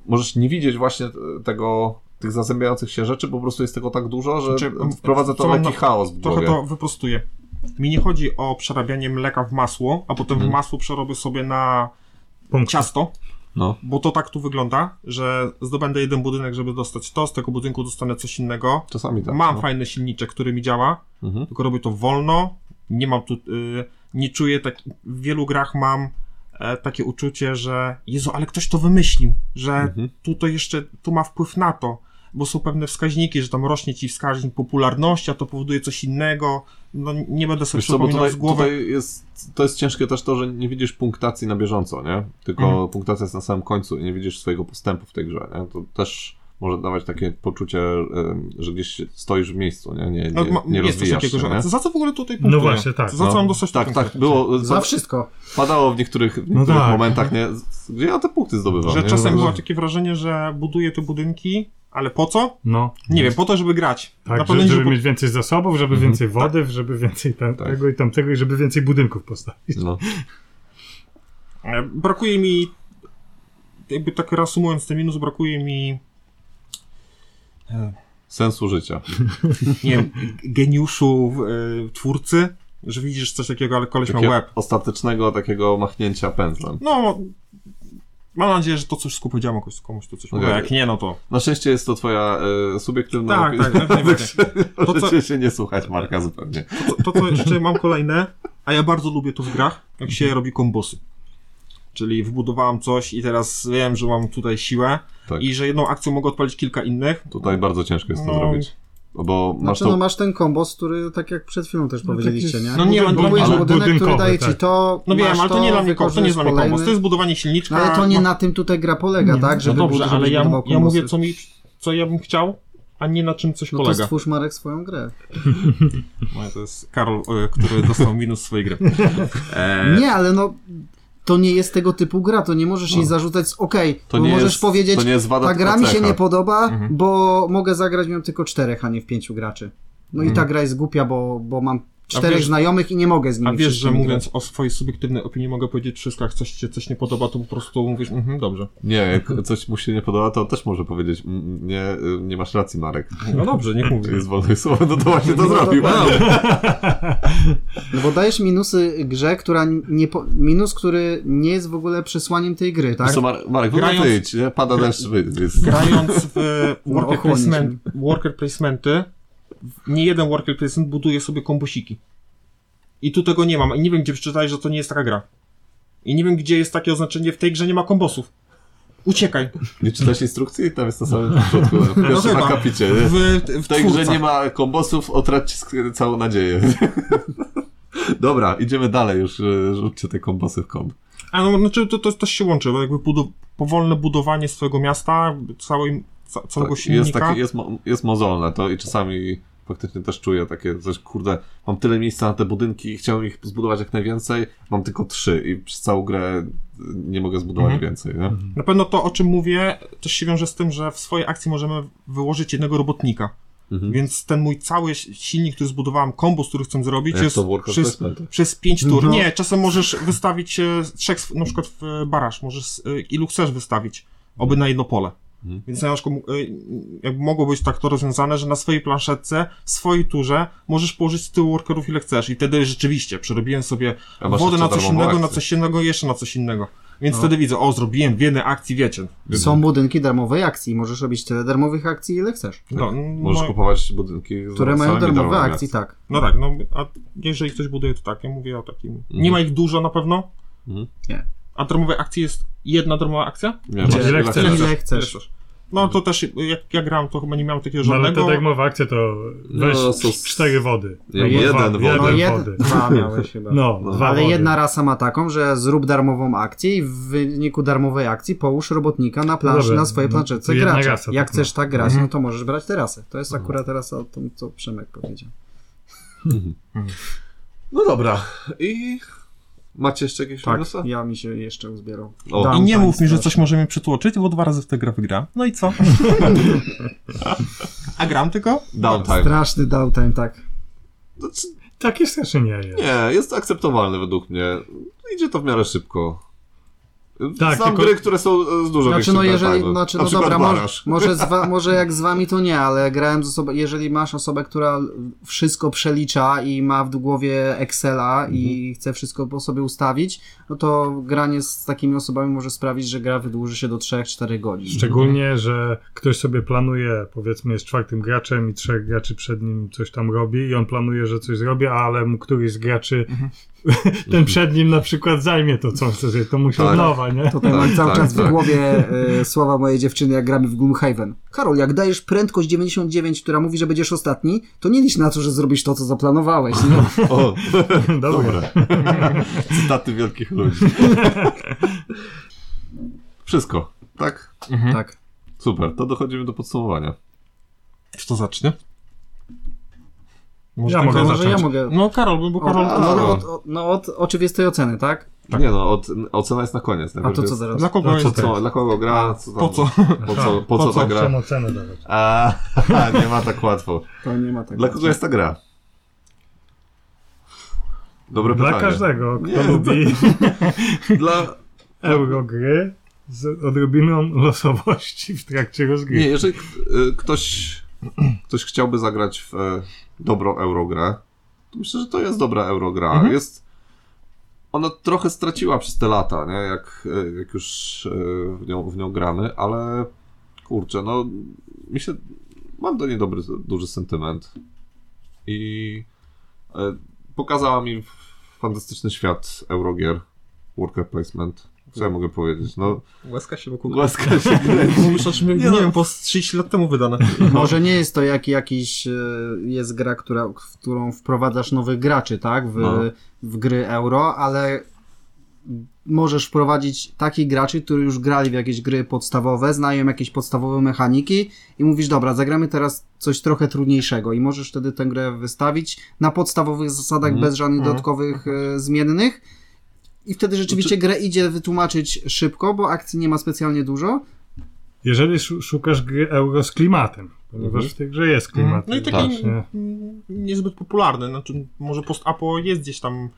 [SPEAKER 4] możesz nie widzieć właśnie t- tego. Tych zazębiających się rzeczy, bo po prostu jest tego tak dużo, że
[SPEAKER 1] Znaczy, m-
[SPEAKER 4] wprowadza
[SPEAKER 1] co
[SPEAKER 4] to
[SPEAKER 1] mam
[SPEAKER 4] lekki
[SPEAKER 1] na-
[SPEAKER 4] chaos w
[SPEAKER 1] Trochę
[SPEAKER 4] głowie.
[SPEAKER 1] to wyprostuję. Mi nie chodzi o przerabianie mleka w masło, a potem
[SPEAKER 4] Mhm.
[SPEAKER 1] masło przerobię sobie na
[SPEAKER 2] Punkt.
[SPEAKER 1] ciasto,
[SPEAKER 4] No.
[SPEAKER 1] bo to tak tu wygląda, że zdobędę jeden budynek, żeby dostać to, z tego budynku dostanę coś innego.
[SPEAKER 4] Czasami tak.
[SPEAKER 1] Mam
[SPEAKER 4] no.
[SPEAKER 1] fajny silniczek, który mi działa,
[SPEAKER 4] Mhm.
[SPEAKER 1] tylko robię to wolno, nie mam tu, y, nie czuję tak, w wielu grach mam e, takie uczucie, że Jezu, ale ktoś to wymyślił, że
[SPEAKER 4] Mhm.
[SPEAKER 1] tu to jeszcze, tu ma wpływ na to, bo są pewne wskaźniki, że tam rośnie ci wskaźnik popularności, a to powoduje coś innego, no nie będę sobie
[SPEAKER 4] Wiesz co, bo
[SPEAKER 1] przypominał
[SPEAKER 4] tutaj,
[SPEAKER 1] z głowy,
[SPEAKER 4] tutaj jest, to jest ciężkie też to, że nie widzisz punktacji na bieżąco, nie? Tylko
[SPEAKER 1] Mhm.
[SPEAKER 4] punktacja jest na samym końcu i nie widzisz swojego postępu w tej grze, nie? To też może dawać takie poczucie, em, że gdzieś stoisz w miejscu, nie? Nie, nie,
[SPEAKER 1] no, ma-
[SPEAKER 4] nie
[SPEAKER 1] jest coś
[SPEAKER 4] rozwijasz
[SPEAKER 1] takiego,
[SPEAKER 4] się, nie?
[SPEAKER 1] że za co w ogóle tutaj punktuję?
[SPEAKER 2] właśnie, tak,
[SPEAKER 1] Za co
[SPEAKER 4] No,
[SPEAKER 1] mam dostać
[SPEAKER 4] Tak,
[SPEAKER 1] punkty?
[SPEAKER 4] tak, było,
[SPEAKER 3] Za
[SPEAKER 4] za,
[SPEAKER 3] wszystko.
[SPEAKER 4] padało w niektórych, w niektórych
[SPEAKER 2] tak.
[SPEAKER 4] momentach, nie? Z- Gdzie ja te punkty zdobywam,
[SPEAKER 1] Że
[SPEAKER 4] nie?
[SPEAKER 1] czasem
[SPEAKER 4] Że-
[SPEAKER 1] było takie wrażenie, że buduję te budynki, ale po co?
[SPEAKER 2] No.
[SPEAKER 1] Nie wiem, po to, żeby grać.
[SPEAKER 2] Tak,
[SPEAKER 1] Na
[SPEAKER 2] że,
[SPEAKER 1] pewno nie
[SPEAKER 2] żeby
[SPEAKER 1] żeby
[SPEAKER 2] mieć więcej zasobów, żeby
[SPEAKER 4] Mhm.
[SPEAKER 2] więcej wody, żeby więcej tam,
[SPEAKER 4] Tak.
[SPEAKER 2] tego i tamtego i żeby więcej budynków postawić.
[SPEAKER 4] No.
[SPEAKER 1] E, Brakuje mi, jakby tak reasumując ten minus, brakuje mi,
[SPEAKER 4] Sensu życia.
[SPEAKER 1] nie wiem, g- geniuszu e, twórcy, że widzisz coś takiego, ale koleś ma
[SPEAKER 4] Takie
[SPEAKER 1] łeb.
[SPEAKER 4] ostatecznego takiego machnięcia pędzlem.
[SPEAKER 1] No, mam nadzieję, że to coś skupiłem komuś, komuś to coś
[SPEAKER 4] Okej.
[SPEAKER 1] mówi. a Jak nie, no to...
[SPEAKER 4] Na szczęście jest to twoja e, subiektywna
[SPEAKER 1] Tak,
[SPEAKER 4] opinia.
[SPEAKER 1] tak, jak najbardziej. To, co-
[SPEAKER 4] Możecie się nie słuchać Marka zupełnie.
[SPEAKER 1] To, co jeszcze mam kolejne, a ja bardzo lubię to w grach, jak się robi kombosy. Czyli wbudowałem coś i teraz wiem, że mam tutaj siłę
[SPEAKER 4] Tak.
[SPEAKER 1] i że jedną akcją mogę odpalić kilka innych.
[SPEAKER 4] Tutaj bardzo ciężko jest to
[SPEAKER 1] No.
[SPEAKER 4] zrobić. Bo masz
[SPEAKER 3] Znaczy,
[SPEAKER 4] to.
[SPEAKER 3] no masz ten kombos, który tak jak przed chwilą też
[SPEAKER 2] No,
[SPEAKER 3] powiedzieliście,
[SPEAKER 2] taki
[SPEAKER 3] nie?
[SPEAKER 2] jest-
[SPEAKER 1] No nie,
[SPEAKER 2] budyn-
[SPEAKER 1] no,
[SPEAKER 3] Budujesz
[SPEAKER 1] ale
[SPEAKER 3] budynek, który
[SPEAKER 2] budynkowy,
[SPEAKER 3] daje
[SPEAKER 2] tak.
[SPEAKER 3] ci to.
[SPEAKER 1] No wiem,
[SPEAKER 3] masz
[SPEAKER 1] ale to nie dla mnie, ko- to nie jest dla mnie
[SPEAKER 3] wykorzystasz
[SPEAKER 1] kombos, to jest budowanie silniczka.
[SPEAKER 3] No, ale to nie
[SPEAKER 1] ma-
[SPEAKER 3] na tym tutaj gra polega,
[SPEAKER 2] Nie,
[SPEAKER 1] No
[SPEAKER 3] tak? Żeby
[SPEAKER 1] dobrze,
[SPEAKER 3] bud-
[SPEAKER 1] ale
[SPEAKER 3] żebyś
[SPEAKER 1] ja,
[SPEAKER 3] budował
[SPEAKER 1] ja
[SPEAKER 3] kombosy.
[SPEAKER 1] mówię, co, mi, co ja bym chciał, a nie na czym coś
[SPEAKER 3] No to
[SPEAKER 1] polega.
[SPEAKER 3] stwórz Marek swoją grę.
[SPEAKER 1] No, to jest Karol, y, który dostał minus swojej gry. E,
[SPEAKER 3] Nie, ale no. To nie jest tego typu gra, to nie
[SPEAKER 1] No.
[SPEAKER 3] możesz jej zarzucać z okej,
[SPEAKER 4] To
[SPEAKER 3] bo
[SPEAKER 4] nie
[SPEAKER 3] możesz
[SPEAKER 4] jest,
[SPEAKER 3] powiedzieć,
[SPEAKER 4] to nie jest wada,
[SPEAKER 3] ta gra
[SPEAKER 4] tylko
[SPEAKER 3] mi się
[SPEAKER 4] cecha.
[SPEAKER 3] nie podoba,
[SPEAKER 1] Mhm.
[SPEAKER 3] bo mogę zagrać w nią tylko czterech, a nie w pięciu graczy. No i ta gra jest głupia, bo, bo mam czterech
[SPEAKER 1] Mhm. wiesz-
[SPEAKER 3] znajomych i nie mogę z nimi
[SPEAKER 1] A wiesz, że
[SPEAKER 3] wszystkimi grać.
[SPEAKER 1] mówiąc o swojej subiektywnej opinii, mogę powiedzieć wszystko, jak coś ci się coś nie podoba, to po prostu mówisz, mhm, dobrze.
[SPEAKER 4] Nie, jak coś mu się nie podoba, to on też może powiedzieć, "Mm, nie, y, nie masz racji, Marek.
[SPEAKER 1] No dobrze, niech
[SPEAKER 4] To
[SPEAKER 1] mówi.
[SPEAKER 4] jest wolne słowo, no to właśnie to
[SPEAKER 3] No,
[SPEAKER 4] zrobił.
[SPEAKER 3] dokładnie. No bo dajesz minusy grze, która nie po, minus, który nie jest w ogóle przesłaniem tej gry, tak?
[SPEAKER 4] Wiesz co, Mar- Marek,
[SPEAKER 1] Grając-
[SPEAKER 4] Grając... wyjdź, nie? pada deszcz, wyjdź. Jest...
[SPEAKER 1] Grając w e,
[SPEAKER 3] No,
[SPEAKER 1] worker,
[SPEAKER 3] ochłonię
[SPEAKER 1] placement, worker placementy, nie jeden worker placement buduje sobie kombosiki. I tu tego nie mam. I nie wiem, gdzie przeczytałeś, że to nie jest taka gra. I nie wiem, gdzie jest takie oznaczenie, w tej grze nie ma kombosów. Uciekaj.
[SPEAKER 4] Nie czytałeś instrukcji? Tam jest na samym początku, w pierwszym
[SPEAKER 1] No chyba.
[SPEAKER 4] akapicie.
[SPEAKER 1] W,
[SPEAKER 4] Nie?
[SPEAKER 1] w,
[SPEAKER 4] W tej grze
[SPEAKER 1] twórca.
[SPEAKER 4] nie ma kombosów, otraćcie sk- całą nadzieję. Dobra, idziemy dalej już, y, rzućcie te kombosy w kąt.
[SPEAKER 1] A no, znaczy to, to, to się łączy, bo jakby budu- powolne budowanie swojego miasta, całej, ca- całego
[SPEAKER 4] Tak,
[SPEAKER 1] silnika.
[SPEAKER 4] Jest, takie, jest, mo- jest mozolne to i czasami faktycznie też czuję takie coś, kurde, mam tyle miejsca na te budynki i chciałem ich zbudować jak najwięcej, mam tylko trzy i przez całą grę y, nie mogę zbudować
[SPEAKER 1] Mhm.
[SPEAKER 4] więcej, nie?
[SPEAKER 1] Na pewno to, o czym mówię, też się wiąże z tym, że w swojej akcji możemy wyłożyć jednego robotnika.
[SPEAKER 4] Mhm.
[SPEAKER 1] Więc ten mój cały si- silnik, który zbudowałem, kombos, który chcę zrobić,
[SPEAKER 4] Jak
[SPEAKER 1] jest
[SPEAKER 4] to w Warcraft
[SPEAKER 1] przez,
[SPEAKER 4] Placement.
[SPEAKER 1] przez pięć tur.
[SPEAKER 3] No.
[SPEAKER 1] Nie, czasem możesz wystawić e, z trzech, sw- na przykład w e, baraż, możesz z- e, ilu chcesz wystawić, oby na jedno pole.
[SPEAKER 4] Mhm.
[SPEAKER 1] Więc na przykład, e, jakby mogło być tak to rozwiązane, że na swojej planszetce, w swojej turze możesz położyć z tyłu workerów ile chcesz. I wtedy rzeczywiście przerobiłem sobie
[SPEAKER 4] A masz
[SPEAKER 1] wodę
[SPEAKER 4] jeszcze
[SPEAKER 1] na coś
[SPEAKER 4] darmową
[SPEAKER 1] innego, na
[SPEAKER 4] akcję.
[SPEAKER 1] coś innego, jeszcze na coś innego. Więc
[SPEAKER 4] No.
[SPEAKER 1] wtedy widzę, o, zrobiłem w jednej akcji, wiecie.
[SPEAKER 3] Są budynki darmowej akcji, możesz robić tyle darmowych akcji, ile chcesz.
[SPEAKER 1] No,
[SPEAKER 4] Tak. Możesz
[SPEAKER 1] no,
[SPEAKER 4] kupować budynki z
[SPEAKER 3] Które mają
[SPEAKER 4] same
[SPEAKER 3] darmowe
[SPEAKER 4] darmowe
[SPEAKER 3] akcji, tak.
[SPEAKER 1] no tak, no, a jeżeli ktoś buduje, to tak, ja mówię o takim. Nie ma ich dużo na pewno?
[SPEAKER 4] Mhm.
[SPEAKER 3] Nie.
[SPEAKER 1] A darmowej akcji jest jedna darmowa akcja?
[SPEAKER 4] Nie, masz
[SPEAKER 2] Ile
[SPEAKER 4] ile
[SPEAKER 2] chcesz.
[SPEAKER 4] chcesz.
[SPEAKER 3] Ile chcesz.
[SPEAKER 1] No to też, jak ja grałem, to chyba nie miałem takiego
[SPEAKER 2] No, ale
[SPEAKER 1] żadnego.
[SPEAKER 2] ta
[SPEAKER 4] tak
[SPEAKER 2] darmowa akcja to weź
[SPEAKER 4] No, są-
[SPEAKER 2] cztery wody.
[SPEAKER 4] Nie,
[SPEAKER 2] Albo
[SPEAKER 4] jeden
[SPEAKER 2] dwa,
[SPEAKER 4] wody.
[SPEAKER 2] jeden
[SPEAKER 3] No
[SPEAKER 4] Darmowe
[SPEAKER 2] wody.
[SPEAKER 3] jed... dwa miałeś chyba.
[SPEAKER 2] No,
[SPEAKER 4] No.
[SPEAKER 2] dwa
[SPEAKER 3] Ale
[SPEAKER 2] wody.
[SPEAKER 3] jedna rasa ma taką, że zrób darmową akcję i w wyniku darmowej akcji połóż robotnika na planszy,
[SPEAKER 2] Dobra,
[SPEAKER 3] na swojej
[SPEAKER 2] no,
[SPEAKER 3] planszetce
[SPEAKER 2] jedna
[SPEAKER 3] gracza.
[SPEAKER 2] rasa
[SPEAKER 3] Jak
[SPEAKER 2] tak
[SPEAKER 3] chcesz tak grać,
[SPEAKER 1] Mhm.
[SPEAKER 3] no to możesz brać tę rasę. To jest akurat rasa o tym, co Przemek powiedział.
[SPEAKER 1] Mhm.
[SPEAKER 4] No dobra. I macie jeszcze jakieś
[SPEAKER 3] Tak,
[SPEAKER 4] minusy?
[SPEAKER 3] ja mi się jeszcze uzbierał.
[SPEAKER 4] O.
[SPEAKER 1] I
[SPEAKER 3] Dam
[SPEAKER 1] nie mów mi, że
[SPEAKER 3] państwu.
[SPEAKER 1] coś możemy przytłoczyć, bo dwa razy w tę grę wygra. No i co? A gram tylko?
[SPEAKER 4] Downtime.
[SPEAKER 3] Straszny downtime, tak.
[SPEAKER 4] Znaczy,
[SPEAKER 2] Takie strasznie nie jest.
[SPEAKER 4] Nie, jest akceptowalny według mnie. Idzie to w miarę szybko.
[SPEAKER 2] Tak,
[SPEAKER 4] Tak, Znam
[SPEAKER 2] tylko-
[SPEAKER 4] gry, które są e, z dużo
[SPEAKER 3] Znaczy,
[SPEAKER 4] większym
[SPEAKER 3] no jeżeli,
[SPEAKER 4] downtime.
[SPEAKER 3] znaczy,
[SPEAKER 4] Na
[SPEAKER 3] no
[SPEAKER 4] przykład
[SPEAKER 3] dobra, może,
[SPEAKER 4] Barasz.
[SPEAKER 3] może, z wa, może jak z wami to nie, ale grałem z osobą, jeżeli masz osobę, która wszystko przelicza i ma w głowie Excela
[SPEAKER 4] Mhm.
[SPEAKER 3] i chce wszystko po sobie ustawić, no to granie z takimi osobami może sprawić, że gra wydłuży się do 3-4 godzin. Mhm.
[SPEAKER 2] Szczególnie, że ktoś sobie planuje, powiedzmy, jest czwartym graczem i trzech graczy przed nim coś tam robi i on planuje, że coś zrobi, ale mu któryś z graczy,
[SPEAKER 4] Mhm.
[SPEAKER 2] ten przed nim na przykład zajmie to, co on chce zrobić, to musi
[SPEAKER 4] Tak.
[SPEAKER 2] od nowa, nie?
[SPEAKER 3] Tutaj
[SPEAKER 4] Tak,
[SPEAKER 3] mam cały
[SPEAKER 4] tak,
[SPEAKER 3] czas w
[SPEAKER 4] tak.
[SPEAKER 3] głowie y, słowa mojej dziewczyny, jak gramy w Gloomhaven. Karol, jak dajesz prędkość 99, która mówi, że będziesz ostatni, to nie licz na to, że zrobisz to, co zaplanowałeś. Nie?
[SPEAKER 4] O,
[SPEAKER 2] Dobra.
[SPEAKER 4] dobre. Staty wielkich ludzi. Wszystko, tak?
[SPEAKER 3] Tak.
[SPEAKER 4] Super, to dochodzimy do podsumowania. tak.
[SPEAKER 1] Kto zacznie? Może
[SPEAKER 2] Ja
[SPEAKER 1] tylko-
[SPEAKER 2] mogę
[SPEAKER 3] Może ja
[SPEAKER 2] zacząć.
[SPEAKER 3] mogę.
[SPEAKER 1] No Karol, bo- bo
[SPEAKER 3] Od,
[SPEAKER 1] Karol...
[SPEAKER 3] no, od, od, no od oczywistej oceny, tak?
[SPEAKER 4] Nie no, od, ocena jest na koniec.
[SPEAKER 3] A
[SPEAKER 4] Najpierw
[SPEAKER 3] to co
[SPEAKER 4] jest-
[SPEAKER 3] zaraz?
[SPEAKER 1] Dla kogo
[SPEAKER 2] No, co
[SPEAKER 1] jest...
[SPEAKER 2] ty?
[SPEAKER 4] Co, dla kogo gra? Co tam,
[SPEAKER 1] Po co?
[SPEAKER 4] Po co, po
[SPEAKER 1] Po
[SPEAKER 4] co
[SPEAKER 1] co
[SPEAKER 4] ta gra?
[SPEAKER 2] Chciałem ocenę dawać.
[SPEAKER 4] A, nie ma tak łatwo.
[SPEAKER 3] To nie ma tego.
[SPEAKER 4] Dla kogo jest ta gra? Dobre
[SPEAKER 2] Dla
[SPEAKER 4] pytanie.
[SPEAKER 2] każdego, kto
[SPEAKER 4] Nie,
[SPEAKER 2] lubi
[SPEAKER 4] Dla...
[SPEAKER 2] eurogry z odrobiną losowości w trakcie
[SPEAKER 4] Nie,
[SPEAKER 2] rozgrywki.
[SPEAKER 4] jeżeli k- y, ktoś, ktoś chciałby zagrać w e, dobrą Eurogrę, to myślę, że to jest dobra Eurogra. Jest... Ona trochę straciła przez te lata, nie? Jak, e, jak już e, w nią, w nią gramy, ale kurczę, no mi się... Mam do niej dobry, duży sentyment. I e, pokazała mi fantastyczny świat Eurogier, worker placement. Co ja mogę powiedzieć? No,
[SPEAKER 1] Łaska się wokół...
[SPEAKER 4] łaska się
[SPEAKER 1] Muszę, nie,
[SPEAKER 4] no.
[SPEAKER 1] nie wiem, po 30 lat temu wydane.
[SPEAKER 3] Może nie jest to jak jakiś e, jest gra, która, w którą wprowadzasz nowych graczy, tak? W,
[SPEAKER 4] No.
[SPEAKER 3] w gry euro, ale możesz wprowadzić takich graczy, którzy już grali w jakieś gry podstawowe, znają jakieś podstawowe mechaniki i mówisz, dobra, zagramy teraz coś trochę trudniejszego i możesz wtedy tę grę wystawić na podstawowych zasadach,
[SPEAKER 4] Mhm.
[SPEAKER 3] bez żadnych
[SPEAKER 1] Mhm.
[SPEAKER 3] dodatkowych e, zmiennych i wtedy rzeczywiście
[SPEAKER 4] Znaczy-
[SPEAKER 3] grę idzie wytłumaczyć szybko, bo akcji nie ma specjalnie dużo,
[SPEAKER 2] Jeżeli szu- szukasz gry euro z klimatem, ponieważ
[SPEAKER 4] Mhm.
[SPEAKER 2] w tej grze jest klimat.
[SPEAKER 1] No i taki
[SPEAKER 4] Tak.
[SPEAKER 2] Nie.
[SPEAKER 1] mm, niezbyt popularny, znaczy może post-apo jest gdzieś tam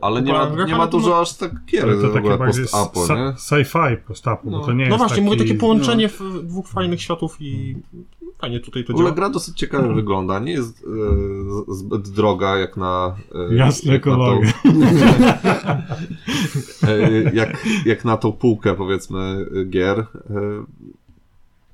[SPEAKER 4] Ale nie ma,
[SPEAKER 1] Popularnych,
[SPEAKER 4] nie ma
[SPEAKER 1] ale to
[SPEAKER 4] dużo
[SPEAKER 1] no-
[SPEAKER 4] aż tak
[SPEAKER 2] Ale
[SPEAKER 4] gier
[SPEAKER 2] to
[SPEAKER 4] w ogóle
[SPEAKER 2] takie bardziej
[SPEAKER 4] post-apo,
[SPEAKER 2] sa-
[SPEAKER 4] nie?
[SPEAKER 2] sci-fi postapu, bo to nie
[SPEAKER 1] no
[SPEAKER 2] jest
[SPEAKER 1] właśnie,
[SPEAKER 2] taki...
[SPEAKER 1] mówię takie połączenie w, dwóch fajnych światów i fajnie tutaj
[SPEAKER 4] No. W
[SPEAKER 1] to
[SPEAKER 4] ogóle
[SPEAKER 1] działa.
[SPEAKER 4] gra dosyć ciekawie
[SPEAKER 2] Mhm.
[SPEAKER 4] wygląda, nie jest e, z- zbyt droga jak na... E,
[SPEAKER 2] Jasne
[SPEAKER 4] jak na tą-
[SPEAKER 2] kolory.
[SPEAKER 4] e, jak, jak na tą półkę, powiedzmy, e, gier. E,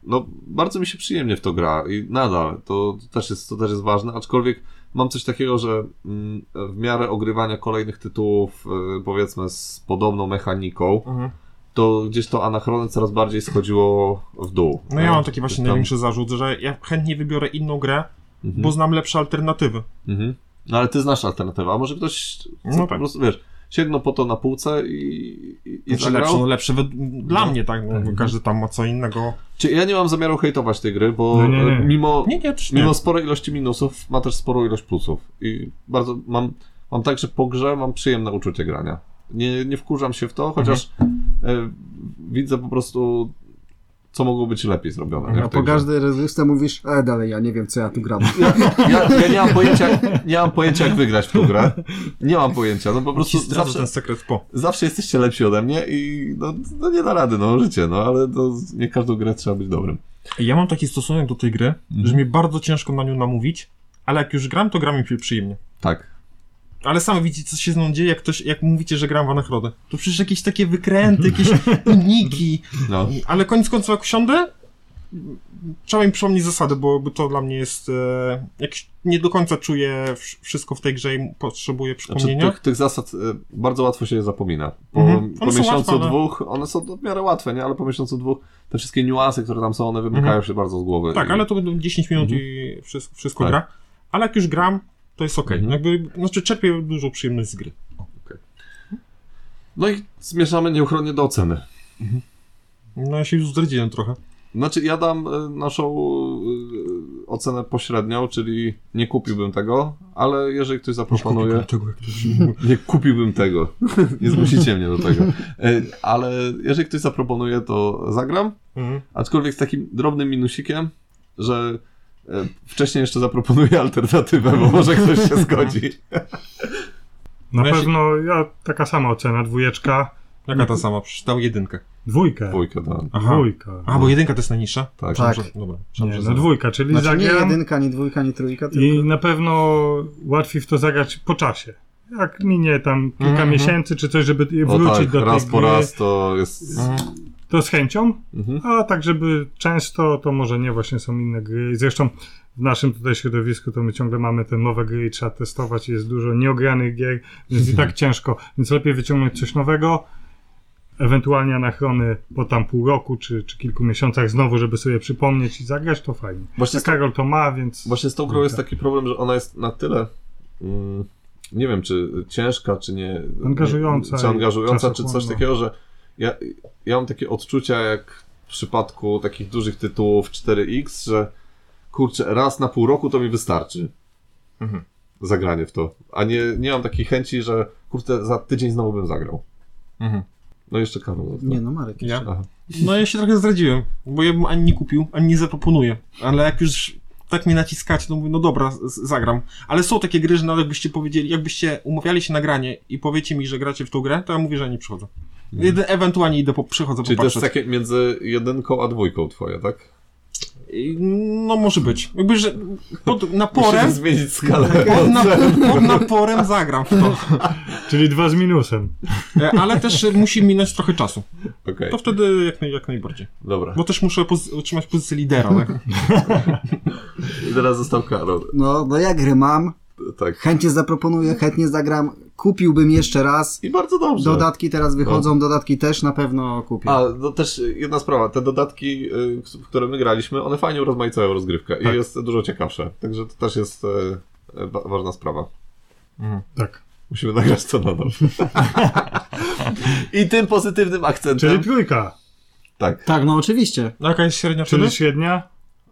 [SPEAKER 4] no, bardzo mi się przyjemnie w to gra i nadal, to, to, też, jest, to też jest ważne, aczkolwiek mam coś takiego, że mm, w miarę ogrywania kolejnych tytułów, e, powiedzmy, z podobną mechaniką,
[SPEAKER 1] Mhm.
[SPEAKER 4] to gdzieś to anachrony coraz bardziej schodziło w dół.
[SPEAKER 1] No ja mam taki właśnie
[SPEAKER 4] Tam-
[SPEAKER 1] największy zarzut, że ja chętnie wybiorę inną grę,
[SPEAKER 4] Mhm.
[SPEAKER 1] bo znam lepsze alternatywy.
[SPEAKER 4] Mhm. No ale ty znasz alternatywę, a może ktoś
[SPEAKER 1] No
[SPEAKER 4] po
[SPEAKER 1] tak.
[SPEAKER 4] prostu, wiesz, sięgnął po to na półce i, i, i
[SPEAKER 1] Znaczy
[SPEAKER 4] zagrał.
[SPEAKER 1] lepsze, no lepsze wed- dla
[SPEAKER 4] No.
[SPEAKER 1] mnie, tak? No,
[SPEAKER 2] Mhm.
[SPEAKER 1] Każdy tam ma co innego.
[SPEAKER 4] Czy ja nie mam zamiaru hejtować tej gry, bo
[SPEAKER 2] No nie, nie.
[SPEAKER 4] e, mimo,
[SPEAKER 1] Nie, nie, czy nie.
[SPEAKER 4] mimo sporej ilości minusów ma też sporą ilość plusów. I bardzo mam, mam tak, że po grze mam przyjemne uczucie grania. Nie, nie wkurzam się w to, chociaż
[SPEAKER 1] Mhm.
[SPEAKER 4] e, widzę po prostu, co mogło być lepiej zrobione.
[SPEAKER 1] No,
[SPEAKER 4] nie,
[SPEAKER 3] a
[SPEAKER 4] w tej
[SPEAKER 3] po
[SPEAKER 4] grze.
[SPEAKER 3] każdej rozgrywce mówisz, e dalej, ja nie wiem, co ja tu gram.
[SPEAKER 4] Tak,
[SPEAKER 3] Znaczy,
[SPEAKER 4] Ja, ja nie, mam pojęcia, nie mam pojęcia, jak wygrać w tą grę. Nie mam pojęcia, no po prostu
[SPEAKER 1] Ci zdradzę
[SPEAKER 4] zawsze,
[SPEAKER 1] ten sekret po.
[SPEAKER 4] zawsze jesteście lepsi ode mnie i no, no nie da rady, no życie, no ale to z- nie każdą grę trzeba być dobrym.
[SPEAKER 1] Ja mam taki stosunek do tej gry,
[SPEAKER 4] Mhm.
[SPEAKER 1] że mnie bardzo ciężko na nią namówić, ale jak już gram, to gram mi się przyjemnie.
[SPEAKER 4] Tak.
[SPEAKER 1] Ale sami widzicie, co się z nią dzieje, jak, ktoś, jak mówicie, że gram w Anachrodę. To przecież jakieś takie wykręty, jakieś uniki,
[SPEAKER 4] No.
[SPEAKER 1] Ale koniec końców, jak usiądę, trzeba im przypomnieć zasady, bo bo to dla mnie jest. E, jak nie do końca czuję wsz- wszystko w tej grze i potrzebuję
[SPEAKER 4] Znaczy,
[SPEAKER 1] przypomnienia.
[SPEAKER 4] tych, tych zasad y, bardzo łatwo się je zapomina. Po,
[SPEAKER 1] Mhm.
[SPEAKER 4] po
[SPEAKER 1] One są
[SPEAKER 4] miesiącu
[SPEAKER 1] łatwe, ale-
[SPEAKER 4] dwóch, one są w miarę łatwe, nie? Ale po miesiącu dwóch te wszystkie niuanse, które tam są, one wymykają się bardzo z głowy.
[SPEAKER 1] Tak,
[SPEAKER 4] I-
[SPEAKER 1] ale to będą 10 minut
[SPEAKER 4] Mhm.
[SPEAKER 1] i wszystko, wszystko
[SPEAKER 4] Tak.
[SPEAKER 1] gra. Ale jak już gram, to jest okej.
[SPEAKER 4] Mhm.
[SPEAKER 1] Jakby, znaczy, czerpię dużo przyjemność z gry.
[SPEAKER 4] No i zmierzamy nieuchronnie do oceny.
[SPEAKER 1] No ja się już zdradziłem trochę.
[SPEAKER 4] Znaczy, ja dam y, naszą y, ocenę pośrednią, czyli nie kupiłbym tego, ale jeżeli ktoś zaproponuje.
[SPEAKER 1] Tego, jak to się
[SPEAKER 4] Nie kupiłbym tego. Nie zmusicie mnie do tego. E, Ale jeżeli ktoś zaproponuje, to zagram.
[SPEAKER 1] mhm.
[SPEAKER 4] Aczkolwiek z takim drobnym minusikiem, że E, Wcześniej jeszcze zaproponuję alternatywę, bo może ktoś się zgodzi.
[SPEAKER 2] Na
[SPEAKER 1] No ja się-
[SPEAKER 2] pewno ja taka sama ocena, dwójeczka,
[SPEAKER 1] Jaka ta sama? Przeczytał jedynkę.
[SPEAKER 2] dwójkę.
[SPEAKER 4] Dwójkę, tak.
[SPEAKER 2] Dwójka.
[SPEAKER 1] A, bo jedynka to jest najniższa?
[SPEAKER 4] Tak.
[SPEAKER 1] Myślałem,
[SPEAKER 3] Tak.
[SPEAKER 1] że- Dobra. myślałem,
[SPEAKER 2] Nie,
[SPEAKER 1] że
[SPEAKER 2] no
[SPEAKER 1] za-
[SPEAKER 2] dwójka, czyli
[SPEAKER 3] Znaczy nie
[SPEAKER 2] zagram
[SPEAKER 3] jedynka, nie dwójka, nie trójka,
[SPEAKER 2] i
[SPEAKER 3] tylko...
[SPEAKER 2] na pewno łatwiej w to zagrać po czasie. Jak minie tam kilka
[SPEAKER 1] Mhm.
[SPEAKER 2] miesięcy czy coś, żeby i
[SPEAKER 4] O
[SPEAKER 2] wrócić
[SPEAKER 4] tak,
[SPEAKER 2] do
[SPEAKER 4] raz
[SPEAKER 2] tej
[SPEAKER 4] po
[SPEAKER 2] gry,
[SPEAKER 4] raz to jest...
[SPEAKER 1] Mhm.
[SPEAKER 2] to z chęcią,
[SPEAKER 4] Mhm.
[SPEAKER 2] A tak, żeby często, to może nie, właśnie są inne gry. I Zresztą w naszym tutaj środowisku to my ciągle mamy te nowe gry i trzeba testować, jest dużo nieogranych gier, więc i tak ciężko. Więc lepiej wyciągnąć coś nowego, ewentualnie anachrony po tam pół roku czy, czy kilku miesiącach znowu, żeby sobie przypomnieć i zagrać, to fajnie.
[SPEAKER 4] Właśnie
[SPEAKER 2] A Karol to ma, więc...
[SPEAKER 4] Właśnie z tą grą jest taki problem, że ona jest na tyle. Mm, nie wiem, czy ciężka, czy nie.
[SPEAKER 2] Angażująca
[SPEAKER 4] Nie, czy
[SPEAKER 2] i
[SPEAKER 4] angażująca, czy coś
[SPEAKER 2] czasochłonna.
[SPEAKER 4] takiego, że ja, ja mam takie odczucia, jak w przypadku takich dużych tytułów 4X, że kurczę, raz na pół roku to mi wystarczy.
[SPEAKER 1] Mhm.
[SPEAKER 4] Zagranie w to. A nie, nie mam takiej chęci, że kurczę, za tydzień znowu bym zagrał.
[SPEAKER 1] Mhm.
[SPEAKER 4] No jeszcze Karol.
[SPEAKER 3] Nie no, Marek.
[SPEAKER 1] Ja?
[SPEAKER 4] Aha.
[SPEAKER 1] No ja się trochę zdradziłem, bo ja bym ani nie kupił, ani nie zaproponuję. Ale jak już tak mnie naciskacie, to mówię, no dobra, z- zagram. Ale są takie gry, że nawet jakbyście powiedzieli, jakbyście umawiali się na granie i powiecie mi, że gracie w tą grę, to ja mówię, że nie przychodzę. Jeden, ewentualnie idę, po, przychodzę
[SPEAKER 4] Czyli to jest
[SPEAKER 1] popatrzeć.
[SPEAKER 4] takie między jedynką a dwójką twoje, tak?
[SPEAKER 1] I- No może być. Jakby, że pod
[SPEAKER 4] Musimy
[SPEAKER 1] naporem,
[SPEAKER 4] zmienić skalę.
[SPEAKER 1] pod, na, pod naporem zagram w to.
[SPEAKER 2] Czyli dwa z minusem.
[SPEAKER 1] E, Ale też e, musi minąć trochę czasu.
[SPEAKER 4] Okej,
[SPEAKER 1] To wtedy jak, naj, jak najbardziej.
[SPEAKER 4] dobra.
[SPEAKER 1] Bo też muszę poz- utrzymać pozycję lidera, tak?
[SPEAKER 4] I teraz został Karol.
[SPEAKER 3] No, no ja gry mam,
[SPEAKER 4] Tak.
[SPEAKER 3] chętnie zaproponuję, chętnie zagram, kupiłbym jeszcze raz.
[SPEAKER 4] I bardzo dobrze.
[SPEAKER 3] Dodatki teraz wychodzą, dodatki też na pewno kupię.
[SPEAKER 4] A, no też jedna sprawa, te dodatki, y, k- w które my graliśmy, one fajnie urozmaicają rozgrywkę
[SPEAKER 2] Tak.
[SPEAKER 4] i jest dużo ciekawsze. Także to też jest e, e, wa- ważna sprawa.
[SPEAKER 2] Tak.
[SPEAKER 4] Musimy nagrać to na nowo. I tym pozytywnym akcentem.
[SPEAKER 2] Czyli trójka,
[SPEAKER 4] Tak.
[SPEAKER 3] Tak, no oczywiście.
[SPEAKER 1] Jaka jest średnia
[SPEAKER 2] czyli
[SPEAKER 1] wtedy?
[SPEAKER 2] średnia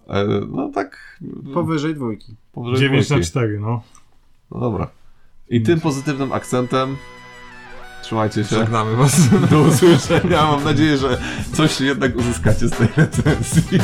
[SPEAKER 4] E, no tak. m,
[SPEAKER 3] Powyżej dwójki.
[SPEAKER 4] powyżej
[SPEAKER 2] 9 na
[SPEAKER 4] dwójki.
[SPEAKER 2] 4, no.
[SPEAKER 4] No dobra. I tym pozytywnym akcentem trzymajcie się.
[SPEAKER 1] Żegnamy was.
[SPEAKER 4] Do usłyszenia. Mam nadzieję, że coś jednak uzyskacie z tej recenzji.